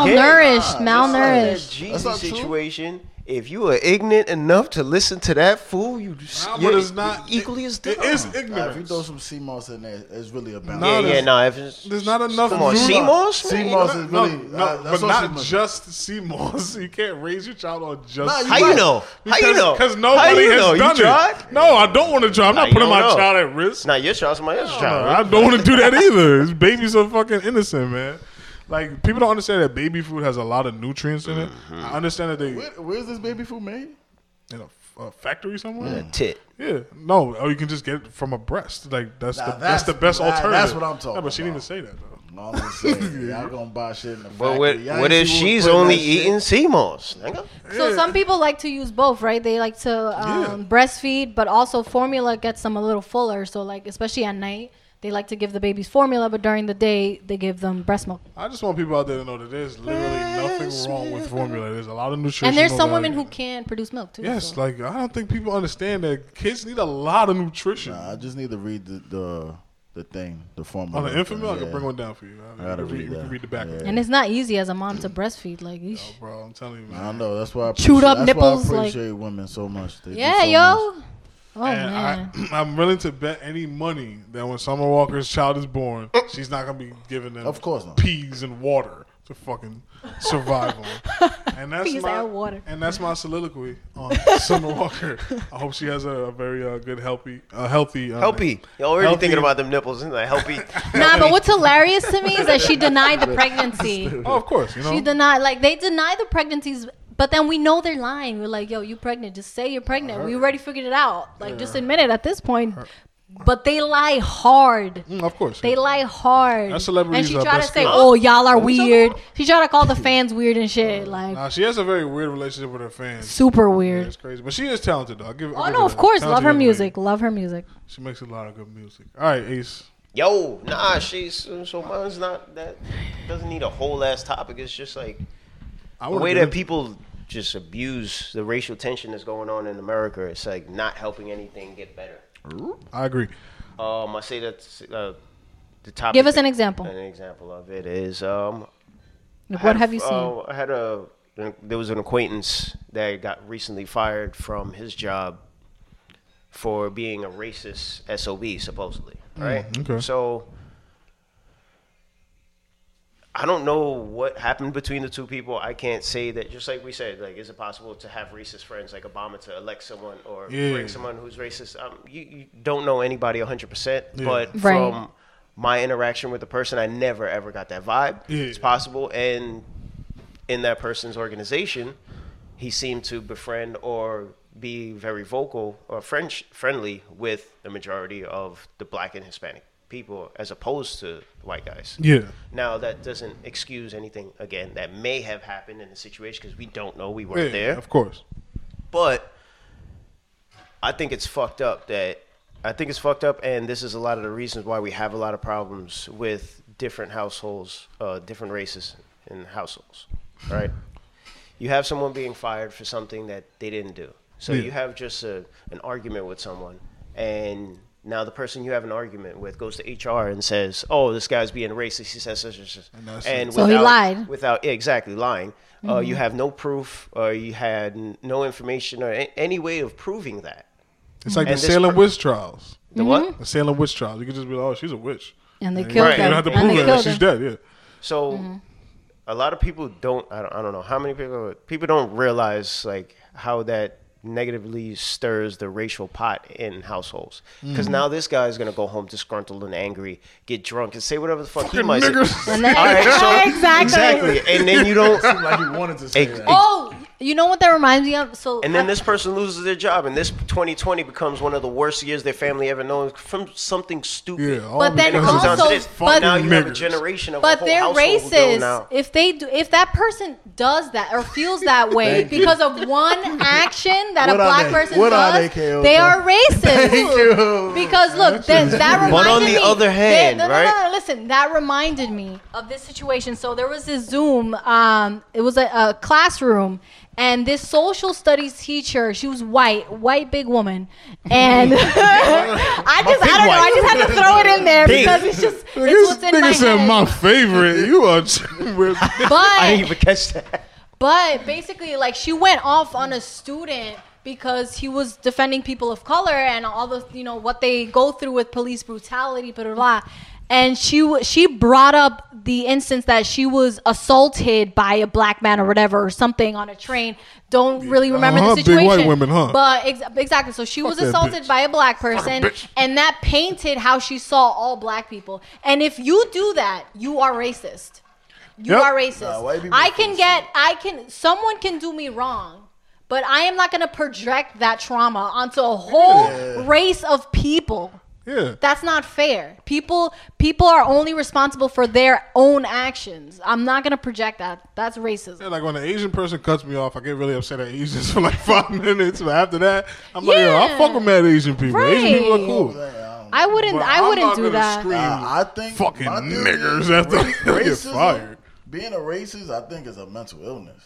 Malnourished, malnourished. Jesus That's not true. situation. If you are ignorant enough to listen to that fool, you Nah, you're but it's not equally as dumb. It is Nah, if you ignorance. throw some sea moss in there, it's really a balance. Nah, yeah, yeah, there's- no. If it's, There's not enough. come on, room- sea moss, Sea man? moss No, is really. no, uh, but that's all sea not moss. just sea moss. You can't raise your child on just. Nah, you How you know? How you know? Because How nobody you has know? You done tried? it. No, I don't want to try. I'm Nah, not you putting don't my know. child at risk. It's not your child. It's somebody else's No, child. I don't want to do that either. This baby's so fucking innocent, man. Like people don't understand that baby food has a lot of nutrients in it. Mm-hmm. I understand that they Where, where's this baby food made? in a, f- a factory somewhere. Tit. Yeah. no, or you can just get it from a breast. Like that's Nah, the that's, that's- the best that- alternative. that's what I'm Yeah, talking but she didn't even about. say that though. No, I'm just saying, y'all gonna buy shit in the But what, factory. Y'all what ain't if see who was she's putting only that shit. eating sea moss? Nigga? So Yeah. some people like to use both, right? They like to um, Yeah. breastfeed, but also formula gets them a little fuller. So like, especially at night, they like to give the babies formula, but during the day they give them breast milk. I just want people out there to know that there's literally nothing wrong with formula. There's a lot of nutrition. And there's some women who can produce milk too. Yes, so. like I don't think people understand that kids need a lot of nutrition. Nah, I just need to read the the, the thing, the formula. on the infant milk, I Yeah. can bring one down for you. I gotta you can read you can that. read the back of Yeah. it. and it's not easy as a mom to breastfeed. Like, eesh. Bro, I'm telling you, man. I know that's why I Chewed appreciate- up that's why nipples, I like- appreciate women so much. They do yeah, so yo. much. Oh and man. I, I'm willing to bet any money that when Summer Walker's child is born, Uh. she's not gonna be giving them Of course not. peas and water to fucking survive on. And that's Peas my and water. and that's my soliloquy on Summer Walker. I hope she has a, a very uh, good healthy, uh, healthy, uh, Helpy. You're already healthy- thinking about them nipples. Isn't that helpy? Nah, but what's hilarious to me is that she denied the pregnancy. Oh, of course, you know. She denied, like they deny the pregnancies, but then we know they're lying. We're like, yo, you pregnant? Just say you're pregnant. We already figured it out. Like, just admit it at this point. But they lie hard. Mm, of course, They lie hard. That celebrities and are she tried to best say, friends. "Oh, y'all are weird." She tried to call the fans weird and shit, like Nah, Uh, she has a very weird relationship with her fans. super Yeah, weird. it's crazy, but she is talented though. I give, I Oh give no, her of that. course, Talented love her young lady. music, love her music. She makes a lot of good music. All right, Ace. Yo, nah, she's so mine's not that doesn't need a whole ass topic. It's just like I the wanna way get that into- people just abuse the racial tension that's going on in America. It's like not helping anything get better. I agree. Um, I say that's uh, the topic. Give us an example. An example of it is um, I had Like, what a- have you seen? uh, I had a there was an acquaintance that got recently fired from his job for being a racist sob supposedly. Right. okay. So I don't know what happened between the two people. I can't say that. Just like we said, like is it possible to have racist friends like Obama to elect someone or Yeah. bring someone who's racist? Um, you, you don't know anybody 100, percent Yeah. but Right. from my interaction with the person, I never ever got that vibe. Yeah. It's possible, and in that person's organization, he seemed to befriend or be very vocal or French friendly with the majority of the black and Hispanic people, as opposed to white guys. Yeah. Now that doesn't excuse anything again that may have happened in the situation because we don't know we weren't Yeah, there. Of course. But I think it's fucked up that I think it's fucked up, and this is a lot of the reasons why we have a lot of problems with different households, uh, different races in households, right? You have someone being fired for something that they didn't do. So Yeah. you have just a, an argument with someone, and now the person you have an argument with goes to HR and says, "Oh, this guy's being racist." He says, such and such. that's and So he lied. Without yeah, exactly lying, uh, you have no proof, or you had n- no information, or a- any way of proving that. It's like Mm-hmm. And the this Salem per- witch trials. The what? The Salem witch trials. You could just be like, oh, she's a witch. And they you killed don't- You them. don't have to And prove they it. killed She's them. dead. Yeah. So a lot of people don't I, don't I don't know how many people people don't realize like how that negatively stirs the racial pot in households because now this guy is going to go home disgruntled and angry get drunk and say whatever the fuck he Fucking might say. niggers. And then- All right, so- exactly. exactly and then you don't Seemed like he wanted to say Ex- that. Oh, you know what that reminds me of? So uh, and then I- this person loses their job and this 2020 becomes one of the worst years their family ever known from something stupid Yeah. all But then because comes down to Also, this but- now you have a Niggers. generation of a But whole they're household who don't racist. now. If they do, if that person does that or feels that way because of one action that What a are black they? person What are does, they, Keoka? are racist. you. Because look, that, that reminded me. on the other hand, that- no, right? No, no, no, listen, that reminded me of this situation. So there was this Zoom. Um, it was a, a classroom, and this social studies teacher, she was white, white big woman, and I just, I don't know, I just had to throw it in there because it's just, it's This what's in my nigga said head. my favorite. You are chilling with I didn't But even catch that but basically, like she went off on a student because he was defending people of color and all the you know what they go through with police brutality, blah blah. blah. And she wa- she brought up the instance that she was assaulted by a black man or whatever or something on a train. Don't really remember Uh-huh, the big situation. white women, huh? But ex- exactly, so she was that assaulted bitch. by a black person, bitch. and that painted how she saw all black people. And if you do that, you are racist. You Yep. are racist. Nah, white people I are can racist. get, I can, someone can do me wrong, but I am not going to project that trauma onto a whole race of people. yeah. That's not fair. People, people are only responsible for their own actions. I'm not going to project that. That's Yeah, racism. like when an Asian person cuts me off, I get really upset at Asians for like five minutes. But after that, I'm like, yo, I Yeah. fuck with mad Asian people. Asian people are Right. cool. I wouldn't, But I Um, I'm wouldn't not do gonna that. scream Uh, I think fucking my theory niggers is after ra- they get fired. Being a racist, I think, is a mental illness.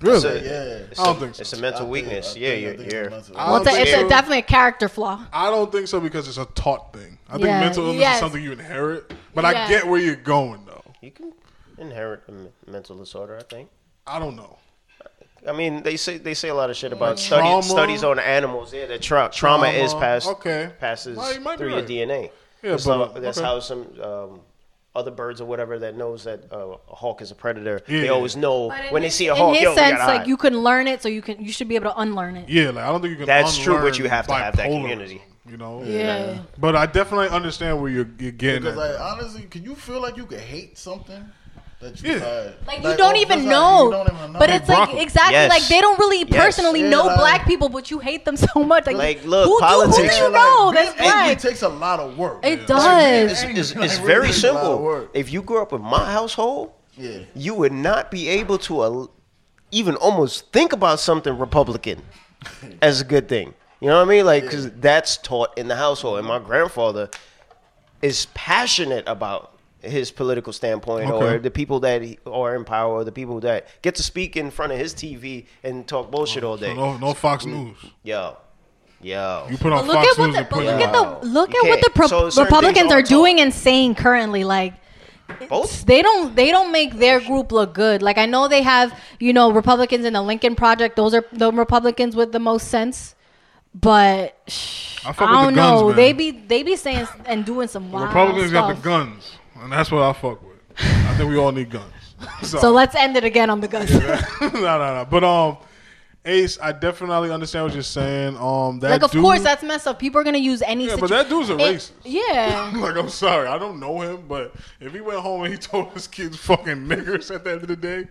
Really? So- Yeah. it's I don't a- think so. it's a I mental think- weakness I yeah think- I you're, think it's a you're mental I Well, don't it's, a, think it's a, so. definitely a character flaw. I don't think so because it's a taught thing. I think Yeah. mental illness is Yes. something you inherit, but I Yeah. get where you're going though. You can inherit a m- mental disorder, I think. I don't know. I mean, they say they say a lot of shit about trauma? studies studies on animals. Yeah, that tra- trauma, is Trauma, passed okay. passes Well, you might be through right. your DNA. Yeah, that's but, how, uh, that's okay. how some um, other birds or whatever that knows that uh, a hawk is a predator. Yeah. They always know But in when they his- see a hawk. in his yo, we sense, gotta like hide. you can learn it, so you can, you should be able to unlearn it. Yeah, like I don't think you can. That's true, but unlearn you have to have that bipolarism, community. You know. Yeah. But I definitely understand where you're, you're getting. Because At. like honestly, can you feel like you could hate something that you Yeah. like, Like, you don't oh, even that's know. how- you don't even know. But it's like Broccoli. exactly Yes. like they don't really Yes. personally Yeah, know like- black people, but you hate them so much. Like, Like, look, who Do, who politics- do Yeah, you like, know that's being angry black? takes a lot of work. It It's, does. it's, Like, it's really very is a lot of simple. work. If you grew up in my household, Yeah. you would not be able to al- even almost think about something Republican as a good thing. You know what I mean? Like, because that's taught in the household. And my grandfather is passionate about his political standpoint Okay. or the people that he, are in power or the people that get to speak in front of his TV and talk Oh, bullshit all day. No, no Fox News. Yo, yo. You put on But look Fox at what News the and but put look you at the look You at what the can't. pro- So certain things aren't Republicans are taught. doing and saying currently. Like Both? they don't they don't make their group look good. Like I know they have you know Republicans in the Lincoln Project. Those are the Republicans with the most sense. But I I, fuck with the don't guns, know. man. They be they be saying and doing some wild Republicans stuff. got the guns, and that's what I fuck with. I think we all need guns. So, So let's end it again on the guns. no, no, no. But um, Ace, I definitely understand what you're saying. Um, that like, of dude, course, that's messed up. People are gonna use any. yeah, situation. but that dude's a racist. yeah. like I'm sorry, I don't know him, but if he went home and he told his kids fucking niggers at the end of the day,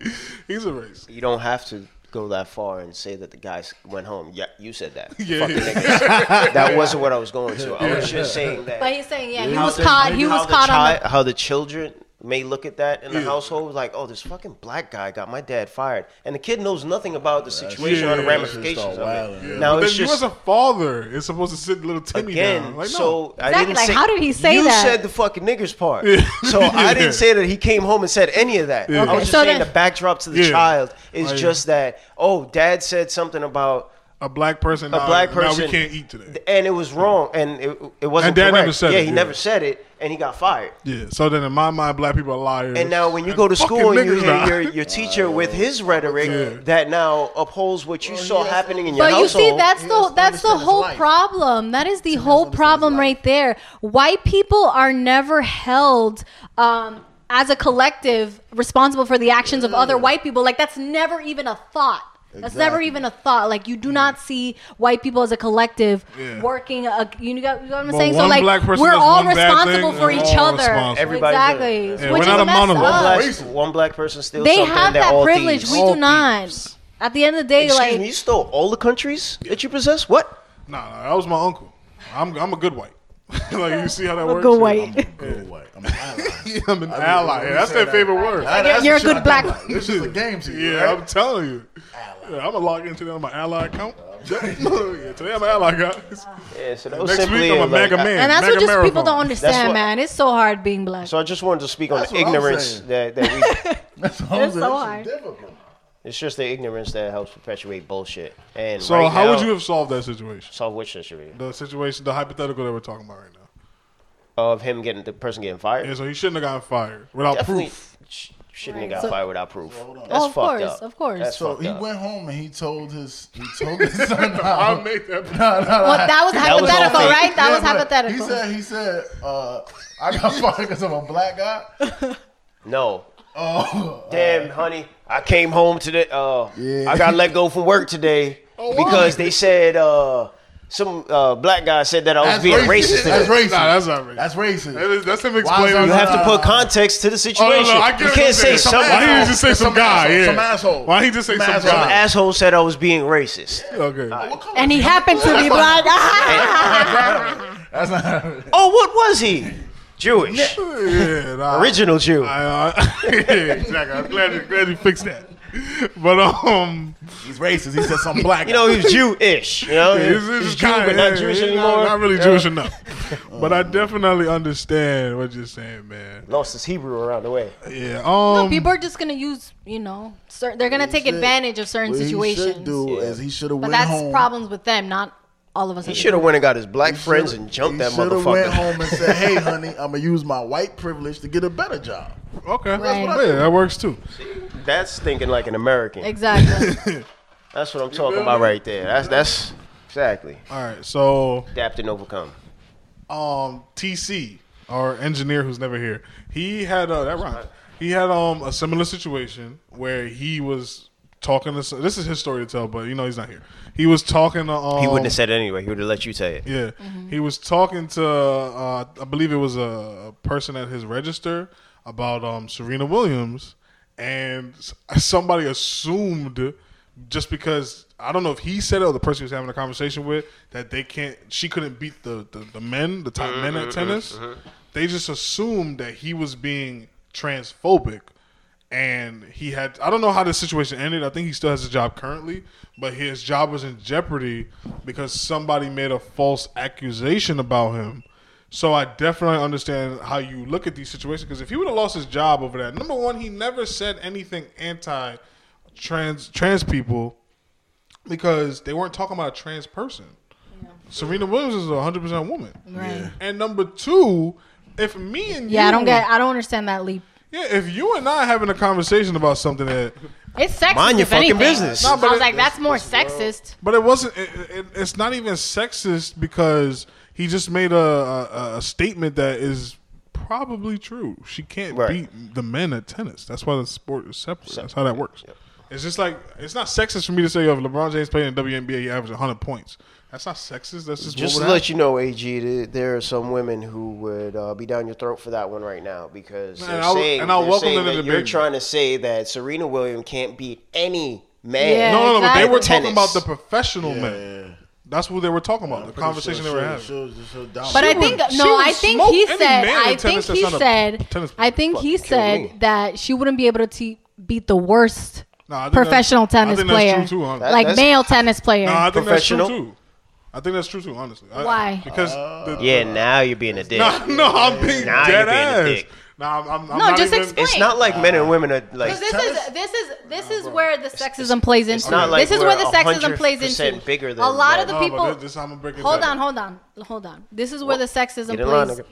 he's a racist. You don't have to go that far and say that the guys went home. Yeah, you said that. Yeah. Fucking niggas. that wasn't what I was going to. I was just saying that. But he's saying, yeah, he how was the- caught. He how was the caught on. chi- how the children may look at that in the Yeah. household like, oh, this fucking black guy got my dad fired, and the kid knows nothing about the situation or the yeah, that shit ramifications start of it. wilding. Yeah. Now but it's then you as just a father is supposed to sit little Timmy again. down. Like, no. so I Exactly, didn't like, say. how did he say you that? You said the fucking niggers part. Yeah. So I didn't Yeah. say that he came home and said any of that. I Okay. was just So saying then- the backdrop to the Yeah. child is Like- just that. Oh, dad said something about a black person. a now- black person. Now we can't eat today. And it was wrong, and it, it wasn't And dad correct. never said yeah, it, he yeah. never said it, and he got fired. yeah. So then, in my mind, black people are liars. And now, when you go to fucking school and you niggas hear now. your, your teacher with his rhetoric Yeah. that now upholds what you saw yes, happening in your But you household, see, that's He the has to that's the understand his whole life. problem. That is the whole understand his problem life. right there. White people are never held um, as a collective responsible for the actions of other white people. Like that's never even a thought. That's never Exactly. even a thought. Like you do not see white people as a collective Yeah. working. A, you, know, you know what I'm But saying? So one like black person we're does all one bad responsible thing, for we're each all other. responsible. Everybody's exactly. a- Yeah, Which we're is not a a mess monolith. up. one, black, Racist. one black person steals They something, have they're that all privilege. thieves. We All do not. thieves. At the end of the day, Excuse like me, you stole all the countries that you possess? What? Nah, nah, that was my uncle. I'm I'm a good white. like you see how that works. good Yeah. white. Good white. I'm an ally. Yeah, I'm an ally. Yeah, that's their favorite word. Nah, You're- that's the you're a shit good I do black- like. This is a game to you. Yeah, right? I'm telling you. Yeah, I'm gonna log into that on my ally account. Um, yeah, today I'm an ally, guys. Yeah, so that was Next week simply I'm a like, mega I- man. And that's mega what just marathon. people don't That's understand, what- man. It's so hard being black. So I just wanted to speak on That's the what I'm ignorance saying. that, that we. That's what I'm saying. That's so This is hard. difficult. it's just the ignorance that helps perpetuate bullshit. And So right how now, would you have solved that situation? solve which situation The situation, the hypothetical that we're talking about right now. of him getting the person getting fired? Yeah, so he shouldn't have gotten fired without Definitely proof. sh- shouldn't Right. have got So- fired without proof. That's Oh, fucked of course, up. of course. That's So fucked he up. went home and he told his he told his son. I how- made that. No, no, no. well, that was That was all hypothetical, fake. right? That Yeah, was but hypothetical. He said, he said, uh, I got fired because I'm a black guy. no. Oh, Damn, honey, I came home today. Uh, Yeah. I got let go from work today because they said uh, some uh, black guy said that I was That's being racist. racist. That's today. racist. Nah, that's not racist. that's racist. That is- that's him that explaining. You not- why- have to put context to Oh, the no, situation. no, I get you what can't you're say saying. some, Why didn't he asshole, just say some Some guy? asshole. Yeah. Some asshole. Why he just say Some some, asshole. guy? Some asshole said I was being racist. Okay. and he happened to be black. That's not. Oh, what was he? Jewish, Yeah, nah. original Jew. I, I, yeah, exactly. I'm glad you, glad you fixed that. But um, He's racist. He said some black. You know, he was Jewish. You know, it's, He was it's Oh, Jew, kind but not Jewish anymore. Uh. Not, really Jewish enough. But I definitely understand what you're saying, man. Lost his Hebrew around the way. Yeah. No, Um. people are just gonna use, you know, certain, they're gonna take should- advantage of certain what he should situations. do is he should have but went that's home. problems with them, not all of us. He should have went and got his black friends and He jumped that shoulda went motherfucker. home and said, "Hey, honey, I'm gonna use my white privilege to get a better job." okay. Right. Yeah, that works too. That's thinking like an American. Exactly. That's what I'm talking about right there. That's that's exactly All right. So adapt and overcome. um TC, our engineer who's never here, he had uh, that rhyme. He had um a similar situation where he was talking to. This is his story to tell, but you know he's not here. He was talking to. Um, He wouldn't have said it anyway. He would have let you say it. Yeah, he was talking to uh, I believe it was a person at his register about um, Serena Williams, and s- somebody assumed just because I don't know if he said it or the person he was having a conversation with that they can't she couldn't beat the the, the men the top men at tennis. They just assumed that he was being transphobic and he had I don't know how this situation ended. I think he still has a job currently, but his job was in jeopardy because somebody made a false accusation about him. So I definitely understand how you look at these situations because if he would have lost his job over that, number one, he never said anything anti trans trans people because they weren't talking about a trans person. Serena Williams is a 100% woman. Right. Yeah. And number two, if me and yeah, you I don't get. I don't understand that leap. yeah, if you and I having a conversation about something that, It's sexist. Mind your if fucking anything. business. I Nah, but was it- like, that's more sexist. but it wasn't. It, it, it's not even sexist because he just made a, a a statement that is probably true. She can't Right. beat the men at tennis. That's why the sport is separate. That's how that works. It's just like it's not sexist for me to say, "Yo, if LeBron James played in the WNBA, he averaged 100 points." That's not sexist. That's just, Just what to would let you know, AG, there, there are some women who would uh, be down your throat for that one right now because Man, they're I'll- saying, and I'll they're welcome saying them to that the you're big- trying to say that Serena Williams can't beat any man. Yeah. No, no, no. But they were talking Exactly. about the Tennis. professional men. That's what they were talking about. the conversation they were having. But She I think would- she no. would I think smoke he any said. man in I think tennis that's he not a said. tennis- I think he Fuck, kill said me. that she wouldn't be able to te- beat the Nah, worst I think that's- professional I tennis think that's player, true, too, honestly. like That's- male tennis player. Nah, I think that's true Professional? Uh, too. I think that's true too. Honestly, I- Why? Because the, Yeah, now you're being a dick. Nah, no, I'm being Now dead you're being a ass. dick. Nah, I'm, I'm, I'm No, not just even, explain. It's not like men and women are like. 'Cause this is this is this is where the sexism plays into. it's not like this is we're where the sexism 100% plays into. bigger than a lot men. of the No, but people. this- this time I'm breaking hold down. on, hold on, hold on. This is where the sexism Get in line, plays nigga.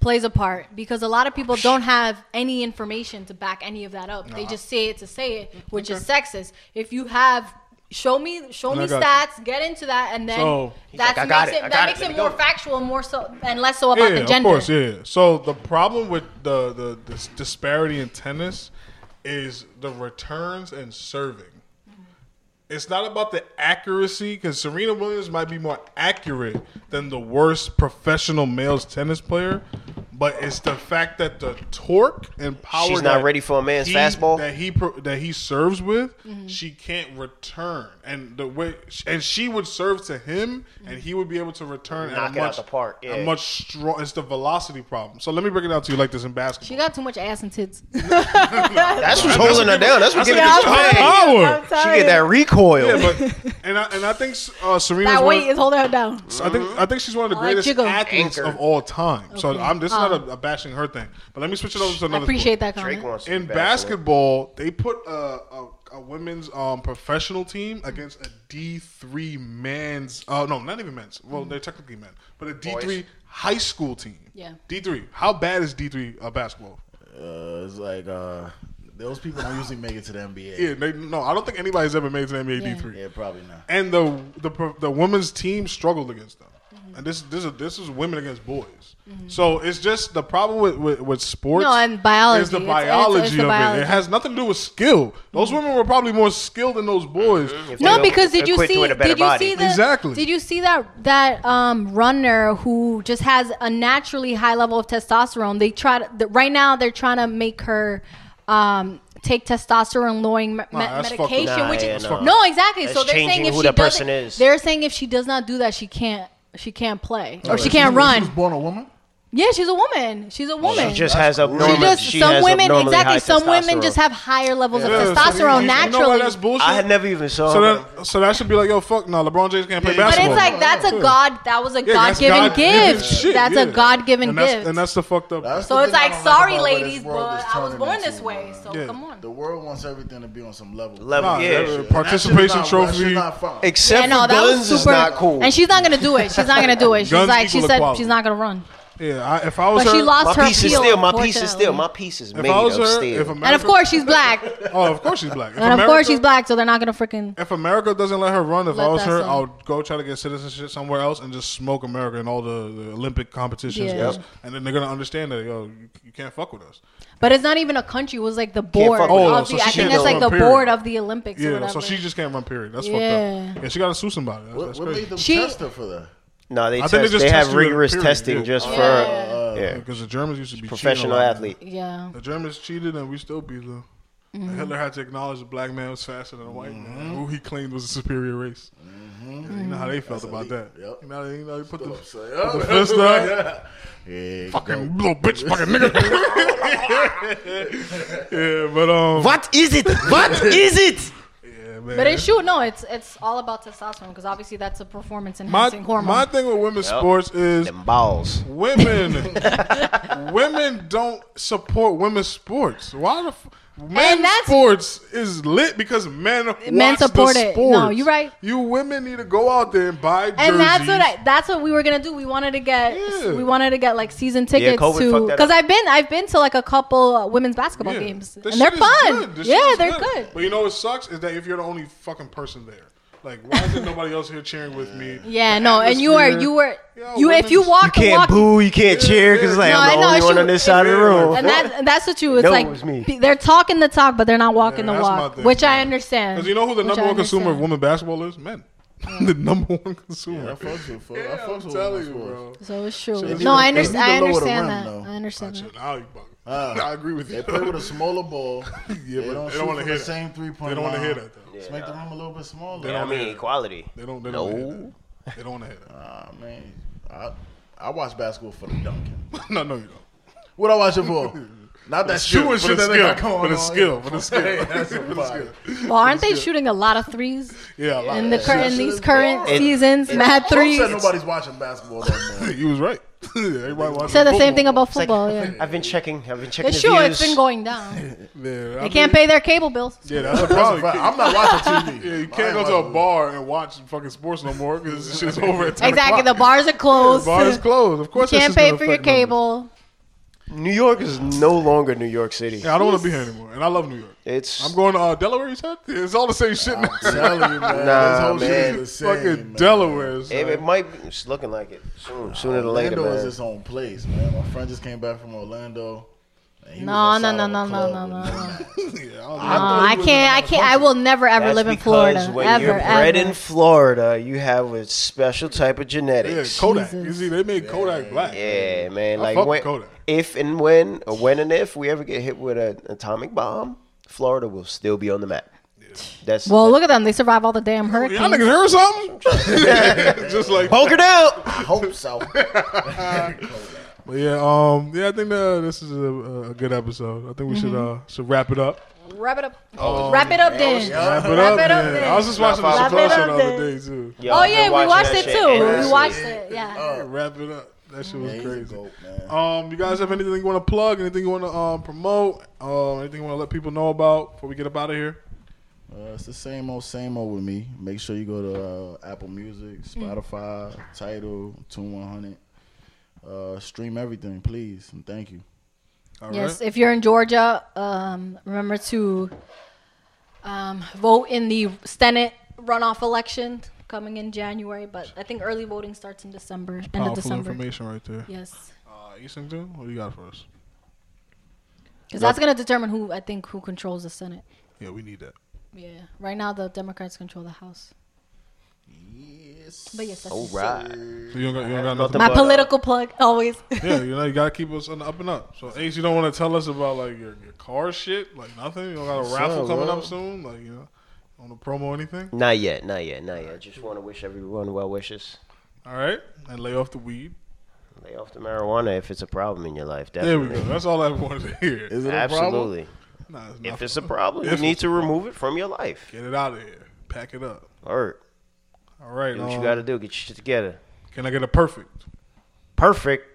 plays a part because a lot of people don't have any information to back any of that up. They just say it to say it, which is sexist. If you have show me show me I got stats, get into that and then So- that's like, I got makes it, it, I got that it, makes let it me more go. factual and more so and less so about yeah, the gender. Of course, yeah. So the problem with the, the the dis- disparity in tennis is the returns and serving. It's not about the accuracy because Serena Williams might be more accurate than the worst professional male's tennis player, but it's the fact that the torque and power She's not that ready for a man's he- fastball? that he pro- that he serves with, Mm-hmm. she can't return, and the way and she would serve to him, Mm-hmm. and he would be able to return at a Knock it out much- the park, a yeah. much strong. It's the velocity problem. So let me break it down to you like this in She basketball. got too much ass and tits. That's what's holding her down. That's what's giving Yeah, her I'm pain. telling you. I'm She get that recoil. Yeah, but and I and I think uh, Serena's That one weight of, is holding her down. I think I think she's one of the I like greatest jiggle. athletes Anchor. of all time. So Okay. I'm this is Um, not a, a bashing her thing, but let me switch it over to I another. appreciate sport. that Drake comment. wants to In be basketball, they put a, a, a women's um, professional team against a D three men's. Uh, no, not even men's. Well, they're technically men, but a D three high school team. Yeah. D three. How bad is D three uh, basketball? Uh, it's like uh, those people don't usually make it to the NBA. Yeah, they, no, I don't think anybody's ever made it to NBA Yeah. D three. Yeah, probably not. And the the pro- the women's team struggled against them. Mm-hmm. And this this is this is women against boys. So it's just the problem with with, with sports. No, and biology. Is the It's- it's- it's the biology of it. biology. Mm-hmm. It has nothing to do with skill. Those women were probably more skilled than those boys. No, Equi- because did you equipped see? with a better Did you body. see the, Exactly. Did you see that that um, runner who just has a naturally high level of testosterone? They try to, th- right now. They're trying to make her um, take testosterone lowering me- me- that's fucked up. medication, Nah, which yeah, is no. no, exactly. That's so they're changing saying if who she that person doesn't, is. they're saying if she does not do that, she can't. She can't play Oh, or She she can't was- She was run. born a woman. Yeah, she's a woman. She's a woman. She just has abnormal. She just she some has women abnormally exactly. high Some women testosterone. just have higher levels Yeah, so of you- testosterone you naturally. know why that's bullshit? I had never even saw. so her. that so that should be like yo fuck no LeBron James can't play Yeah, yeah. But basketball. it's like that's a god. That was a Yeah, god that's given God-given gift. shit, that's yeah. a god given And that's- gift. And that's the fucked up. That's so the it's thing I like, don't sorry, about where this ladies, world but is I was turning born into, this way. man. So Yeah. come on. The world wants everything to be on some level. Level, Nah, yeah. that- And that shit is not- Participation that trophy. shit not fun. Except Yeah, no, for that was guns is super. not cool. And she's not gonna do it. She's not gonna do it. She's Guns like, she equal said, equality. she's not gonna run. yeah, I, if I was But her, she lost my her piece is appeal, still. My piece is still. unfortunately. My piece is If made I was of her, steel. if America, And of course, she's black. oh, of course she's black. If And of course, America- she's black. So they're not gonna freaking. If America doesn't let her run, if Let I was that her, song. I'll go try to get citizenship somewhere else and just smoke America in all the, the Olympic competitions. Yeah. Yep. And then they're gonna understand that yo, you, you can't fuck with us. But it's not even a country. It was like the board fuck with her. of Oh, so the. I she think can't that's like go on, the period. board of the Olympics. or Yeah, whatever. so she just can't run. Period. That's fucked Yeah. up. Yeah, she gotta sue somebody. That's, What, that's what crazy. made them She- test her for that? No, they I think test. they just They test have you in rigorous period, testing yeah. just for Uh, Yeah. yeah, Because the Germans used to be professional cheating a lot. athlete. Yeah. The Germans cheated and we still beat them. Mm-hmm. And Hitler had to acknowledge the black man was faster than a white Mm-hmm. man, who he claimed was a superior race. You know how they felt about elite. that. Yep. You know, you know, they put the The fist up. Yeah, fucking little bitch, fucking nigga. yeah, but um, What is it? What is it? yeah, man. But it's shoot, no, it's it's all about testosterone because obviously that's a performance my enhancing hormone. my thing with women's sports is Them balls. women women don't support women's sports. Why the f- men's that's- sports is lit because men watch support the it. No, sports. you right. You women need to go out there and buy jerseys. and that's what I, that's what we were gonna do. We wanted to get Yeah. we wanted to get like season tickets COVID to fucked that because up. I've been I've been to like a couple uh, women's basketball games This and they're shit is fun. good. This shit Yeah, is they're good. But you know what sucks is that if you're the only fucking person there, like why isn't nobody else here cheering with me? Yeah, The no, and you are you were Yeah, you if you women's- walk You and can't walk. boo. You can't cheer because like No, I I'm the know, only she one on was- this side of the room. And that, and that's the truth. It's No, like it was me. pe- they're talking the talk, but they're not walking Yeah, the that's my walk, thing, which I yeah. understand. Because you know who the Which number I one consumer of understand. Mm. women basketball is? Men. the number one consumer. I fucks with fuck. I Yeah, fucks I'm with telling women's you, bro. sports. So it's true. They need to- no, I, they need understand. to I lower the rim, understand that. though. I understand that. Now you bugging. Ah. I agree with you. They play with a smaller ball. yeah, but they don't, they don't shoot wanna from hear the that. same three point. They don't want to hear that. Though. Let's make the room a little bit smaller. They I don't mean hear it. equality. They don't. They don't. No. hear that. They don't want to hear that. Nah, man. I I watch basketball for the dunking. no, no, you don't. What I watch it for? Not that Shooting shooting shit that they got going on. For the skill. For the skill. Hey, that's a For the fire. skill. Well, aren't they shooting a lot of threes Yeah, a lot. in the cur- in these current It- seasons? Mad Trump threes. said nobody's watching basketball no more. you was right. Everybody watching Said the same football. thing about football. Yeah. I've been checking. I've been checking. It's The sure views. it's been going down. Yeah, I They mean- can't pay their cable bills. Oh, Yeah, that's a That's a problem. fact. I'm not watching TV. Yeah, you I ain't can't go to a watching- bar and watch fucking sports no more because this shit's over at 10 Exactly. The o'clock. bars are closed. The bar is closed. Of course, that's Can't just pay gonna for your affect numbers. cable. New York is no longer New York City. Yeah, I don't want to be here anymore, and I love New York. It's I'm going to uh, Delaware. You said it's all the same shit. now. I'm telling you, man. Nah, this whole man. shit is the same. fucking Oh, man. Delaware. son. it, it might. Be, it's looking like it soon, sooner than later, Orlando is man. its own place, man. My friend just came back from Orlando. and he No, was no, outside no, on the no, no, no, club no, with no. Yeah, I don't know. No, Uh, I can't. I can't. I will never ever That's live in because Florida. When ever, you're bred ever. in Florida, you have a special type of Yeah, genetics. Kodak. You Jesus. see, they made Kodak black. Yeah, Mm. man. I Like fuck with when, Kodak. if and when, or when and if we ever get hit with an atomic bomb, Florida will still be on the map. That's Well, look at them. They survive all the damn Y'all hurricanes. niggas heard something? Just like, but poke it out. I hope so. yeah, um, yeah. I think uh, this is a, a good episode. I think we should Mm-hmm. uh, should wrap it up. Wrap it up. Oh, Wrap it up, then. Wrap it Wrap up, it up, man. then. I was just watching the Wrap Chappelle it show up, the other then. day too. Yo, Oh I've been yeah, we watching watched that it shit. too. Yeah. Oh, We watched it. Yeah. Yeah, Wrap it up. That shit was He's a crazy. goat, man. Um, you guys have anything you want to plug? Anything you want to um, promote? Um, anything you want to let people know about before we get up out of here? Uh, it's the same old, same old with me. Make sure you go to uh, Apple Music, Spotify, Title, Tune 100. Uh, stream everything, please, and thank you. All right. Yes, if you're in Georgia, um, remember to um, vote in the Senate runoff election coming in January. But I think early voting starts in December, end of Powerful December. information right there. Yes, Uh, Easington, what do you got for us? because that's going to determine who I think who controls the Senate. Yeah, we need that. Yeah, right now the Democrats control the House. Yes. But yes, that's All right. So you don't got, you don't got nothing. nothing my But, uh, political plug always. yeah, you know, you gotta keep us on the up and up. So Ace, you don't want to tell us about like your, your car shit, like nothing. You don't got a raffle up, coming bro? up soon, like you know, on the promo anything. Not yet. Not yet. Not yet. Just want to wish everyone well wishes. All right, and lay off the weed. Lay off the marijuana if it's a problem in your life. There we Definitely. go. That's all I wanted to hear. Is it a problem? Absolutely. Nah, it's not If it's a fun. problem, you If need to remove it from your life. get it out of here, pack it up. All right. All right, Do what you um, got to do. Get your shit together. can I get a perfect? Perfect.